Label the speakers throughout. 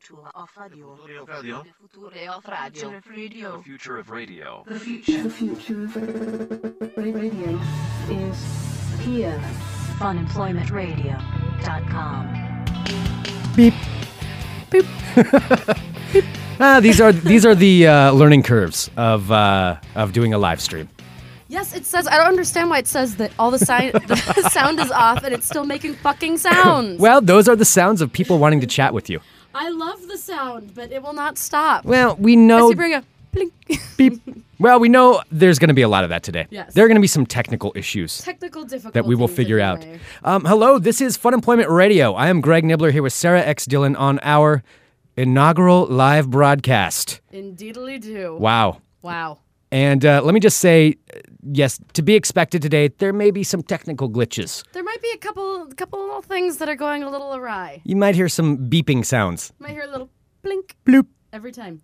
Speaker 1: future of radio.
Speaker 2: Future of radio.
Speaker 1: The future of radio.
Speaker 2: The future of radio.
Speaker 3: The future.
Speaker 4: The future of radio is here.
Speaker 1: Funemploymentradio.com.
Speaker 5: beep beep ah, these are these are the uh, learning curves of uh, of doing a live stream.
Speaker 4: Yes, it says. I don't understand why it says that all the, si- the sound is off and it's still making fucking sounds.
Speaker 5: Well, those are the sounds of people wanting to chat with you.
Speaker 4: I love the sound, but it will not stop.
Speaker 5: Well, we
Speaker 4: Unless
Speaker 5: know
Speaker 4: you bring a blink.
Speaker 5: beep. Well, we know there's going to be a lot of that today.
Speaker 4: Yes.
Speaker 5: There are going to be some technical issues.
Speaker 4: Technical difficulties
Speaker 5: that we will figure out.
Speaker 4: anyway.
Speaker 5: Um, hello, this is Fun Employment Radio. I am Greg Nibbler here with Sarah X. Dillon on our inaugural live broadcast.
Speaker 4: Indeedly do.
Speaker 5: Wow.
Speaker 4: Wow.
Speaker 5: And uh, let me just say, uh, yes, to be expected today, there may be some technical glitches.
Speaker 4: There might be a couple, couple little things that are going a little awry.
Speaker 5: You might hear some beeping sounds.
Speaker 4: You might hear a little blink
Speaker 5: Bloop.
Speaker 4: every time.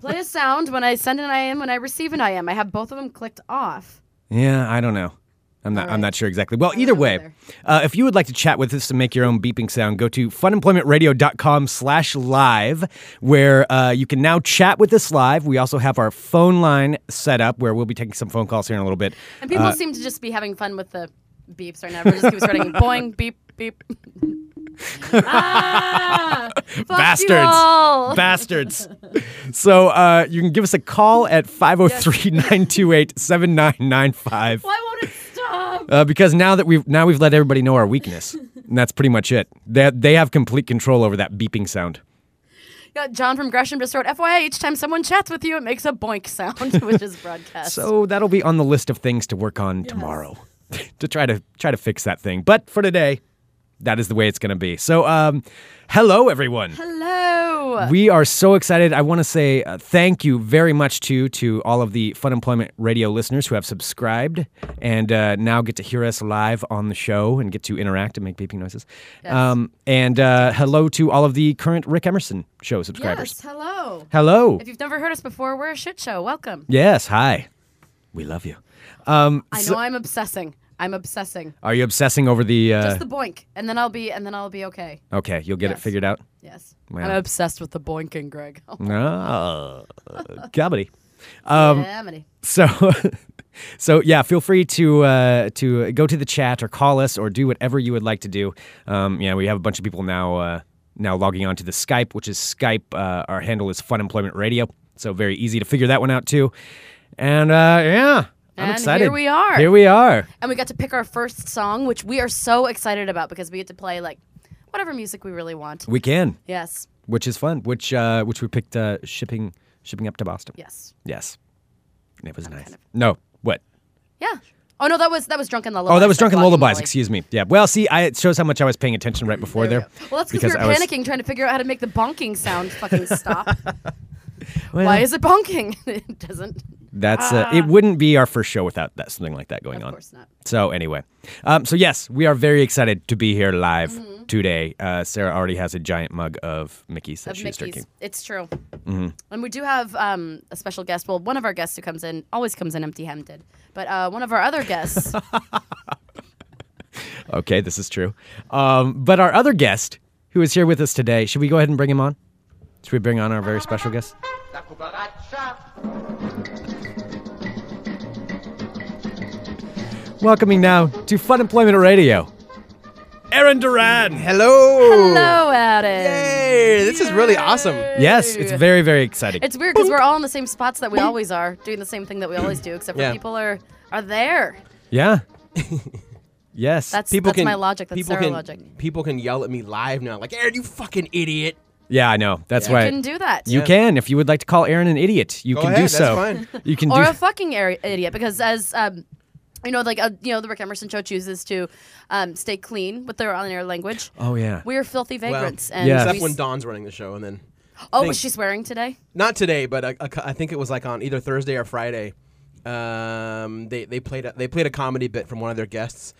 Speaker 4: Play a sound when I send an IM, when I receive an IM. I have both of them clicked off.
Speaker 5: Yeah, I don't know. I'm not, I'm not sure exactly. Well, either
Speaker 4: don't
Speaker 5: way,
Speaker 4: either.
Speaker 5: uh, if you would like to chat with us and make your own beeping sound, go to funemploymentradio.com slash live, where uh, you can now chat with us live. We also have our phone line set up where we'll be taking some phone calls here in a little bit.
Speaker 4: And people
Speaker 5: Uh,
Speaker 4: seem to just be having fun with the beeps right now. We're just keep starting boing, beep, beep. ah, fuck you
Speaker 5: Bastards.
Speaker 4: all.
Speaker 5: Bastards. so uh, you can give us a call at 503 928 7995.
Speaker 4: Why won't it stop?
Speaker 5: Uh, because now that we've now we've let everybody know our weakness, and that's pretty much it. They, they have complete control over that beeping sound.
Speaker 4: Yeah, John from Gresham just wrote, FYI, each time someone chats with you, it makes a boink sound, which is broadcast.
Speaker 5: So that'll be on the list of things to work on tomorrow to try to try to fix that thing. But for today, that is the way it's going to be. So, um, hello everyone.
Speaker 4: Hello.
Speaker 5: We are so excited. I want to say uh, thank you very much to to all of the Fun Employment Radio listeners who have subscribed and uh, now get to hear us live on the show and get to interact and make beeping noises. Um, and uh, hello to all of the current Rick Emerson show subscribers.
Speaker 4: Yes, hello.
Speaker 5: Hello.
Speaker 4: If you've never heard us before, we're a shit show. Welcome.
Speaker 5: yes. Hi. We love you. Um,
Speaker 4: I know
Speaker 5: so-
Speaker 4: I'm obsessing. I'm obsessing.
Speaker 5: are you obsessing over the? Uh,
Speaker 4: Just the boink, and then I'll be, and then I'll be okay.
Speaker 5: Okay, you'll get it
Speaker 4: Yes.
Speaker 5: figured out.
Speaker 4: Yes.
Speaker 5: Wow.
Speaker 4: I'm obsessed with the boinking, Greg. Oh,
Speaker 5: Ah, comedy. Um,
Speaker 4: damn it.
Speaker 5: So, so yeah, feel free to uh, to go to the chat or call us or do whatever you would like to do. Um, yeah, we have a bunch of people now uh, now logging on to the Skype, which is Skype. Uh, our handle is Fun Employment Radio, so very easy to figure that one out too. And uh, yeah, I'm
Speaker 4: And here
Speaker 5: excited.
Speaker 4: we are.
Speaker 5: Here we are.
Speaker 4: And we got to pick our first song, which we are so excited about because we get to play like whatever music we really want.
Speaker 5: We can,
Speaker 4: Yes.
Speaker 5: which is fun. Which uh, which we picked uh, shipping shipping up to Boston.
Speaker 4: Yes.
Speaker 5: Yes, And it was nice. No, what?
Speaker 4: Yeah. Oh no, that was that was drunken lullabies.
Speaker 5: Oh, that was Drunken
Speaker 4: Walking
Speaker 5: Lullabies.
Speaker 4: Molly.
Speaker 5: Excuse me. Yeah. Well, see, I, it shows how much I was paying attention right before there.
Speaker 4: There we go. Well, that's because we were
Speaker 5: I was-
Speaker 4: panicking, trying to figure out how to make the bonking sound fucking stop. Why is it bonking? it doesn't.
Speaker 5: That's uh, it. Wouldn't be our first show without that something like that going
Speaker 4: Of
Speaker 5: on.
Speaker 4: course not.
Speaker 5: So anyway, um, so yes, we are very excited to be here live
Speaker 4: Mm-hmm.
Speaker 5: today. Uh, Sarah already has a giant mug of Mickey's that
Speaker 4: Of
Speaker 5: she's
Speaker 4: Mickey's.
Speaker 5: drinking.
Speaker 4: It's true.
Speaker 5: Mm-hmm.
Speaker 4: And we do have um, a special guest. Well, one of our guests who comes in always comes in empty-handed, but uh, one of our other guests.
Speaker 5: Oh. Okay, this is true. Um, but our other guest, who is here with us today, should we go ahead and bring him on? Should we bring on our very special guest? Welcoming now to Fun Employment Radio, Aaron Duran.
Speaker 6: Hello.
Speaker 4: Hello, Adam.
Speaker 6: Hey, this is really awesome.
Speaker 5: Yes, it's very, very exciting.
Speaker 4: It's weird because we're all in the same spots that we always are, doing the same thing that we always do, except for
Speaker 6: Yeah.
Speaker 4: people are are there.
Speaker 5: yeah. yes.
Speaker 4: That's that's my logic. That's
Speaker 6: people
Speaker 4: Sarah
Speaker 6: can,
Speaker 4: logic.
Speaker 6: People can yell at me live now, like Aaron, you fucking idiot.
Speaker 5: yeah, I know. That's why.
Speaker 4: You can do that.
Speaker 5: You can if you would like to call Aaron an idiot. You
Speaker 6: Go
Speaker 5: can do
Speaker 6: ahead, that's
Speaker 5: so.
Speaker 6: fine.
Speaker 5: You can
Speaker 4: or
Speaker 5: do.
Speaker 4: a fucking ar- idiot because as um, you know, like uh, you know, the Rick Emerson show chooses to um, stay clean with their on-air language.
Speaker 5: oh yeah.
Speaker 4: We are filthy vagrants, and
Speaker 5: yeah.
Speaker 6: Except
Speaker 4: we-
Speaker 6: when Dawn's running the show, and then
Speaker 4: oh,
Speaker 6: think-
Speaker 4: was she swearing today?
Speaker 6: not today, but a- a cou- I think it was like on either Thursday or Friday. Um, they they played a, they played a comedy bit from one of their guests.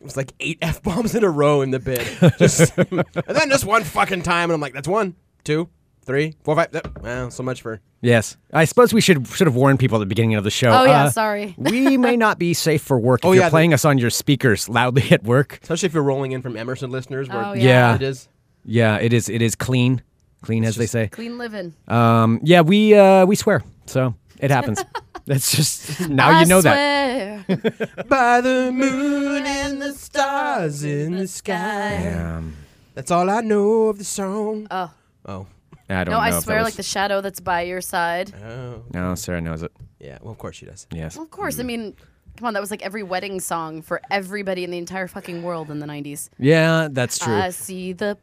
Speaker 6: It was like eight f bombs in a row in the bit, just, and then just one fucking time, and I'm like, that's one, two, three, four, five. That, wow, so much for
Speaker 5: Yes. I suppose we should should have warned people at the beginning of the show. Uh,
Speaker 4: Oh, yeah, sorry.
Speaker 5: we may not be safe for work if
Speaker 6: Oh,
Speaker 5: you're
Speaker 6: yeah, the-
Speaker 5: playing us on your speakers loudly at work.
Speaker 6: especially if you're rolling in from Emerson listeners, where
Speaker 4: Oh,
Speaker 5: Yeah.
Speaker 4: yeah.
Speaker 6: it is.
Speaker 5: Yeah, it is it is clean. Clean, as they say.
Speaker 4: Clean living.
Speaker 5: Um, yeah, we uh, we swear. So it happens. That's just now Oh, you know that.
Speaker 4: that.
Speaker 6: By the moon and the stars in the sky.
Speaker 5: Um,
Speaker 6: That's all I know of the song.
Speaker 4: oh
Speaker 6: Oh.
Speaker 5: I don't
Speaker 4: no,
Speaker 5: know.
Speaker 4: I
Speaker 5: if that
Speaker 4: swear, like
Speaker 5: was-
Speaker 4: the shadow that's by your side.
Speaker 6: Oh.
Speaker 5: No, Sarah knows it.
Speaker 6: Yeah, well, of course she does.
Speaker 5: Yes.
Speaker 4: Well, of course. I
Speaker 5: Mm.
Speaker 4: mean, come on, that was like every wedding song for everybody in the entire fucking world in the '90s.
Speaker 5: Yeah, that's true.
Speaker 4: I see the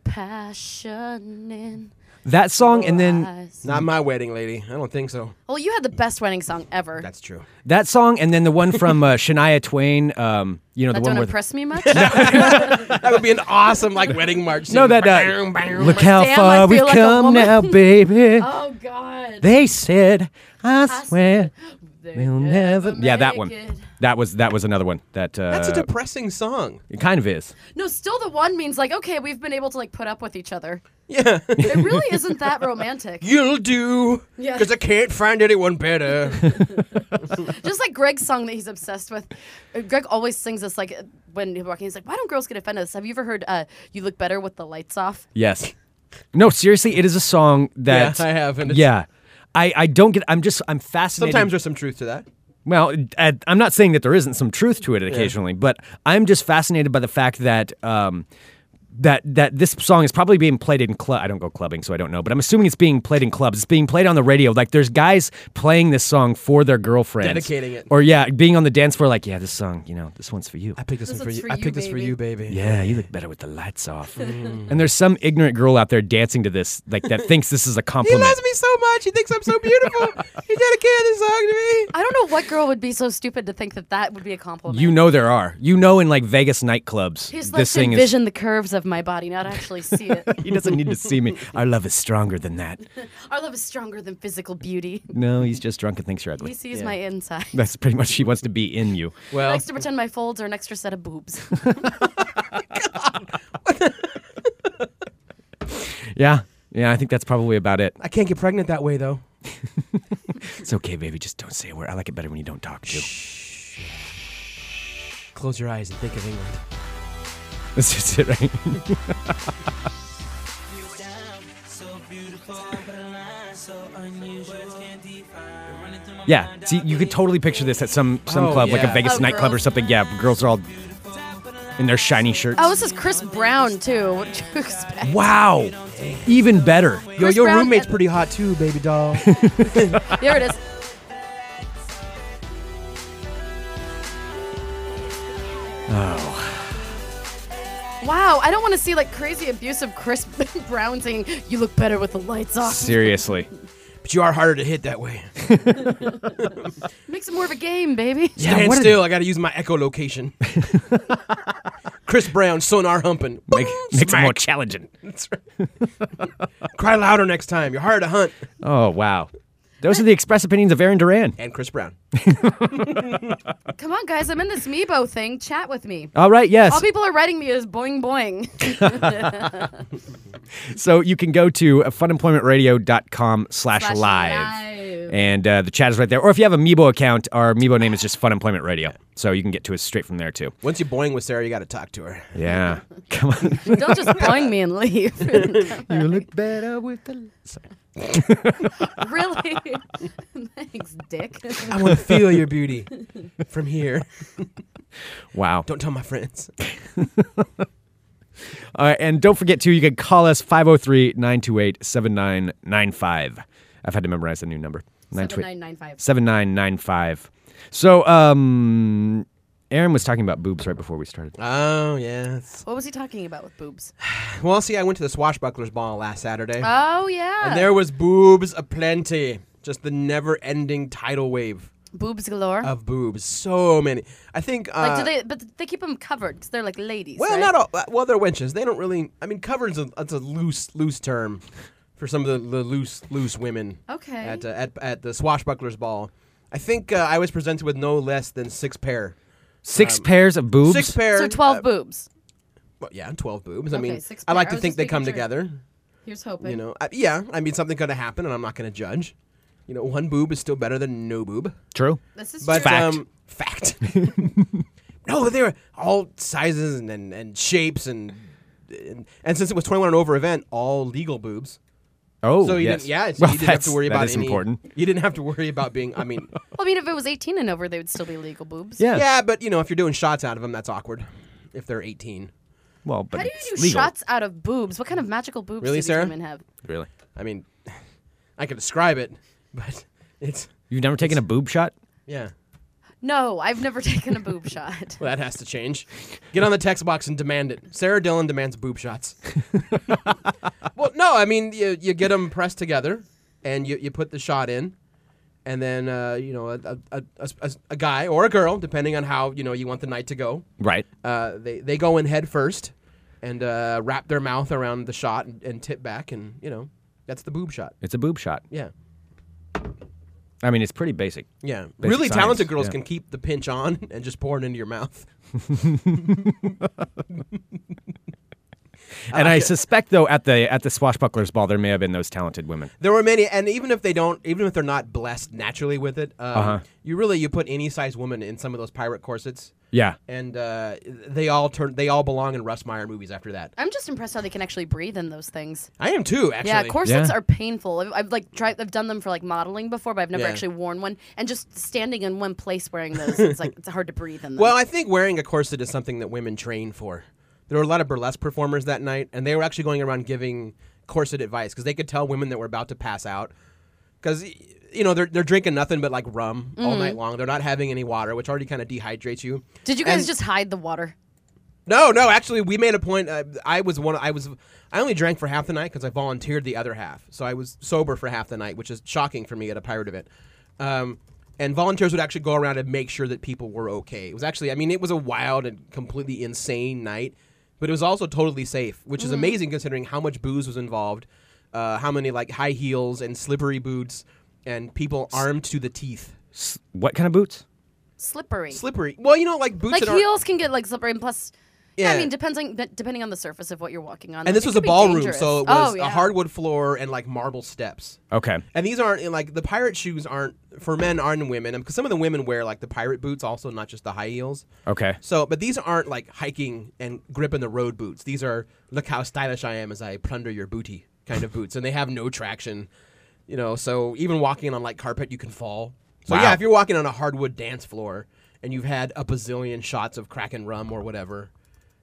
Speaker 4: passion in.
Speaker 5: that song,
Speaker 4: your
Speaker 5: and then
Speaker 4: eyes.
Speaker 6: Not my wedding, lady. I don't think so.
Speaker 4: Well, you had the best wedding song ever.
Speaker 6: That's true.
Speaker 5: that song, and then the one from uh, Shania Twain. Um, you know
Speaker 4: that
Speaker 5: the one
Speaker 4: don't
Speaker 5: where.
Speaker 4: impress me much.
Speaker 6: That would be an awesome, like, wedding march.
Speaker 5: no,
Speaker 6: scene.
Speaker 5: that.
Speaker 6: Bang,
Speaker 5: Uh,
Speaker 6: bang.
Speaker 5: look how
Speaker 4: Damn, I
Speaker 5: far
Speaker 4: feel
Speaker 5: we've
Speaker 4: like a
Speaker 5: come
Speaker 4: woman.
Speaker 5: now, baby.
Speaker 4: oh God.
Speaker 5: They said, "I
Speaker 4: said
Speaker 5: swear
Speaker 4: They
Speaker 5: we'll
Speaker 4: never
Speaker 5: never." Yeah, that
Speaker 4: make
Speaker 5: one.
Speaker 4: it.
Speaker 5: That was that was another one. That uh,
Speaker 6: That's a depressing song.
Speaker 5: it kind of is.
Speaker 4: No, still the one means like okay, we've been able to like put up with each other.
Speaker 6: Yeah.
Speaker 4: It really isn't that romantic.
Speaker 6: You'll do.
Speaker 4: Yeah.
Speaker 6: Because I can't find anyone better.
Speaker 4: Just like Greg's song that he's obsessed with. Uh, Greg always sings this like uh, when he's walking. He's like, why don't girls get offended? This? Have you ever heard uh, "You Look Better with the Lights Off"?
Speaker 5: Yes. No, seriously, it is a song that
Speaker 6: I have, and it's-
Speaker 5: yeah. I, I don't get. I'm just. I'm fascinated.
Speaker 6: Sometimes there's some truth to that.
Speaker 5: Well, I, I'm not saying that there isn't some truth to it occasionally, but I'm just fascinated by the fact that um, that that this song is probably being played in club. I don't go clubbing, so I don't know, but I'm assuming it's being played in clubs. It's being played on the radio. Like there's guys playing this song for their girlfriends,
Speaker 6: Dedicating it.
Speaker 5: or yeah, being on the dance floor. Like yeah, this song, you know, this one's for you.
Speaker 6: I picked this,
Speaker 4: This
Speaker 6: one for
Speaker 4: one's
Speaker 6: you.
Speaker 4: for
Speaker 6: I
Speaker 4: you,
Speaker 6: picked this for
Speaker 4: baby.
Speaker 6: you, baby.
Speaker 5: Yeah, you look better with the lights off.
Speaker 6: Mm.
Speaker 5: and there's some ignorant girl out there dancing to this, like that thinks this is a
Speaker 6: He
Speaker 5: compliment.
Speaker 6: loves me so much. He thinks I'm so beautiful. he dedicated this song to me.
Speaker 4: I don't know what girl would be so stupid to think that that would be a compliment.
Speaker 5: You know there are. You know in like Vegas nightclubs,
Speaker 4: He's like
Speaker 5: this
Speaker 4: to
Speaker 5: thing is
Speaker 4: envision the curves of my body, not actually see it.
Speaker 5: He doesn't need to see me. Our love is stronger than that.
Speaker 4: Our love is stronger than physical beauty.
Speaker 5: No, he's just drunk and thinks you're
Speaker 4: He
Speaker 5: ugly.
Speaker 4: sees my inside.
Speaker 5: That's pretty much he wants to be in you.
Speaker 4: He
Speaker 6: Well,
Speaker 4: likes to pretend my folds are an extra set of boobs.
Speaker 5: Yeah. Yeah, I think that's probably about it.
Speaker 6: I can't get pregnant that way, though.
Speaker 5: It's okay, baby. Just don't say a word. I like it better when you don't talk to.
Speaker 6: Close your eyes and think of England.
Speaker 5: That's just it, right? Yeah. See, you could totally picture this at some some
Speaker 6: Oh,
Speaker 5: club, like a
Speaker 6: yeah.
Speaker 5: Vegas
Speaker 4: Oh,
Speaker 5: nightclub or
Speaker 4: girls.
Speaker 5: something. Yeah, girls are all in their shiny shirts.
Speaker 4: oh, this is Chris Brown too. What did you expect?
Speaker 5: Wow. Even better.
Speaker 6: Yo,
Speaker 4: Chris
Speaker 6: your
Speaker 4: Brown
Speaker 6: roommate's
Speaker 4: and-
Speaker 6: pretty hot too, baby doll.
Speaker 4: There it is. Oh. Wow, I don't want to see like crazy abusive Chris Brown saying, "You look better with the lights off."
Speaker 5: Seriously.
Speaker 6: but you are harder to hit that way.
Speaker 4: Makes it more of a game, baby.
Speaker 6: Stand
Speaker 5: what a-
Speaker 6: still. I got to use my echolocation. Chris Brown, sonar humping.
Speaker 5: Make, makes it more challenging.
Speaker 6: Cry louder next time. You're harder to hunt.
Speaker 5: Oh, wow. Those are the express opinions of Aaron Duran.
Speaker 6: And Chris Brown.
Speaker 4: Come on, guys, I'm in this Meebo thing. Chat with me.
Speaker 5: All right, yes.
Speaker 4: All people are writing me is boing boing.
Speaker 5: so you can go to funemploymentradio.com slash
Speaker 4: Slash
Speaker 5: live.
Speaker 4: live.
Speaker 5: And uh, the chat is right there. Or if you have a Meebo account, our Meebo name is just Fun Employment Radio. So you can get to us straight from there, too.
Speaker 6: Once you're boing with Sarah, you got to talk to her.
Speaker 5: Yeah. Come on.
Speaker 4: Don't just boing me and leave.
Speaker 5: you look better with the... Sorry.
Speaker 4: really? Thanks, dick.
Speaker 6: I want to feel your beauty from here.
Speaker 5: Wow.
Speaker 6: Don't tell my friends.
Speaker 5: All right, Uh, and don't forget, too, you can call us 503-928-7995. I've had to memorize the new number. 928
Speaker 4: 7995.
Speaker 5: 7995. So, um... Aaron was talking about boobs right before we started.
Speaker 6: Oh, yeah. it's-
Speaker 4: What was he talking about with boobs?
Speaker 6: Well, see, I went to the Swashbucklers Ball last Saturday.
Speaker 4: Oh, yeah.
Speaker 6: and there was boobs aplenty. Just the never-ending tidal wave
Speaker 4: boobs galore.
Speaker 6: of boobs. So many. I think... Uh,
Speaker 4: Like, do they? But they keep them covered because they're like ladies.
Speaker 6: Well,
Speaker 4: right?
Speaker 6: not all. uh, Well, they're wenches. They don't really. I mean, covered's a, it's a loose, loose term for some of the, the loose, loose women.
Speaker 4: Okay.
Speaker 6: At uh, at at the Swashbucklers ball, I think uh, I was presented with no less than six pair.
Speaker 5: Six pairs of boobs?
Speaker 6: Um, Six pair.
Speaker 4: So twelve
Speaker 6: uh,
Speaker 4: boobs.
Speaker 6: well, yeah, twelve boobs. I
Speaker 4: Okay,
Speaker 6: mean,
Speaker 4: six
Speaker 6: I
Speaker 4: pair.
Speaker 6: like
Speaker 4: I
Speaker 6: to
Speaker 4: was
Speaker 6: think
Speaker 4: just
Speaker 6: they
Speaker 4: making
Speaker 6: come
Speaker 4: sure.
Speaker 6: together.
Speaker 4: Here's hoping.
Speaker 6: You know. I, yeah. I mean, something could have happened, and I'm not going to judge. You know, one boob is still better than no boob.
Speaker 5: True.
Speaker 4: this is
Speaker 6: But
Speaker 4: true.
Speaker 5: Fact.
Speaker 6: um fact. no, they were all sizes and, and, and shapes and, and and since it was 21 and over event, all legal boobs.
Speaker 5: Oh,
Speaker 6: so you
Speaker 5: yes.
Speaker 6: didn't, yeah, so
Speaker 5: well,
Speaker 6: you didn't have
Speaker 5: that's-
Speaker 6: to worry
Speaker 5: that
Speaker 6: about
Speaker 5: is
Speaker 6: any-
Speaker 5: important.
Speaker 6: You didn't have to worry about being. I mean,
Speaker 4: Well, I mean, if it was 18 and over, they would still be legal boobs.
Speaker 5: Yeah.
Speaker 6: yeah, but you know, if you're doing shots out of them, that's awkward. If they're 18,
Speaker 5: Well, but
Speaker 4: How do you
Speaker 5: it's
Speaker 4: do
Speaker 5: legal.
Speaker 4: shots out of boobs? What kind of magical boobs
Speaker 6: Really,
Speaker 4: do these
Speaker 6: Sarah?
Speaker 4: women have?
Speaker 5: Really?
Speaker 6: I mean, I can describe it, but it's
Speaker 5: You've never taken a boob shot?
Speaker 6: yeah.
Speaker 4: No, I've never taken a boob shot.
Speaker 6: Well, that has to change. Get on the text box and demand it. Sarah Dillon demands boob shots. well, no, I mean you, you get them pressed together, and you, you put the shot in, and then uh, you know a, a, a- a, a, a guy or a girl, depending on how you know you want the night to go.
Speaker 5: Right.
Speaker 6: Uh, they they go in head first, and uh, wrap their mouth around the shot and, and tip back, and you know that's the boob shot.
Speaker 5: It's a boob shot.
Speaker 6: Yeah.
Speaker 5: I mean, it's pretty basic.
Speaker 6: Yeah,
Speaker 5: Basic
Speaker 6: really
Speaker 5: science,
Speaker 6: talented girls
Speaker 5: yeah.
Speaker 6: can keep the pinch on and just pour it into your mouth. Ah,
Speaker 5: And I suspect, though, at the at the swashbucklers ball, there may have been those talented women.
Speaker 6: There were many, and even if they don't, even if they're not blessed naturally with it, um,
Speaker 5: Uh-huh.
Speaker 6: you really you put any size woman in some of those pirate corsets,
Speaker 5: Yeah.
Speaker 6: and uh, they all turn they all belong in Russ Meyer movies after that.
Speaker 4: I'm just impressed how they can actually breathe in those things.
Speaker 6: I am too, actually.
Speaker 4: Yeah, corsets
Speaker 5: Yeah.
Speaker 4: are painful. I've, I've like tried. I've done them for like modeling before, but I've never
Speaker 6: Yeah.
Speaker 4: actually worn one. And just standing in one place wearing those, it's like it's hard to breathe in them.
Speaker 6: Well, I think wearing a corset is something that women train for. There were a lot of burlesque performers that night, and they were actually going around giving corset advice because they could tell women that were about to pass out. Because, you know, they're, they're drinking nothing but like rum all night long. They're not having any water, which already kind of dehydrates you.
Speaker 4: Mm-hmm. Did you guys
Speaker 6: and-
Speaker 4: just hide the water?
Speaker 6: No, no. Actually, we made a point. Uh, I was one. I was. I only drank for half the night because I volunteered the other half. So I was sober for half the night, which is shocking for me at a pirate event. Um, and volunteers would actually go around and make sure that people were okay. It was actually. I mean, it was a wild and completely insane night, but it was also totally safe, which
Speaker 4: Mm-hmm.
Speaker 6: is amazing considering how much booze was involved, uh, how many like high heels and slippery boots, and people armed to the teeth.
Speaker 5: S- what kind of boots?
Speaker 4: Slippery.
Speaker 6: Slippery. Well, you know, like boots
Speaker 4: like
Speaker 6: that aren't-
Speaker 4: heels can get like slippery, and plus, yeah, I
Speaker 6: Yeah.
Speaker 4: mean, depends on de- depending on the surface of what you're walking on.
Speaker 6: And this
Speaker 4: it
Speaker 6: was a
Speaker 4: could be
Speaker 6: ballroom,
Speaker 4: dangerous.
Speaker 6: so it was
Speaker 4: Oh, yeah.
Speaker 6: a hardwood floor and like marble steps.
Speaker 5: Okay.
Speaker 6: And these aren't like the pirate shoes aren't for men aren't women because some of the women wear like the pirate boots also not just the high heels.
Speaker 5: Okay.
Speaker 6: So, but these aren't like hiking and gripping the road boots. These are look how stylish I am as I plunder your booty kind of boots, and they have no traction. You know, so even walking on like carpet, you can fall. So
Speaker 5: Wow.
Speaker 6: yeah, if you're walking on a hardwood dance floor and you've had a bazillion shots of crack and rum or whatever,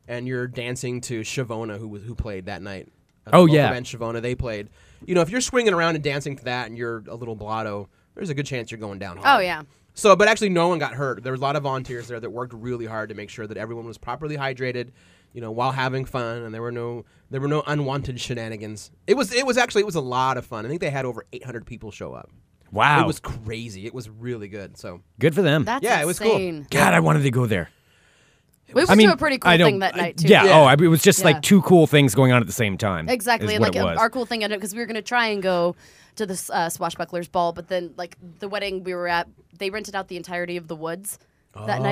Speaker 6: and you're dancing to Shavona, who was who played that night. at the
Speaker 5: Oh,
Speaker 6: local
Speaker 5: yeah.
Speaker 6: band Shavona they played. You know, if you're swinging around and dancing to that, and you're a little blotto, there's a good chance you're going down.
Speaker 4: Oh
Speaker 6: hard.
Speaker 4: yeah.
Speaker 6: So, but actually, no one got hurt. There was a lot of volunteers there that worked really hard to make sure that everyone was properly hydrated, you know, while having fun, and there were no there were no unwanted shenanigans. It was it was actually it was a lot of fun. I think they had over 800 people show up.
Speaker 5: Wow.
Speaker 6: It was crazy. It was really good. So
Speaker 5: good for them.
Speaker 4: That's
Speaker 6: Yeah, it was cool.
Speaker 4: insane.
Speaker 5: God, I wanted to go there.
Speaker 4: We went
Speaker 5: I mean,
Speaker 4: to a pretty cool
Speaker 5: I don't-
Speaker 4: thing that
Speaker 5: I-
Speaker 4: night too.
Speaker 5: Yeah.
Speaker 6: Yeah.
Speaker 5: Oh, I, it was just
Speaker 4: Yeah.
Speaker 5: like two cool things going on at the same time. is
Speaker 4: Exactly. And
Speaker 5: what
Speaker 4: like
Speaker 5: it
Speaker 4: uh,
Speaker 5: was.
Speaker 4: our cool thing ended because we were gonna try and go to the uh, swashbucklers ball, but then like the wedding we were at, they rented out the entirety of the woods that
Speaker 6: Oh.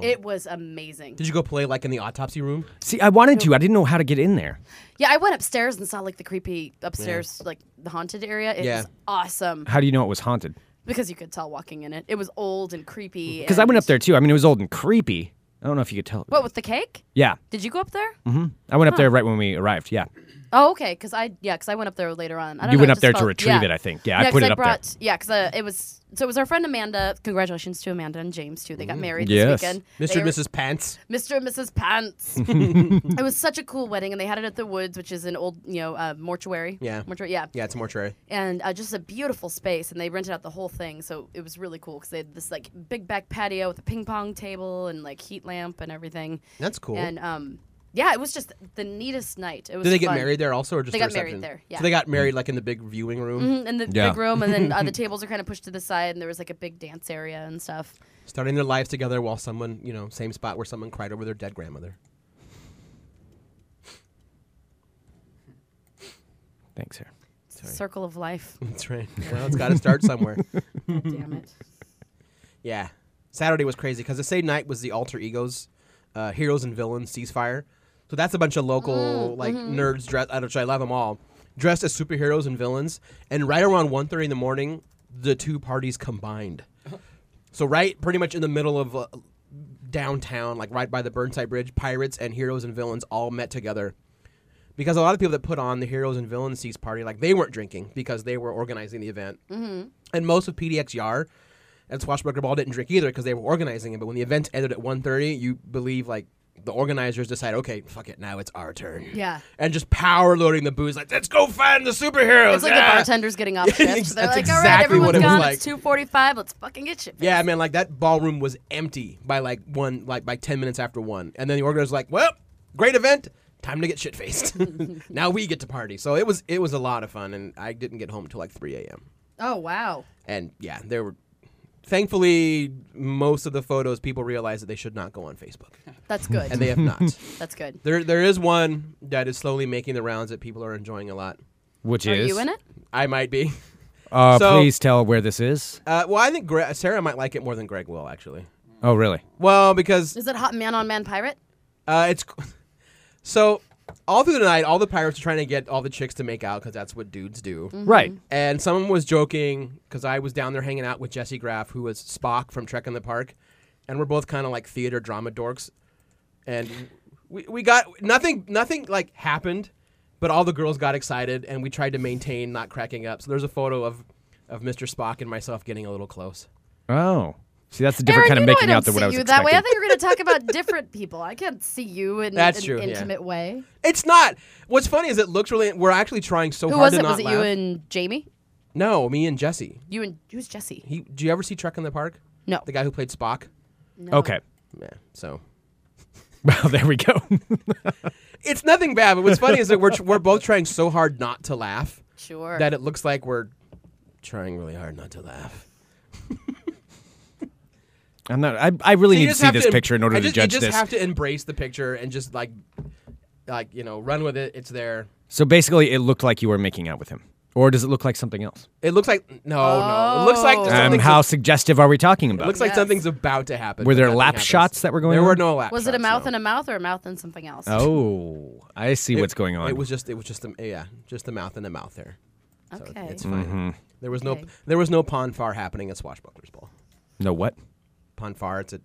Speaker 4: night. It was amazing.
Speaker 6: did you go play like in the autopsy room?
Speaker 5: See, I wanted to. I didn't know how to get in there.
Speaker 4: yeah, I went upstairs and saw like the creepy upstairs, like the haunted area. It
Speaker 6: Yeah.
Speaker 4: was awesome
Speaker 5: How do you know it was haunted?
Speaker 4: because you could tell walking in it. It was old and creepy.
Speaker 5: Because Mm. I went
Speaker 4: and-
Speaker 5: up there too. I mean, it was old and creepy. I don't know if you could tell.
Speaker 4: What with the cake?
Speaker 5: Yeah. mm-hmm.
Speaker 4: Did you go up there?
Speaker 5: Mm. I went up there right when we arrived. Yeah.
Speaker 4: Oh, okay. Because I yeah, because I went up there later on. I don't
Speaker 5: You
Speaker 4: know,
Speaker 5: went
Speaker 4: it
Speaker 5: up
Speaker 4: just
Speaker 5: there to
Speaker 4: felt-
Speaker 5: retrieve
Speaker 4: yeah.
Speaker 5: it, I think. Yeah, I
Speaker 4: yeah,
Speaker 5: put
Speaker 4: 'cause
Speaker 5: it up there.
Speaker 4: brought, Yeah, because uh, it was so it was our friend Amanda. Congratulations to Amanda and James too. They got married
Speaker 5: Mm, Yes.
Speaker 4: this weekend.
Speaker 6: Mr.
Speaker 4: They
Speaker 6: and
Speaker 4: were-
Speaker 6: Mrs. Pants.
Speaker 4: Mr. and Mrs. Pants. it was such a cool wedding, and they had it at the woods, which is an old you know uh, mortuary.
Speaker 6: Yeah.
Speaker 4: mortuary. Yeah,
Speaker 6: Yeah, it's a mortuary.
Speaker 4: and uh, just a beautiful space. And they rented out the whole thing, so it was really cool because they had this like big back patio with a ping pong table and like heat lamp and everything.
Speaker 6: That's cool.
Speaker 4: And um, yeah, it was just the neatest night. It was.
Speaker 6: Did they get
Speaker 4: fun.
Speaker 6: married there also, or just
Speaker 4: They
Speaker 6: the
Speaker 4: got married
Speaker 6: reception?
Speaker 4: there, yeah.
Speaker 6: So they got married like in the big viewing room,
Speaker 4: Mhm, in the
Speaker 5: Yeah.
Speaker 4: big room, and then uh, the tables are kind of pushed to the side, and there was like a big dance area and stuff.
Speaker 6: starting their lives together while someone, you know, same spot where someone cried over their dead grandmother.
Speaker 5: Thanks, sir.
Speaker 4: Circle of life.
Speaker 6: That's right. Well, it's got to start somewhere.
Speaker 4: God damn it.
Speaker 6: Yeah. Saturday was crazy because the same night was the alter egos, uh, heroes and villains ceasefire. So that's a bunch of local like nerds dressed. I don't. I love them all, dressed as superheroes and villains. And right around 1.30 in the morning, the two parties combined. So right, pretty much in the middle of uh, downtown, like right by the Burnside Bridge, pirates and heroes and villains all met together. because a lot of people that put on the Heroes and Villains Seas party, like they weren't drinking because they were organizing the event, mm-hmm. and most of PDXR and Swashbuckler Ball didn't drink either because they were organizing it. But when the event ended at 1.30, you believe like the organizers decide, okay, fuck it, now it's our turn.
Speaker 4: Yeah.
Speaker 6: and just power loading the booze, like let's go find the superheroes.
Speaker 4: It's like
Speaker 6: yeah!
Speaker 4: the bartenders getting off shift.
Speaker 6: That's
Speaker 4: They're like, all right,
Speaker 6: exactly what
Speaker 4: everyone's
Speaker 6: it was
Speaker 4: gone.
Speaker 6: like."
Speaker 4: It's two forty-five. Let's fucking get shit.
Speaker 6: Yeah, man, like that ballroom was empty by like one, like by ten minutes after one, and then the organizer's like, "Well, great event, time to get shit faced. now we get to party." So it was it was a lot of fun, and I didn't get home until like three a.m.
Speaker 4: Oh wow.
Speaker 6: And yeah, there were. Thankfully, most of the photos people realized that they should not go on Facebook,
Speaker 4: That's good.
Speaker 6: and they have not.
Speaker 4: That's good.
Speaker 6: there there is one that is slowly making the rounds that people are enjoying a lot.
Speaker 5: Which
Speaker 4: Are
Speaker 5: is
Speaker 4: you in it?
Speaker 6: I might be.
Speaker 5: Uh,
Speaker 6: So-
Speaker 5: please tell where this is.
Speaker 6: Uh, well, I think Gre- Sarah might like it more than Greg will actually.
Speaker 5: Oh, really?
Speaker 4: Mm-hmm.
Speaker 6: Well, because
Speaker 4: Is it hot man on man pirate?
Speaker 6: Uh, it's so all through the night, all the pirates are trying to get all the chicks to make out because that's what dudes do.
Speaker 4: Mm-hmm.
Speaker 5: Right.
Speaker 6: And someone was joking because I was down there hanging out with Jesse Graff, who was Spock from Trek in the Park, and we're both kind of like theater drama dorks, and we, we got nothing nothing like happened, but all the girls got excited and we tried to maintain not cracking up. So there's a photo of of Mr. Spock and myself getting a little close.
Speaker 5: Oh. See, that's a different kind
Speaker 4: Aaron,
Speaker 5: of
Speaker 4: you know
Speaker 5: making
Speaker 4: I
Speaker 5: out
Speaker 4: don't
Speaker 5: than what
Speaker 4: see
Speaker 5: I was
Speaker 4: you
Speaker 5: expecting.
Speaker 4: that way. I thought you were going to talk about different people. I can't see you in
Speaker 6: That's
Speaker 4: an
Speaker 6: true, yeah.
Speaker 4: intimate way.
Speaker 6: It's not. What's funny is it looks really. We're actually trying so
Speaker 4: Who was
Speaker 6: hard to
Speaker 4: it?
Speaker 6: not
Speaker 4: Was it you
Speaker 6: laugh.
Speaker 4: and Jamie?
Speaker 6: No, me and Jesse.
Speaker 4: You and who's Jesse?
Speaker 6: He, do you ever see Trek in the Park?
Speaker 4: No.
Speaker 6: The guy who played Spock.
Speaker 4: No.
Speaker 5: Okay.
Speaker 6: Yeah. So
Speaker 5: Well, there we go.
Speaker 6: it's nothing bad. But what's funny is that we're we're both trying so hard not to laugh
Speaker 4: Sure.
Speaker 6: that it looks like we're trying really hard not to laugh.
Speaker 5: I'm not. I, I really
Speaker 6: So
Speaker 5: need
Speaker 6: you
Speaker 5: to
Speaker 6: just
Speaker 5: see
Speaker 6: have
Speaker 5: this
Speaker 6: em-
Speaker 5: picture in order
Speaker 6: I
Speaker 5: to
Speaker 6: just-
Speaker 5: judge
Speaker 6: You just
Speaker 5: this.
Speaker 6: have to embrace the picture and just like, like you know, run with it. It's there.
Speaker 5: So basically, it looked like you were making out with him, or does it look like something else?
Speaker 6: It looks like no, no. It looks like
Speaker 4: Oh.
Speaker 6: something's
Speaker 5: Um,
Speaker 6: ab-
Speaker 5: how suggestive are we talking
Speaker 6: it
Speaker 5: about?
Speaker 6: looks like
Speaker 4: Yes.
Speaker 6: something's about to happen.
Speaker 5: were
Speaker 6: but
Speaker 5: there
Speaker 6: nothing
Speaker 5: lap
Speaker 6: happens.
Speaker 5: shots that were going?
Speaker 6: There
Speaker 5: on?
Speaker 6: were no lap.
Speaker 4: was it a
Speaker 6: shots,
Speaker 4: mouth
Speaker 6: no.
Speaker 4: and a mouth or a mouth and something else?
Speaker 5: Oh, I see what's going on.
Speaker 6: It was just it was just the yeah, just the mouth and the mouth there. So
Speaker 4: Okay.
Speaker 6: it's fine.
Speaker 5: Mm-hmm.
Speaker 6: There was no
Speaker 4: Okay.
Speaker 6: there was no pon far happening at Swashbucklers Ball.
Speaker 5: no what?
Speaker 6: Pon far, it's a,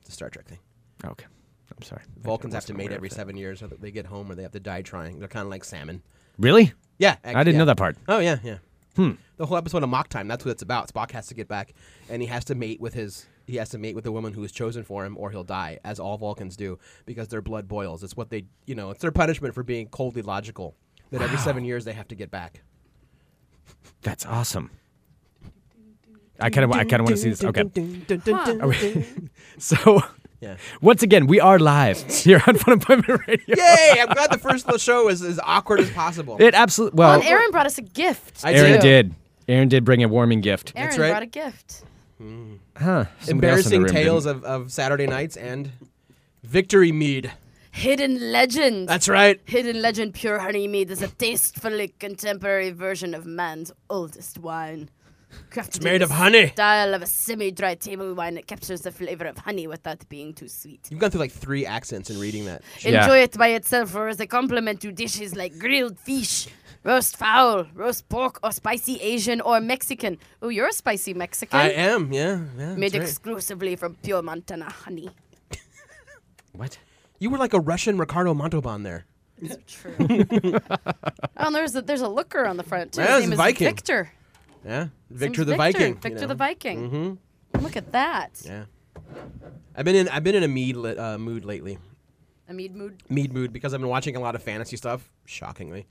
Speaker 6: it's a Star Trek thing.
Speaker 5: Okay, I'm sorry.
Speaker 6: Vulcans have to
Speaker 5: wasn't
Speaker 6: mate
Speaker 5: aware of
Speaker 6: every seven years, or they get home, or they have to die trying. They're kind of like salmon.
Speaker 5: Really?
Speaker 6: Yeah,
Speaker 5: I didn't know that part.
Speaker 6: Oh yeah, yeah. Hmm. The whole episode of Mock Time. That's what it's about. Spock has to get back, and he has to mate with his. He has to mate with the woman who is chosen for him, or he'll die, as all Vulcans do, because their blood boils. It's what they, you know, it's their punishment for being coldly logical. That every seven years they have to get back.
Speaker 5: That's awesome. I kind of, I kind of want to see this. Okay,
Speaker 4: Huh.
Speaker 5: so
Speaker 6: Yeah.
Speaker 5: once again, we are live here on Fun Employment Radio.
Speaker 6: Yay! I'm glad the first little show is as awkward as possible.
Speaker 5: It absolutely. Well,
Speaker 4: and Aaron brought us a gift.
Speaker 6: I
Speaker 5: Aaron
Speaker 6: too.
Speaker 5: did. Aaron did bring a warming gift.
Speaker 4: Aaron
Speaker 6: right.
Speaker 4: brought a gift.
Speaker 5: Huh? somebody else in the
Speaker 6: Embarrassing
Speaker 5: room didn't.
Speaker 6: tales of, of Saturday nights and victory mead.
Speaker 4: Hidden legend.
Speaker 6: That's right.
Speaker 4: Hidden legend pure honey mead is a tastefully contemporary version of man's oldest wine. Crafted
Speaker 6: It's made
Speaker 4: in
Speaker 6: of
Speaker 4: the
Speaker 6: honey.
Speaker 4: Style of a semi-dry table wine that captures the flavor of honey without being too sweet.
Speaker 6: You've gone through like three accents in reading that.
Speaker 5: Yeah.
Speaker 4: Enjoy it by itself or as a complement to dishes like grilled fish, roast fowl, roast pork, or spicy Asian or Mexican. Oh, you're a spicy Mexican.
Speaker 6: I am, yeah. yeah
Speaker 4: Made
Speaker 6: that's right.
Speaker 4: exclusively from pure Montana honey.
Speaker 5: What?
Speaker 6: You were like a Russian Ricardo Montalban there.
Speaker 4: True. oh, and there's a, there's a looker on the front too. His
Speaker 6: Yeah, it's
Speaker 4: name is
Speaker 6: Viking.
Speaker 4: Victor.
Speaker 6: Yeah.
Speaker 4: His name's
Speaker 6: Victor the Viking. you
Speaker 4: Victor
Speaker 6: know. Mm-hmm.
Speaker 4: the Viking. Look at that.
Speaker 6: Yeah. I've been in I've been in a mead lit, uh, mood lately.
Speaker 4: Amid mood.
Speaker 6: Mead mood because I've been watching a lot of fantasy stuff, shockingly.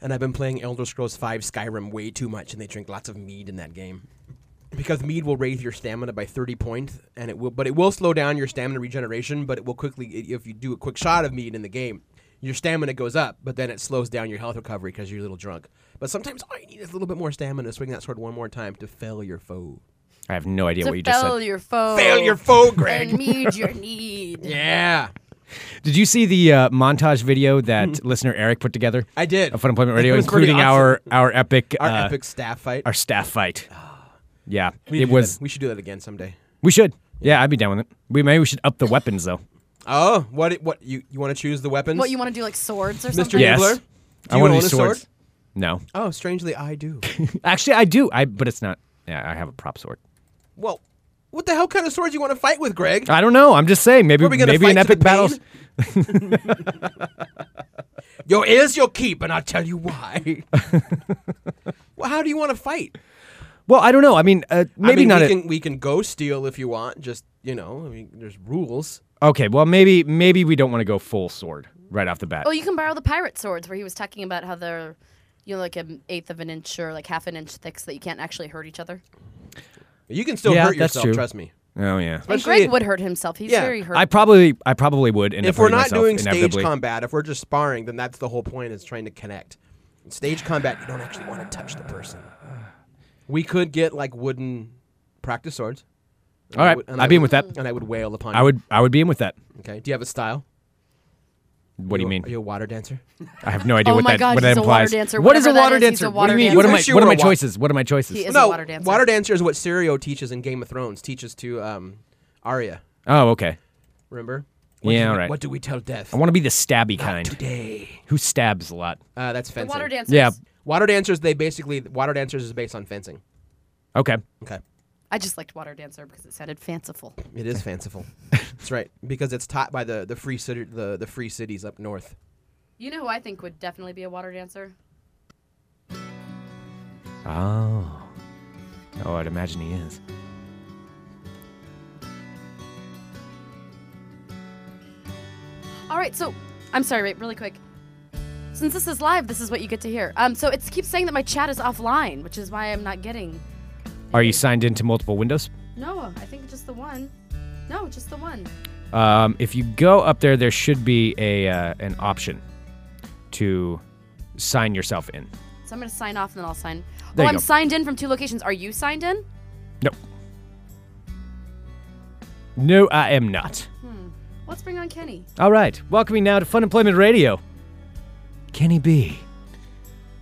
Speaker 6: And I've been playing Elder Scrolls 5 Skyrim way too much and they drink lots of mead in that game. Because mead will raise your stamina by 30 points and it will but it will slow down your stamina regeneration, but it will quickly if you do a quick shot of mead in the game, your stamina goes up, but then it slows down your health recovery because you're a little drunk. But sometimes all you need is a little bit more stamina to swing that sword one more time to fell your foe.
Speaker 5: I have no idea what
Speaker 4: to
Speaker 5: you just
Speaker 4: fell
Speaker 5: said.
Speaker 4: your foe.
Speaker 6: Oh. Fail your foe,
Speaker 4: And
Speaker 6: Greg.
Speaker 4: mead your need.
Speaker 6: yeah.
Speaker 5: Did you see the uh, montage video that listener Eric put together?
Speaker 6: Hmm. I did.
Speaker 5: Of Fun Employment
Speaker 6: It
Speaker 5: Radio,
Speaker 6: was pretty
Speaker 5: including our our epic
Speaker 6: Our
Speaker 5: uh,
Speaker 6: epic staff fight.
Speaker 5: our staff fight. Yeah,
Speaker 6: We should
Speaker 5: it
Speaker 6: do
Speaker 5: was.
Speaker 6: that. We should do that again someday.
Speaker 5: We should. Yeah, I'd be down with it. We maybe we should up the weapons though.
Speaker 6: Oh, what? What you you want to choose the weapons?
Speaker 4: What you want to do, like swords or
Speaker 6: Mr.
Speaker 4: something?
Speaker 5: Yes.
Speaker 6: Gabler? Do
Speaker 5: I
Speaker 6: you
Speaker 5: want to
Speaker 6: own
Speaker 5: do
Speaker 6: a
Speaker 5: swords.
Speaker 6: sword?
Speaker 5: No,
Speaker 6: Oh, strangely, I do.
Speaker 5: actually I do. I but it's not. Yeah, I have a prop sword.
Speaker 6: well, what the hell kind of sword you want to fight with, Greg?
Speaker 5: I don't know. I'm just saying. Maybe
Speaker 6: Are we gonna
Speaker 5: maybe
Speaker 6: fight
Speaker 5: an
Speaker 6: to
Speaker 5: epic
Speaker 6: the
Speaker 5: battle.
Speaker 6: pain? Your ears you'll keep, and I'll tell you why. well, how do you want to fight?
Speaker 5: Well, I don't know. I mean, uh,
Speaker 6: I
Speaker 5: maybe
Speaker 6: mean,
Speaker 5: not.
Speaker 6: We
Speaker 5: a-
Speaker 6: can we can go steal if you want. Just you know, I mean, there's rules.
Speaker 5: okay, well, maybe maybe we don't want to go full sword right off the bat.
Speaker 4: Oh, you can borrow the pirate swords where he was talking about how they're, you know, like an eighth of an inch or like half an inch thick so that you can't actually hurt each other.
Speaker 6: You can still
Speaker 5: Yeah,
Speaker 6: hurt
Speaker 5: that's
Speaker 6: yourself.
Speaker 5: true.
Speaker 6: Trust me.
Speaker 5: Oh, yeah.
Speaker 4: And
Speaker 6: Especially-
Speaker 4: Greg would hurt himself. He's
Speaker 6: Yeah.
Speaker 4: very hurt.
Speaker 5: I probably I probably would. End
Speaker 6: if
Speaker 5: up
Speaker 6: we're
Speaker 5: hurting
Speaker 6: not
Speaker 5: myself
Speaker 6: doing stage
Speaker 5: inevitably.
Speaker 6: combat, if we're just sparring, then that's the whole point is trying to connect. In stage combat, you don't actually want to touch the person. We could get like wooden practice swords. And
Speaker 5: All
Speaker 6: I
Speaker 5: right,
Speaker 6: would- and I
Speaker 5: I'd be in with
Speaker 6: would-
Speaker 5: that.
Speaker 6: And I would wail upon.
Speaker 5: I
Speaker 6: you.
Speaker 5: would I would be in with that.
Speaker 6: Okay. Do you have a style?
Speaker 5: What do you
Speaker 6: a-
Speaker 5: mean?
Speaker 6: Are you a water dancer?
Speaker 5: I have no idea
Speaker 4: Oh
Speaker 5: what
Speaker 4: my
Speaker 5: that
Speaker 4: God,
Speaker 5: what that
Speaker 4: he's a water
Speaker 5: implies.
Speaker 4: dancer.
Speaker 5: What is a
Speaker 4: Whatever that
Speaker 5: water
Speaker 4: is, he's
Speaker 5: dancer?
Speaker 4: a
Speaker 5: What do you
Speaker 4: water
Speaker 5: mean? What are my
Speaker 6: dancer.
Speaker 5: what are
Speaker 6: Sure,
Speaker 5: my
Speaker 6: a wa-
Speaker 5: choices? What are my choices?
Speaker 4: He is-
Speaker 6: no,
Speaker 4: a water dancer.
Speaker 6: water dancer is what Sirio teaches in Game of Thrones. Teaches to um, Arya.
Speaker 5: Oh, okay.
Speaker 6: Remember? What
Speaker 5: Yeah,
Speaker 6: do we-
Speaker 5: all right.
Speaker 6: What do we tell death?
Speaker 5: I want to be the stabby kind
Speaker 6: today.
Speaker 5: who stabs a lot.
Speaker 6: Uh, that's fencing.
Speaker 4: water dancers.
Speaker 5: Yeah.
Speaker 6: Water dancers. They basically water dancers is based on fencing.
Speaker 5: Okay.
Speaker 6: Okay.
Speaker 4: I just liked water dancer because it sounded fanciful.
Speaker 6: It is fanciful. That's right, because it's taught by the, the free city, the, the free cities up north.
Speaker 4: You know who I think would definitely be a water dancer?
Speaker 5: Oh. Oh, I'd imagine he is.
Speaker 4: All right, so I'm sorry, wait, really quick. Since this is live, this is what you get to hear. Um, so it keeps saying that my chat is offline, which is why I'm not getting.
Speaker 5: Are you signed into multiple windows?
Speaker 4: No, I think just the one. No, just the one.
Speaker 5: Um, if you go up there, there should be a uh, an option to sign yourself in.
Speaker 4: So I'm gonna sign off and then I'll sign.
Speaker 5: There
Speaker 4: oh,
Speaker 5: you
Speaker 4: I'm
Speaker 5: go.
Speaker 4: signed in from two locations. Are you signed in?
Speaker 5: No. No, I am not.
Speaker 4: Let's bring on Kenny.
Speaker 5: All right. Welcoming now to Fun Employment Radio. Kenny B.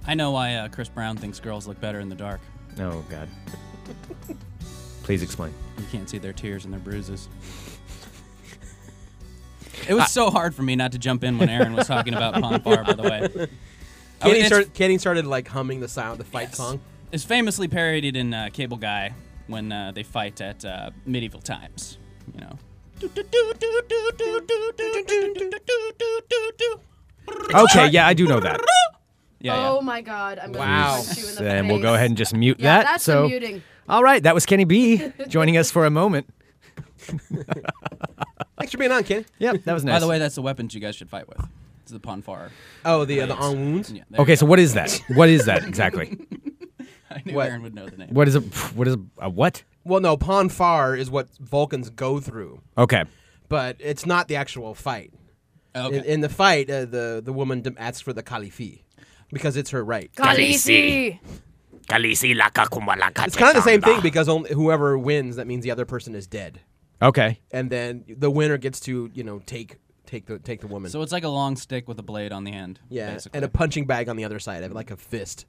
Speaker 3: I know why uh, Chris Brown thinks girls look better in the dark.
Speaker 5: Oh God. Please explain.
Speaker 3: You can't see their tears and their bruises. It was so hard for me not to jump in when Aaron was talking about Pond Bar, by the way. Oh,
Speaker 6: Kenny,
Speaker 3: it's-
Speaker 6: start, Kenny started like humming the sound, the fight song.
Speaker 3: It's famously parodied in uh, Cable Guy when uh, they fight at uh, medieval times. You know.
Speaker 5: Okay. Yeah, I do know that.
Speaker 3: Yeah, yeah.
Speaker 4: Oh my God! I'm gonna
Speaker 6: Wow.
Speaker 4: punch you in the
Speaker 5: And we'll
Speaker 4: face.
Speaker 5: go ahead and just mute
Speaker 4: Yeah,
Speaker 5: that.
Speaker 4: that's
Speaker 5: so,
Speaker 4: the muting.
Speaker 5: all right, that was Kenny B joining us for a moment.
Speaker 6: Thanks for being on, Kenny.
Speaker 5: Yep, that was nice.
Speaker 3: By the way, that's the weapons you guys should fight with. It's the Ponfar.
Speaker 6: Oh, the uh, the on wounds.
Speaker 3: Yeah, there
Speaker 5: okay,
Speaker 3: you
Speaker 5: so
Speaker 3: go.
Speaker 5: what is that? What is that exactly?
Speaker 3: I knew
Speaker 6: what-
Speaker 3: Aaron would know the name.
Speaker 5: What is a what is a, a what?
Speaker 6: Well, no, Ponfar is what Vulcans go through,
Speaker 5: Okay,
Speaker 6: but it's not the actual fight.
Speaker 3: Okay.
Speaker 6: In, in the fight, uh, the the woman dem- asks for the Khalifi because it's her right.
Speaker 4: Khaleesi.
Speaker 6: It's kind of the same thing because only, whoever wins, that means the other person is dead,
Speaker 5: okay,
Speaker 6: and then the winner gets to you know take take the take the woman.
Speaker 3: So it's like a long stick with a blade on the end.
Speaker 6: yeah,
Speaker 3: basically.
Speaker 6: and a punching bag on the other side of it, like a fist.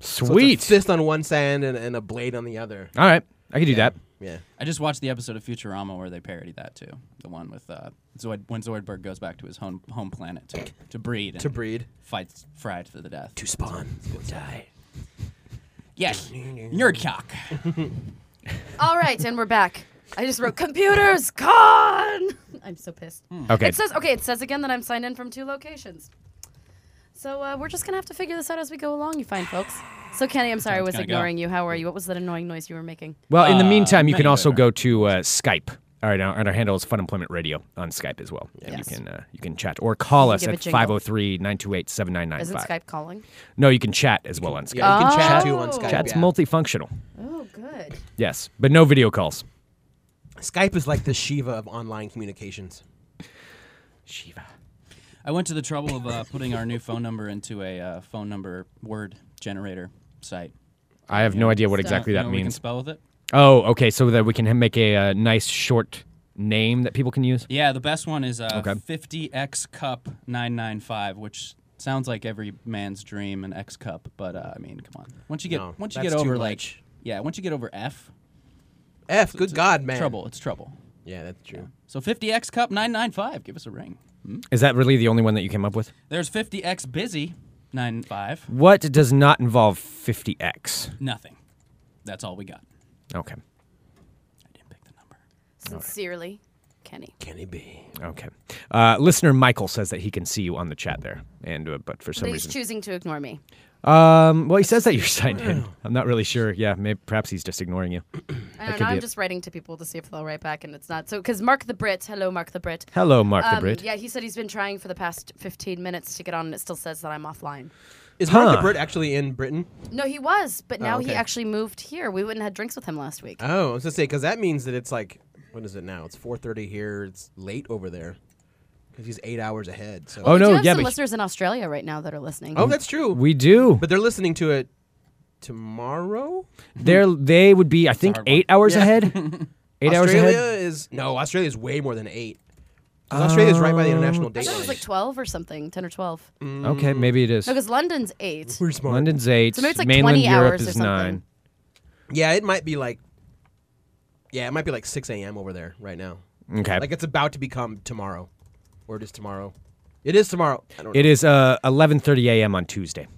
Speaker 6: So it's a
Speaker 5: sweet.
Speaker 6: fist on one side and, and a blade on the other.
Speaker 5: all right, I can do that.
Speaker 6: Yeah.
Speaker 3: I just watched the episode of Futurama where they parody that too. The one with uh, Zoid when Zoidberg goes back to his home home planet to, to breed and
Speaker 6: To breed.
Speaker 3: fights Fry to the death.
Speaker 6: spawn or die.
Speaker 3: Yes, nerdcock.
Speaker 4: All right, and we're back. I just wrote computers con. I'm so pissed.
Speaker 5: Okay,
Speaker 4: It says okay. It says again that I'm signed in from two locations. So uh, we're just gonna have to figure this out as we go along. You find, folks. So Kenny, I'm sorry I was
Speaker 3: gonna go.
Speaker 4: ignoring you. How are you? What was that annoying noise you were making?
Speaker 5: well, in the meantime, you
Speaker 3: no,
Speaker 5: can
Speaker 3: you
Speaker 5: also
Speaker 3: better.
Speaker 5: go to uh, Skype. All right, our, and our handle is Fun Employment Radio on Skype as well. And
Speaker 4: Yes.
Speaker 5: you can uh, you can chat or call us
Speaker 4: give
Speaker 5: at
Speaker 4: a jingle.
Speaker 5: 503-928-7995.
Speaker 4: Isn't Skype calling?
Speaker 5: No, you can chat as well on Skype.
Speaker 6: Yeah, you can chat too on
Speaker 4: Oh.
Speaker 6: Skype.
Speaker 5: Chat's
Speaker 6: yeah.
Speaker 5: multifunctional.
Speaker 4: Oh, good.
Speaker 5: Yes, but no video calls.
Speaker 6: Skype is like the Shiva of online communications.
Speaker 5: Shiva.
Speaker 3: I went to the trouble of uh, putting our new phone number into a uh, phone number word generator site.
Speaker 5: I have no idea what
Speaker 4: Stop.
Speaker 5: exactly
Speaker 3: You know
Speaker 5: that
Speaker 3: what we can
Speaker 5: means.
Speaker 3: spell with it.
Speaker 5: Oh, okay. So that we can ha- make a, uh nice short name that people can use.
Speaker 3: Yeah, the best one is uh,
Speaker 5: Okay.
Speaker 3: 50x cup 995, which sounds like every man's dream an X cup, but uh, I mean, come on. Once you get
Speaker 6: No,
Speaker 3: once you
Speaker 6: that's
Speaker 3: get
Speaker 6: too
Speaker 3: over
Speaker 6: much.
Speaker 3: like yeah, once you get over F,
Speaker 6: F, good God, man.
Speaker 3: trouble, it's trouble.
Speaker 6: Yeah, that's true.
Speaker 3: So 50x cup 995, give us a ring.
Speaker 5: Is that really the only one that you came up with?
Speaker 3: There's 50x busy 95.
Speaker 5: What does not involve 50x?
Speaker 3: Nothing. That's all we got.
Speaker 5: Okay.
Speaker 3: I didn't pick the number.
Speaker 4: Sincerely, Kenny.
Speaker 6: Kenny B.
Speaker 5: Okay. Uh, listener Michael says that he can see you on the chat there, and uh, but for some
Speaker 4: But he's
Speaker 5: reason,
Speaker 4: choosing to ignore me.
Speaker 5: um, well, he says that you're signed in.
Speaker 4: Oh.
Speaker 5: I'm not really sure. Yeah, maybe perhaps he's just ignoring you.
Speaker 4: I don't
Speaker 5: could
Speaker 4: know.
Speaker 5: be
Speaker 4: I'm
Speaker 5: it.
Speaker 4: just writing to people to see if they'll write back, and it's not. So, because Mark the Brit, hello, Mark the Brit.
Speaker 5: Hello, Mark the
Speaker 4: Um,
Speaker 5: Brit.
Speaker 4: Yeah, he said he's been trying for the past 15 minutes to get on, and it still says that I'm offline.
Speaker 6: Is Mark
Speaker 5: Huh.
Speaker 6: the Brit actually in Britain?
Speaker 4: No, he was,
Speaker 5: Oh,
Speaker 4: but now he
Speaker 6: okay.
Speaker 4: actually moved here. We went and had drinks with him last week.
Speaker 6: Oh, I was gonna say because that means that it's like what is it now? It's 4:30 here. It's late over there because he's eight hours ahead. So.
Speaker 5: Oh,
Speaker 4: we
Speaker 5: no,
Speaker 4: do have
Speaker 5: yeah,
Speaker 4: some
Speaker 5: but-
Speaker 4: listeners in Australia right now that are listening.
Speaker 6: Oh, that's true.
Speaker 5: We do.
Speaker 6: but they're listening to it tomorrow.
Speaker 5: They're they would be, I think,
Speaker 3: hard one.
Speaker 5: eight hours
Speaker 6: Yeah.
Speaker 5: ahead. eight hours
Speaker 6: Australia
Speaker 5: ahead.
Speaker 6: is no. Australia is way more than eight. 'Cause Australia is right by the international
Speaker 4: I
Speaker 6: date.
Speaker 4: thought it was like 12 or something, 10 or 12. No,
Speaker 5: Okay,
Speaker 6: Mm.
Speaker 5: maybe it is.
Speaker 4: because London's 8.
Speaker 6: We're smart.
Speaker 5: London's eight.
Speaker 4: So maybe it's like
Speaker 5: Mainland
Speaker 4: 20
Speaker 5: Europe
Speaker 4: hours or
Speaker 5: is
Speaker 4: something.
Speaker 5: nine.
Speaker 6: Yeah, it might be like. Yeah, it might be like 6 a.m. over there right now.
Speaker 5: Okay.
Speaker 6: Like it's about to become tomorrow, or it is tomorrow. It is tomorrow. I don't
Speaker 5: it is uh 11:30 a.m. on Tuesday in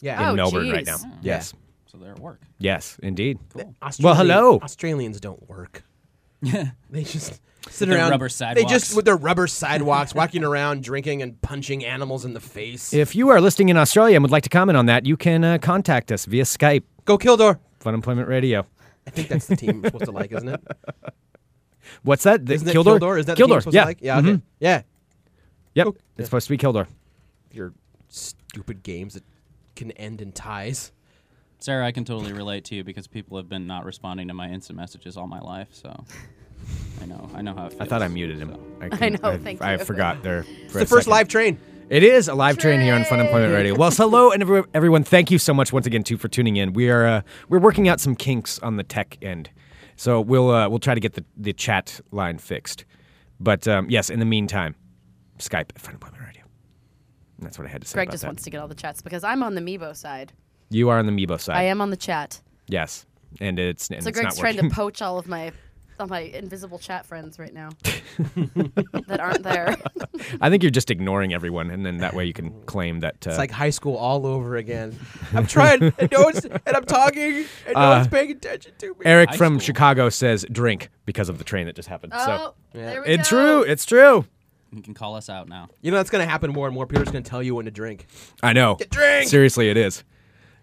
Speaker 6: Yeah.
Speaker 4: Oh,
Speaker 5: Melbourne right now.
Speaker 4: jeez.
Speaker 6: Yeah.
Speaker 5: Yes.
Speaker 3: So they're at work.
Speaker 5: Yes, indeed.
Speaker 6: Australia-
Speaker 5: hello.
Speaker 6: Australians don't work. they just sit
Speaker 3: their
Speaker 6: around.
Speaker 3: rubber
Speaker 6: They just
Speaker 3: sidewalks.
Speaker 6: with their rubber sidewalks, walking around, drinking and punching animals in the face.
Speaker 5: If you are listening in Australia and would like to comment on that, you can uh, contact us via Skype,
Speaker 6: Go Kildor.
Speaker 5: Fun Employment Radio.
Speaker 6: I think that's the team we're supposed to like, isn't it?
Speaker 5: What's that? The-
Speaker 6: Isn't it
Speaker 5: Kildor?
Speaker 6: Kildor? Is that the team we're
Speaker 5: Kildor,
Speaker 6: supposed
Speaker 5: yeah.
Speaker 6: to like? Yeah. Okay.
Speaker 5: Mhm.
Speaker 6: Yeah.
Speaker 5: Yep.
Speaker 6: Oh, yeah.
Speaker 5: It's supposed to be Kildor.
Speaker 6: Your stupid games that can end in ties.
Speaker 3: Sarah, I can totally relate to you because people have been not responding to my instant messages all my life. So I know, I know how. It feels.
Speaker 5: I thought I muted him.
Speaker 4: I know, thank
Speaker 5: I
Speaker 4: you.
Speaker 5: forgot there.
Speaker 6: It's the first live train.
Speaker 5: It is a live train here on Fun Employment Radio. Well, so hello and every- everyone. Thank you so much once again too for tuning in. We are uh, we're working out some kinks on the tech end, so we'll uh, we'll try to get the, the chat line fixed. But um, yes, in the meantime, Skype at Fun Employment Radio. And that's what I had to say.
Speaker 4: Greg
Speaker 5: about
Speaker 4: just
Speaker 5: that.
Speaker 4: wants to get all the chats because I'm on the Mebo side.
Speaker 5: You are on the Meebo side.
Speaker 4: I am on the chat.
Speaker 5: Yes, and it's and
Speaker 4: So
Speaker 5: it's
Speaker 4: Greg's
Speaker 5: not
Speaker 4: trying
Speaker 5: working.
Speaker 4: to poach all of my all my invisible chat friends right now that aren't there.
Speaker 5: I think you're just ignoring everyone, and then that way you can claim that. Uh,
Speaker 6: It's like high school all over again. I'm trying, and no one's, and I'm talking, and no one's paying attention to me.
Speaker 5: Uh, Eric
Speaker 3: High
Speaker 5: from
Speaker 3: school.
Speaker 5: Chicago says drink because of the train that just happened. so
Speaker 4: oh, there we
Speaker 5: it's true.
Speaker 4: go.
Speaker 5: It's true.
Speaker 3: You can call us out now.
Speaker 6: You know that's gonna happen more and more. People are just gonna tell you when to drink.
Speaker 5: I know.
Speaker 6: drink!
Speaker 5: Seriously, it is.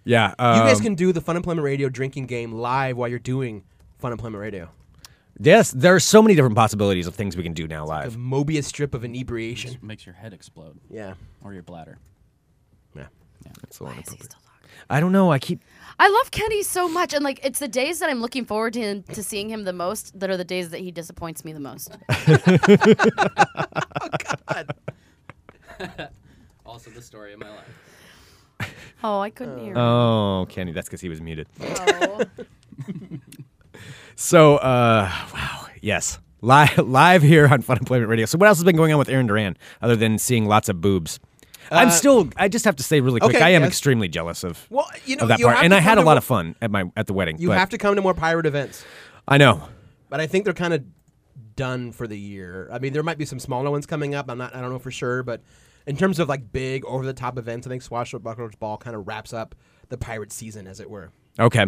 Speaker 5: Yeah. Um,
Speaker 6: You guys can do the Fun Employment Radio drinking game live while you're doing Fun Employment Radio.
Speaker 5: Yes, there are so many different possibilities of things we can do now
Speaker 6: A
Speaker 5: live.
Speaker 6: Mobius strip of inebriation.
Speaker 3: Makes your head explode
Speaker 6: Yeah.
Speaker 3: or your bladder.
Speaker 6: Yeah.
Speaker 5: That's a lot of-
Speaker 4: Is he still talking?
Speaker 5: I don't know. I keep.
Speaker 4: I love Kenny so much, and like it's the days that I'm looking forward to him to seeing him the most that are the days that he disappoints me the most.
Speaker 3: Also, the story of my life.
Speaker 4: Oh, I couldn't hear.
Speaker 5: Oh, Kenny, that's because he was muted.
Speaker 4: Oh.
Speaker 5: So, uh, wow. Yes. Live, live here on Fun Employment Radio. So, what else has been going on with Aaron Duran other than seeing lots of boobs? I'm still. I just have to say really quick.
Speaker 6: okay,
Speaker 5: I am
Speaker 6: yes.
Speaker 5: extremely jealous of,
Speaker 6: Well, you know,
Speaker 5: of that
Speaker 6: you
Speaker 5: part,
Speaker 6: have
Speaker 5: and
Speaker 6: to
Speaker 5: I had
Speaker 6: come
Speaker 5: a
Speaker 6: to
Speaker 5: lot
Speaker 6: wo-
Speaker 5: of fun at my at the wedding.
Speaker 6: You
Speaker 5: but
Speaker 6: have to come to more pirate events,
Speaker 5: I know.
Speaker 6: but I think they're kind of done for the year. I mean, there might be some smaller ones coming up. I'm not. I don't know for sure, but in terms of like big over the top events, I think Swashbuckler's Ball kind of wraps up the pirate season, as it were.
Speaker 5: Okay.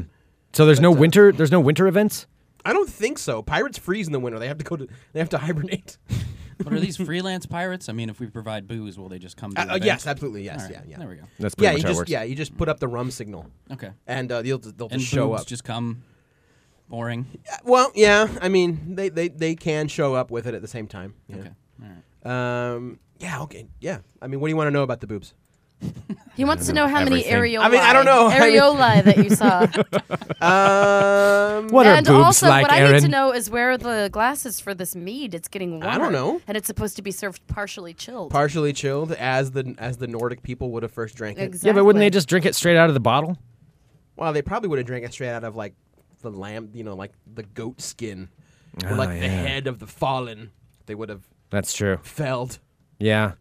Speaker 5: So there's no winter. There's no winter events.
Speaker 6: I don't think so. Pirates freeze in the winter. They have to go to. They have to hibernate. Uh,
Speaker 3: But are these freelance pirates? I mean, if we provide booze, will they just come? To
Speaker 6: Uh,
Speaker 3: the
Speaker 6: uh,
Speaker 3: event?
Speaker 6: yes, absolutely. Yes.
Speaker 3: All right,
Speaker 6: Yeah. Yeah.
Speaker 3: There we go.
Speaker 5: That's pretty
Speaker 6: Yeah.
Speaker 5: much
Speaker 6: You
Speaker 5: how it
Speaker 6: just
Speaker 5: works.
Speaker 6: yeah. You just put up the rum signal,
Speaker 3: Okay.
Speaker 6: and uh, they'll they'll
Speaker 3: And
Speaker 6: just show
Speaker 3: boobs
Speaker 6: up.
Speaker 3: just come. Boring.
Speaker 6: Uh, Well, yeah. I mean, they, they they can show up with it at the same time. Yeah.
Speaker 3: Okay. All right.
Speaker 6: Um. Yeah. Okay. Yeah. I mean, what do you want to know about the boobs?
Speaker 4: He wants to know how many
Speaker 5: Everything.
Speaker 4: areola.
Speaker 6: I mean, I don't know. I mean-
Speaker 4: areola that you saw.
Speaker 6: Um.
Speaker 5: What
Speaker 4: and
Speaker 5: are boobs
Speaker 4: also,
Speaker 5: like,
Speaker 4: what I
Speaker 5: Aaron?
Speaker 4: need to know is where are the glasses for this mead? It's getting warm.
Speaker 6: I don't know.
Speaker 4: And it's supposed to be served partially chilled.
Speaker 6: partially chilled, as the as the Nordic people would have first drank it.
Speaker 4: exactly.
Speaker 5: Yeah, but wouldn't they just drink it straight out of the bottle?
Speaker 6: Well, they probably would have drank it straight out of like the lamb, you know, like the goat skin, or
Speaker 5: Ah,
Speaker 6: like the
Speaker 5: yeah.
Speaker 6: head of the fallen. They would have
Speaker 5: That's true.
Speaker 6: felled.
Speaker 5: Yeah.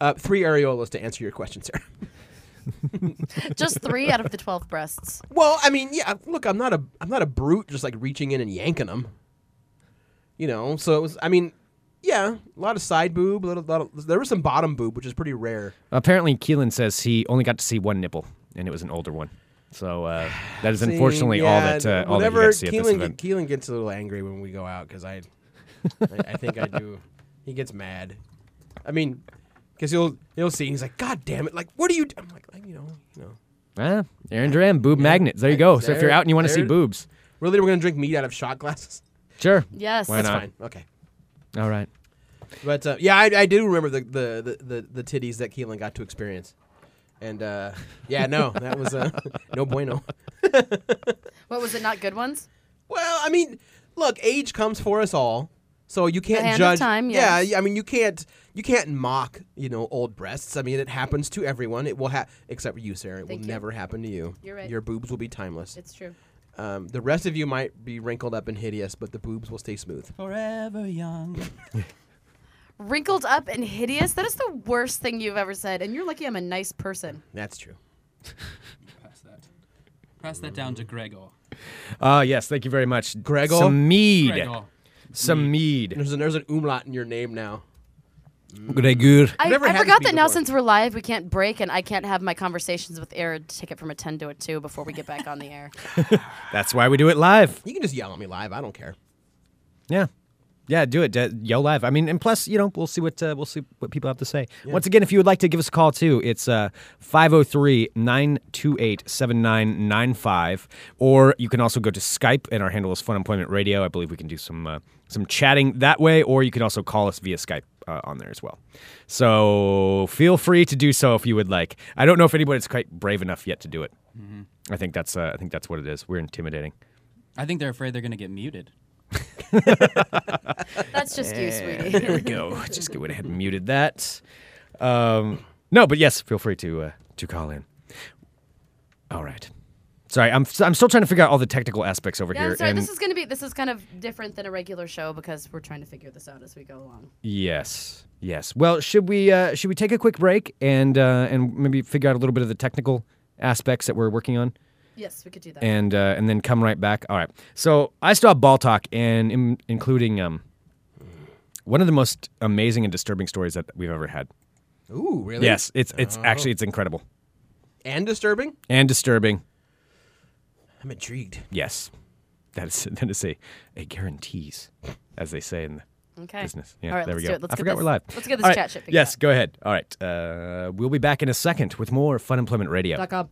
Speaker 6: Uh, three areolas to answer your question, sir.
Speaker 4: just three out of the twelve breasts?
Speaker 6: Well, I mean, yeah. Look, I'm not a I'm not a brute just like reaching in and yanking them. You know, so it was. I mean, yeah, a lot of side boob. A little, lot of, there was some bottom boob, which is pretty rare.
Speaker 5: Apparently, Keelan says he only got to see one nipple, and it was an older one. So uh, that is unfortunately all
Speaker 6: Yeah,
Speaker 5: that uh, all that you
Speaker 6: whenever
Speaker 5: got to see at this
Speaker 6: Keelan,
Speaker 5: event.
Speaker 6: Keelan gets a little angry when we go out because I I, I think I do. He gets mad. I mean, because he'll he'll see. And he's like, God damn it! Like, what are you? Do-? I'm like, like, you know, you
Speaker 5: Ah,
Speaker 6: know.
Speaker 5: Aaron Duran, boob magnet. There you go. So if you're
Speaker 6: There-
Speaker 5: out and you want to see
Speaker 6: there-
Speaker 5: boobs,
Speaker 6: Really, we're gonna drink meat out of shot glasses?
Speaker 5: sure.
Speaker 4: Yes.
Speaker 5: Why
Speaker 6: That's
Speaker 5: not?
Speaker 6: fine. Okay.
Speaker 5: All right.
Speaker 6: But uh, yeah, I, I do remember the the, the, the the titties that Keelan got to experience, and uh, yeah, no, that was uh, no bueno.
Speaker 4: What was it? Not good ones.
Speaker 6: Well, I mean, look, age comes for us all, so you can't
Speaker 4: hand of
Speaker 6: judge.
Speaker 4: time,
Speaker 6: yeah,
Speaker 4: yes.
Speaker 6: I mean, you can't you can't mock you know old breasts. I mean, it happens to everyone. It will happen except for you, Sarah. It
Speaker 4: Thank
Speaker 6: will
Speaker 4: you.
Speaker 6: never happen to you.
Speaker 4: You're right.
Speaker 6: Your boobs will be timeless.
Speaker 4: It's true.
Speaker 6: Um, the rest of you might be wrinkled up and hideous, but the boobs will stay smooth.
Speaker 3: Forever young.
Speaker 4: Wrinkled up and hideous. That is the worst thing you've ever said. And you're lucky I'm a nice person.
Speaker 6: That's true.
Speaker 3: Pass that. Pass that down to Gregor.
Speaker 5: Ah, yes. Thank you very much.
Speaker 6: Gregor?
Speaker 5: Some mead.
Speaker 3: Gregor.
Speaker 5: Some mead.
Speaker 6: There's a, there's an umlaut in your name now.
Speaker 5: Gregor.
Speaker 4: I,
Speaker 6: Whatever
Speaker 4: I
Speaker 6: happened
Speaker 4: forgot
Speaker 6: to me
Speaker 4: that now
Speaker 6: before.
Speaker 4: since we're live, we can't break and I can't have my conversations with Air take it from a 10 to a 2 before we get back on the air.
Speaker 5: That's why we do it live.
Speaker 6: You can just yell at me live. I don't care.
Speaker 5: Yeah. Yeah, do it. Uh, Yo, live. I mean, and plus, you know, we'll see what uh, we'll see what people have to say. Once again, if you would like to give us a call too, it's uh, 503 928 7995. Or you can also go to Skype, and our handle is Fun Employment Radio. I believe we can do some uh, some chatting that way, or you can also call us via Skype uh, on there as well. So feel free to do so if you would like. I don't know if anybody's quite brave enough yet to do it. I think that's uh, I think that's what it is. We're intimidating.
Speaker 3: I think they're afraid they're going to get muted.
Speaker 4: That's just you, sweetie.
Speaker 5: There we go. Just go ahead and muted that. Um, no, but yes, feel free to uh, to call in. All right. Sorry, I'm I'm still trying to figure out all the technical aspects over
Speaker 4: Yeah,
Speaker 5: here.
Speaker 4: I'm sorry.
Speaker 5: and
Speaker 4: This is going to be, this is kind of different than a regular show because we're trying to figure this out as we go along.
Speaker 5: yes, yes. Well, should we uh, should we take a quick break and uh, and maybe figure out a little bit of the technical aspects that we're working on?
Speaker 4: Yes, we could do that.
Speaker 5: and uh, and then come right back. All right. So I still have ball talk, and in, including um, one of the most amazing and disturbing stories that we've ever had.
Speaker 6: Ooh, really?
Speaker 5: Yes, it's it's actually it's incredible
Speaker 6: And disturbing.
Speaker 5: and disturbing.
Speaker 6: I'm intrigued.
Speaker 5: Yes, that is that is a a guarantees, as they say in the
Speaker 4: okay.
Speaker 5: business. Yeah,
Speaker 4: All right,
Speaker 5: there we
Speaker 4: let's do
Speaker 5: go.
Speaker 4: it. Let's
Speaker 5: I
Speaker 4: get
Speaker 5: forgot
Speaker 4: this,
Speaker 5: we're live.
Speaker 4: Let's get this
Speaker 5: All right.
Speaker 4: chat shit. figured
Speaker 5: Yes,
Speaker 4: out.
Speaker 5: go ahead. All right, uh, we'll be back in a second with more Fun Employment Radio.
Speaker 4: Dot com.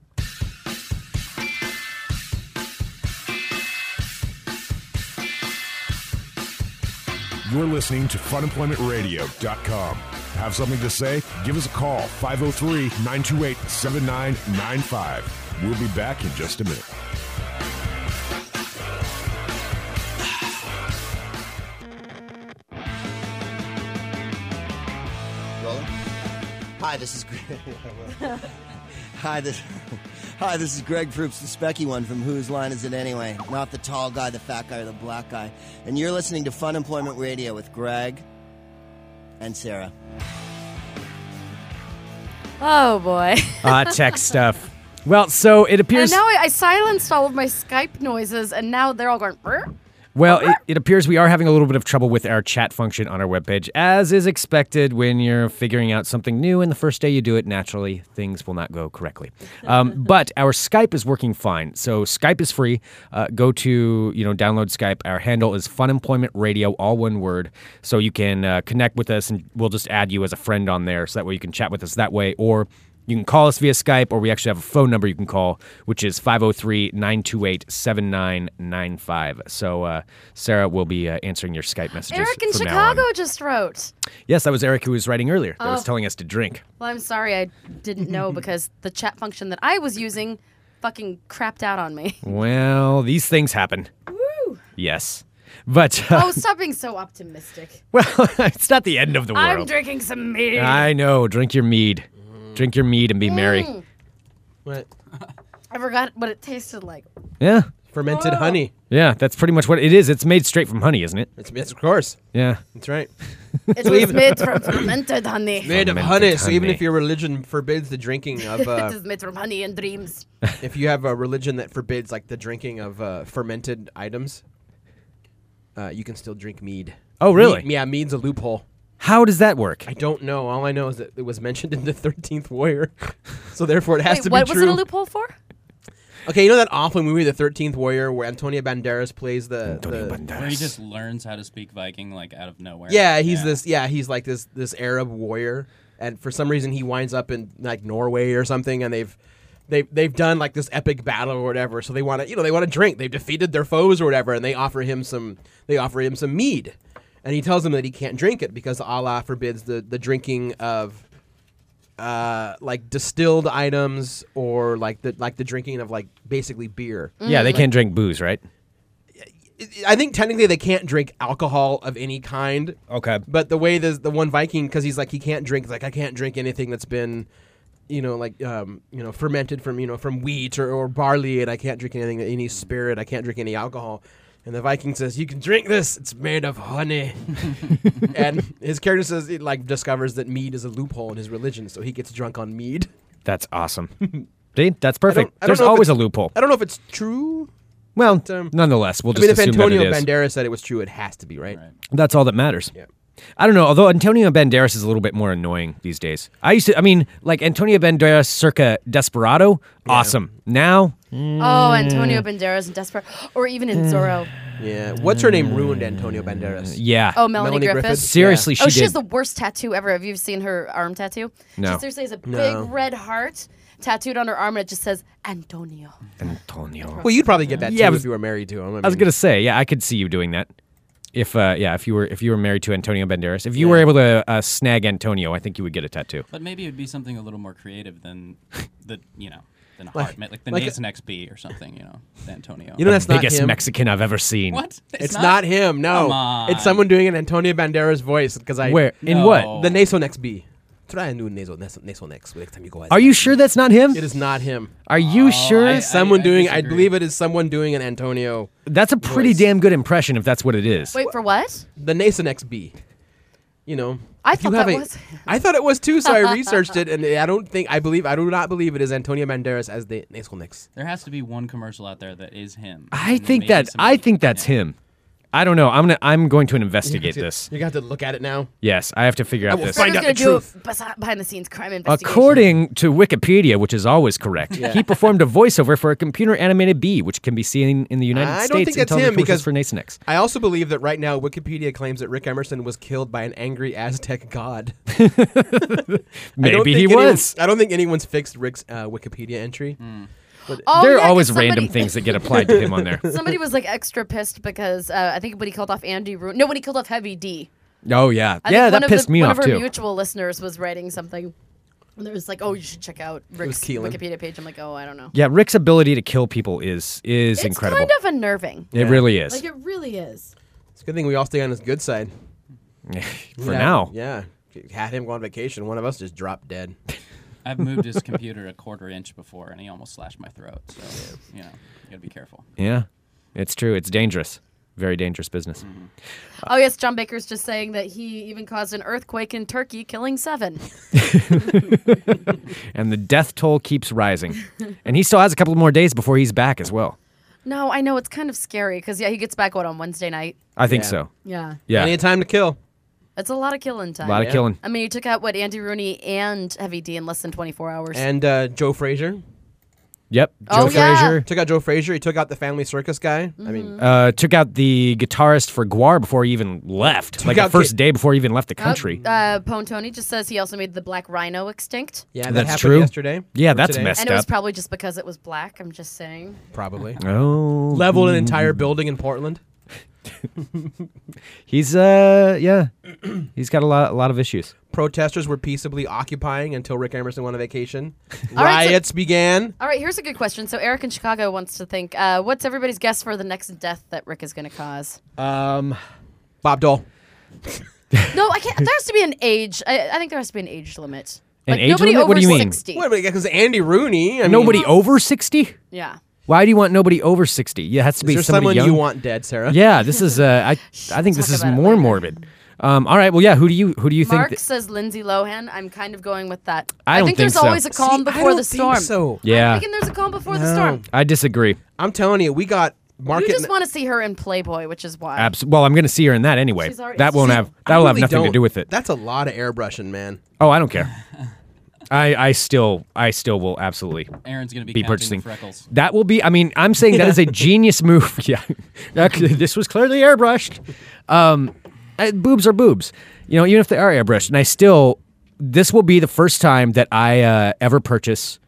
Speaker 7: You're listening to FunEmploymentRadio.com. Have something to say? Give us a call, 503 928 7995. We'll be back in just a minute.
Speaker 8: Rolling. Hi, this is Greg. Hi, this. Hi, this is Greg Proops, the specky one from Whose Line Is It Anyway? Not the tall guy, the fat guy, or the black guy. And you're listening to Fun Employment Radio with Greg and Sarah.
Speaker 4: Oh, boy.
Speaker 5: Ah, tech stuff. Well, so it
Speaker 4: and
Speaker 5: appears.
Speaker 4: now I, I silenced all of my Skype noises and now they're all going. "Brr."
Speaker 5: Well, it, it appears we are having a little bit of trouble with our chat function on our webpage, as is expected when you're figuring out something new and the first day you do it, naturally, things will not go correctly. Um, but our Skype is working fine. So Skype is free. Uh, go to, you know, download Skype. Our handle is Fun Employment Radio, all one word. So you can uh, connect with us and we'll just add you as a friend on there. So that way you can chat with us that way or you can call us via Skype, or we actually have a phone number you can call, which is 503 928 7995. So, uh, Sarah will be uh, answering your Skype messages.
Speaker 4: Eric in
Speaker 5: from now on.
Speaker 4: Chicago Oh. just wrote.
Speaker 5: Yes, that was Eric who was writing earlier. That was telling us to drink.
Speaker 4: Well, I'm sorry I didn't know because the chat function that I was using fucking crapped out on me.
Speaker 5: Well, these things happen.
Speaker 4: Woo!
Speaker 5: Yes. But, uh,
Speaker 4: Oh, stop being so optimistic.
Speaker 5: well, it's not the end of the world.
Speaker 4: I'm drinking some mead.
Speaker 5: I know. Drink your mead. Drink your mead and be
Speaker 4: Mm.
Speaker 5: merry.
Speaker 6: What?
Speaker 4: I forgot what it tasted like.
Speaker 5: Yeah.
Speaker 6: Fermented
Speaker 4: Oh.
Speaker 6: honey.
Speaker 5: Yeah, that's pretty much what it is. It's made straight from honey, isn't it?
Speaker 6: It's, it's of course.
Speaker 5: Yeah.
Speaker 6: That's right.
Speaker 4: It was made from fermented honey.
Speaker 6: Made
Speaker 5: Fermented
Speaker 6: of honey, So even
Speaker 5: honey.
Speaker 6: if your religion forbids the drinking of,
Speaker 4: it
Speaker 6: uh,
Speaker 4: is made from honey and dreams.
Speaker 6: if you have a religion that forbids like the drinking of uh, fermented items, uh, you can still drink mead.
Speaker 5: Oh, really?
Speaker 6: Mead- yeah, mead's a loophole.
Speaker 5: How does that work?
Speaker 6: I don't know. All I know is that it was mentioned in the Thirteenth Warrior, so therefore it has
Speaker 4: Wait,
Speaker 6: to be
Speaker 4: what was
Speaker 6: true.
Speaker 4: it a loophole for?
Speaker 6: Okay, you know that awful movie, The Thirteenth Warrior, where Antonio Banderas plays the,
Speaker 5: Antonio
Speaker 6: the-
Speaker 3: Where he
Speaker 5: Banderas.
Speaker 3: just learns how to speak Viking like out of nowhere.
Speaker 6: yeah, he's this yeah he's like this this Arab warrior, and for some reason he winds up in like Norway or something, and they've they they've done like this epic battle or whatever, so they want to you know they want to drink. They've defeated their foes or whatever, and they offer him some they offer him some mead, and he tells them that he can't drink it because Allah forbids the the drinking of. Uh, like distilled items, or like the like the drinking of like basically beer.
Speaker 4: Mm.
Speaker 5: yeah, they can't drink booze, right?
Speaker 6: I think technically they can't drink alcohol of any kind.
Speaker 5: Okay.
Speaker 6: But the way the the one Viking, because he's like he can't drink, like I can't drink anything that's been, you know, like um, you know, fermented from you know from wheat or, or barley, and I can't drink anything any spirit. I can't drink any alcohol. And the Viking says, "You can drink this. It's made of honey." and his character says, "It like discovers that mead is a loophole in his religion, so he gets drunk on mead."
Speaker 5: That's awesome. See, that's perfect.
Speaker 6: I don't
Speaker 5: There's
Speaker 6: know if
Speaker 5: always a
Speaker 6: it's-
Speaker 5: loophole.
Speaker 6: I don't know if it's true.
Speaker 5: Well,
Speaker 6: um,
Speaker 5: nonetheless, we'll
Speaker 6: I
Speaker 5: just
Speaker 6: mean, if
Speaker 5: assume
Speaker 6: Antonio
Speaker 5: that it is.
Speaker 6: Banderas said it was true, it has to be right.
Speaker 5: That's all that matters.
Speaker 6: Yeah.
Speaker 5: I don't know. Although Antonio Banderas is a little bit more annoying these days. I used to. I mean, like Antonio Banderas circa Desperado, awesome. Now,
Speaker 4: Oh, Antonio
Speaker 5: Mm.
Speaker 4: Banderas and Desperate, or even in Zorro.
Speaker 6: Yeah. What's her name? Ruined Antonio Banderas.
Speaker 5: yeah.
Speaker 4: Oh, Melanie,
Speaker 6: Melanie
Speaker 4: Griffith.
Speaker 6: Griffith.
Speaker 5: seriously, she
Speaker 4: oh,
Speaker 5: did.
Speaker 4: she has the worst tattoo ever. Have you seen her arm tattoo?
Speaker 5: No.
Speaker 4: She seriously has a
Speaker 6: No.
Speaker 4: big red heart tattooed on her arm, and it just says Antonio.
Speaker 5: Antonio.
Speaker 6: Well, you'd probably get that
Speaker 5: Yeah,
Speaker 6: too
Speaker 5: but-
Speaker 6: if you were married to him. I,
Speaker 5: I was
Speaker 6: mean,
Speaker 5: gonna say, yeah, I could see you doing that. If uh, yeah, if you were if you were married to Antonio Banderas, if you were able to uh, snag Antonio, I think you would get a tattoo.
Speaker 3: But maybe it would be something a little more creative than the you know than a
Speaker 6: Like-
Speaker 3: heart, ma- like the
Speaker 6: like a-
Speaker 3: Nason XB or something. You know, the Antonio.
Speaker 6: You know that's not
Speaker 5: Biggest
Speaker 6: him.
Speaker 5: Mexican I've ever seen.
Speaker 3: what?
Speaker 6: it's not, him. No,
Speaker 3: Come on.
Speaker 6: it's someone doing an Antonio Banderas voice because I
Speaker 5: Where? In
Speaker 3: No.
Speaker 5: what?
Speaker 6: the Nasonex B. Try a new Naso Naso Naso next next time you go. out.
Speaker 5: Are you sure that's not him?
Speaker 6: It is not him.
Speaker 5: Are you sure?
Speaker 3: Oh, I-
Speaker 6: It's someone
Speaker 3: I
Speaker 6: doing. I
Speaker 3: disagree.
Speaker 6: believe it is someone doing an Antonio.
Speaker 5: that's a pretty
Speaker 6: voice.
Speaker 5: damn good impression if that's what it is.
Speaker 4: Wait for what?
Speaker 6: The Nasonex B. You know.
Speaker 4: I
Speaker 6: if you
Speaker 4: thought
Speaker 6: have
Speaker 4: that
Speaker 6: a-
Speaker 4: was-
Speaker 6: I thought it was too, so I researched it, and I don't think I believe I do not believe it is Antonio Banderas as the Nasonex.
Speaker 3: There has to be one commercial out there that is him.
Speaker 5: I
Speaker 3: and
Speaker 5: think
Speaker 3: maybe
Speaker 5: that
Speaker 3: somebody-
Speaker 5: I think that's him. I don't know. I'm gonna I'm going to investigate
Speaker 6: You-
Speaker 5: this.
Speaker 6: You got to look at it now.
Speaker 5: Yes, I have to figure out
Speaker 6: will
Speaker 5: this.
Speaker 6: find
Speaker 4: Berger's
Speaker 6: out
Speaker 4: gonna
Speaker 6: the
Speaker 4: do a
Speaker 6: truth.
Speaker 4: besi- behind the scenes crime investigation.
Speaker 5: According to Wikipedia, which is always correct, he performed a voiceover for a computer animated bee, which can be seen in the United
Speaker 6: I
Speaker 5: States
Speaker 6: don't think
Speaker 5: in
Speaker 6: that's
Speaker 5: television
Speaker 6: him
Speaker 5: commercials
Speaker 6: because
Speaker 5: for Nasonex.
Speaker 6: I also believe that right now Wikipedia claims that Rick Emerson was killed by an angry Aztec god. I don't
Speaker 5: Maybe
Speaker 6: think
Speaker 5: he
Speaker 6: anyone-
Speaker 5: was.
Speaker 6: I don't think anyone's fixed Rick's uh, Wikipedia entry.
Speaker 4: Oh,
Speaker 5: there are
Speaker 4: yeah, 'cause
Speaker 5: always
Speaker 4: somebody-
Speaker 5: random things that get applied to him on there.
Speaker 4: Somebody was like extra pissed because uh, I think when he killed off Andy, Ru- no, when he killed off Heavy D.
Speaker 5: Oh yeah,
Speaker 4: I
Speaker 5: yeah,
Speaker 4: think one
Speaker 5: that
Speaker 4: of the-
Speaker 5: pissed me
Speaker 4: one
Speaker 5: off
Speaker 4: of our
Speaker 5: too.
Speaker 4: mutual listeners was writing something, and there was like, "Oh, you should check out Rick's
Speaker 6: Keelan.
Speaker 4: Wikipedia page." I'm like, "Oh, I don't know."
Speaker 5: yeah, Rick's ability to kill people is is
Speaker 4: it's
Speaker 5: incredible.
Speaker 4: kind of unnerving.
Speaker 5: it really is.
Speaker 4: Like it really is.
Speaker 6: It's a good thing we all stay on his good side.
Speaker 5: For
Speaker 6: Yeah,
Speaker 5: now,
Speaker 6: Yeah. Had him go on vacation. One of us just dropped dead.
Speaker 3: I've moved his computer a quarter inch before, and he almost slashed my throat. So you know, you gotta be careful.
Speaker 5: yeah, it's true. It's dangerous. Very dangerous business.
Speaker 4: Oh yes, John Baker's just saying that he even caused an earthquake in Turkey, killing seven.
Speaker 5: And the death toll keeps rising. and he still has a couple more days before he's back as well.
Speaker 4: No, I know it's kind of scary because yeah, he gets back what on Wednesday night.
Speaker 5: I think
Speaker 6: Yeah.
Speaker 5: so.
Speaker 4: Yeah,
Speaker 5: Yeah,
Speaker 6: Any time to kill.
Speaker 4: it's a lot of killing
Speaker 5: a
Speaker 4: time.
Speaker 5: lot of
Speaker 6: Yeah.
Speaker 5: killing.
Speaker 4: I mean, you took out what Andy Rooney and Heavy D in less than 24 hours.
Speaker 6: And uh, Joe Frazier.
Speaker 5: Yep. Joe
Speaker 4: Oh, yeah.
Speaker 5: Frazier
Speaker 6: Took out Joe Frazier. He took out the family circus guy. I
Speaker 4: Mm-hmm.
Speaker 6: mean,
Speaker 5: uh, took out the guitarist for Guar before he even left. like the
Speaker 6: out
Speaker 5: first
Speaker 6: Ki-
Speaker 5: day before he even left the country.
Speaker 4: uh, Pone Tony just says he also made the black rhino extinct.
Speaker 6: yeah, that
Speaker 5: That's
Speaker 6: happened
Speaker 5: true.
Speaker 6: yesterday.
Speaker 5: yeah,
Speaker 6: or
Speaker 5: that's
Speaker 6: today,
Speaker 5: messed
Speaker 4: And it was
Speaker 5: up.
Speaker 4: probably just because it was black. I'm just saying.
Speaker 6: Probably.
Speaker 5: oh,
Speaker 6: Leveled an entire building in Portland.
Speaker 5: He's uh yeah, he's got a lot a lot of issues.
Speaker 6: Protesters were peaceably occupying until Rick Emerson went on vacation.
Speaker 4: right, so-
Speaker 6: Riots began.
Speaker 4: All right, here's a good question. So Eric in Chicago wants to think, uh, what's everybody's guess for the next death that Rick is going to cause?
Speaker 6: Um, Bob Dole.
Speaker 4: no, I can't. There has to be an age. I, I think there has to be an age limit.
Speaker 5: An
Speaker 4: Like,
Speaker 5: age
Speaker 4: nobody
Speaker 5: limit?
Speaker 4: Over
Speaker 5: What do you mean?
Speaker 4: 60.
Speaker 6: Wait a minute, because Andy Rooney. I mean, uh,
Speaker 5: Nobody over sixty?
Speaker 4: Yeah.
Speaker 5: Why do you want nobody over sixty? Yeah, it has to
Speaker 6: Is
Speaker 5: be
Speaker 6: there
Speaker 5: somebody
Speaker 6: someone
Speaker 5: young.
Speaker 6: you want dead, Sarah?
Speaker 5: Yeah, this is uh I I think this
Speaker 4: talk
Speaker 5: is
Speaker 4: about it
Speaker 5: more
Speaker 4: later.
Speaker 5: morbid. Um, all right, well, yeah. Who do you who do you
Speaker 4: Mark
Speaker 5: think? that-
Speaker 4: says Lindsay Lohan. I'm kind of going with that.
Speaker 5: I don't
Speaker 4: think,
Speaker 5: think
Speaker 4: there's
Speaker 5: so.
Speaker 4: always a calm
Speaker 6: See, I
Speaker 4: before
Speaker 6: don't
Speaker 4: the
Speaker 6: think
Speaker 4: storm.
Speaker 6: so.
Speaker 5: yeah,
Speaker 4: I'm thinking there's a calm before the storm.
Speaker 5: I disagree.
Speaker 6: I'm telling you, we got
Speaker 4: You
Speaker 6: market.
Speaker 4: just want to see her in Playboy, which is why.
Speaker 5: Abs- well, I'm going to see her in that anyway.
Speaker 4: She's already-
Speaker 5: That won't
Speaker 4: See,
Speaker 5: have
Speaker 6: I
Speaker 5: that'll have
Speaker 6: really
Speaker 5: nothing to
Speaker 6: don't.
Speaker 5: do with it.
Speaker 6: That's a lot of airbrushing, man.
Speaker 5: oh, I don't care. I, I still I still will absolutely
Speaker 3: Aaron's gonna be,
Speaker 5: be
Speaker 3: counting the
Speaker 5: purchasing.
Speaker 3: freckles.
Speaker 5: That will be. I mean, I'm saying that is a genius move. yeah, Actually, this was clearly airbrushed. Um, uh, boobs are boobs, you know, even if they are airbrushed. And I still, this will be the first time that I uh, ever purchase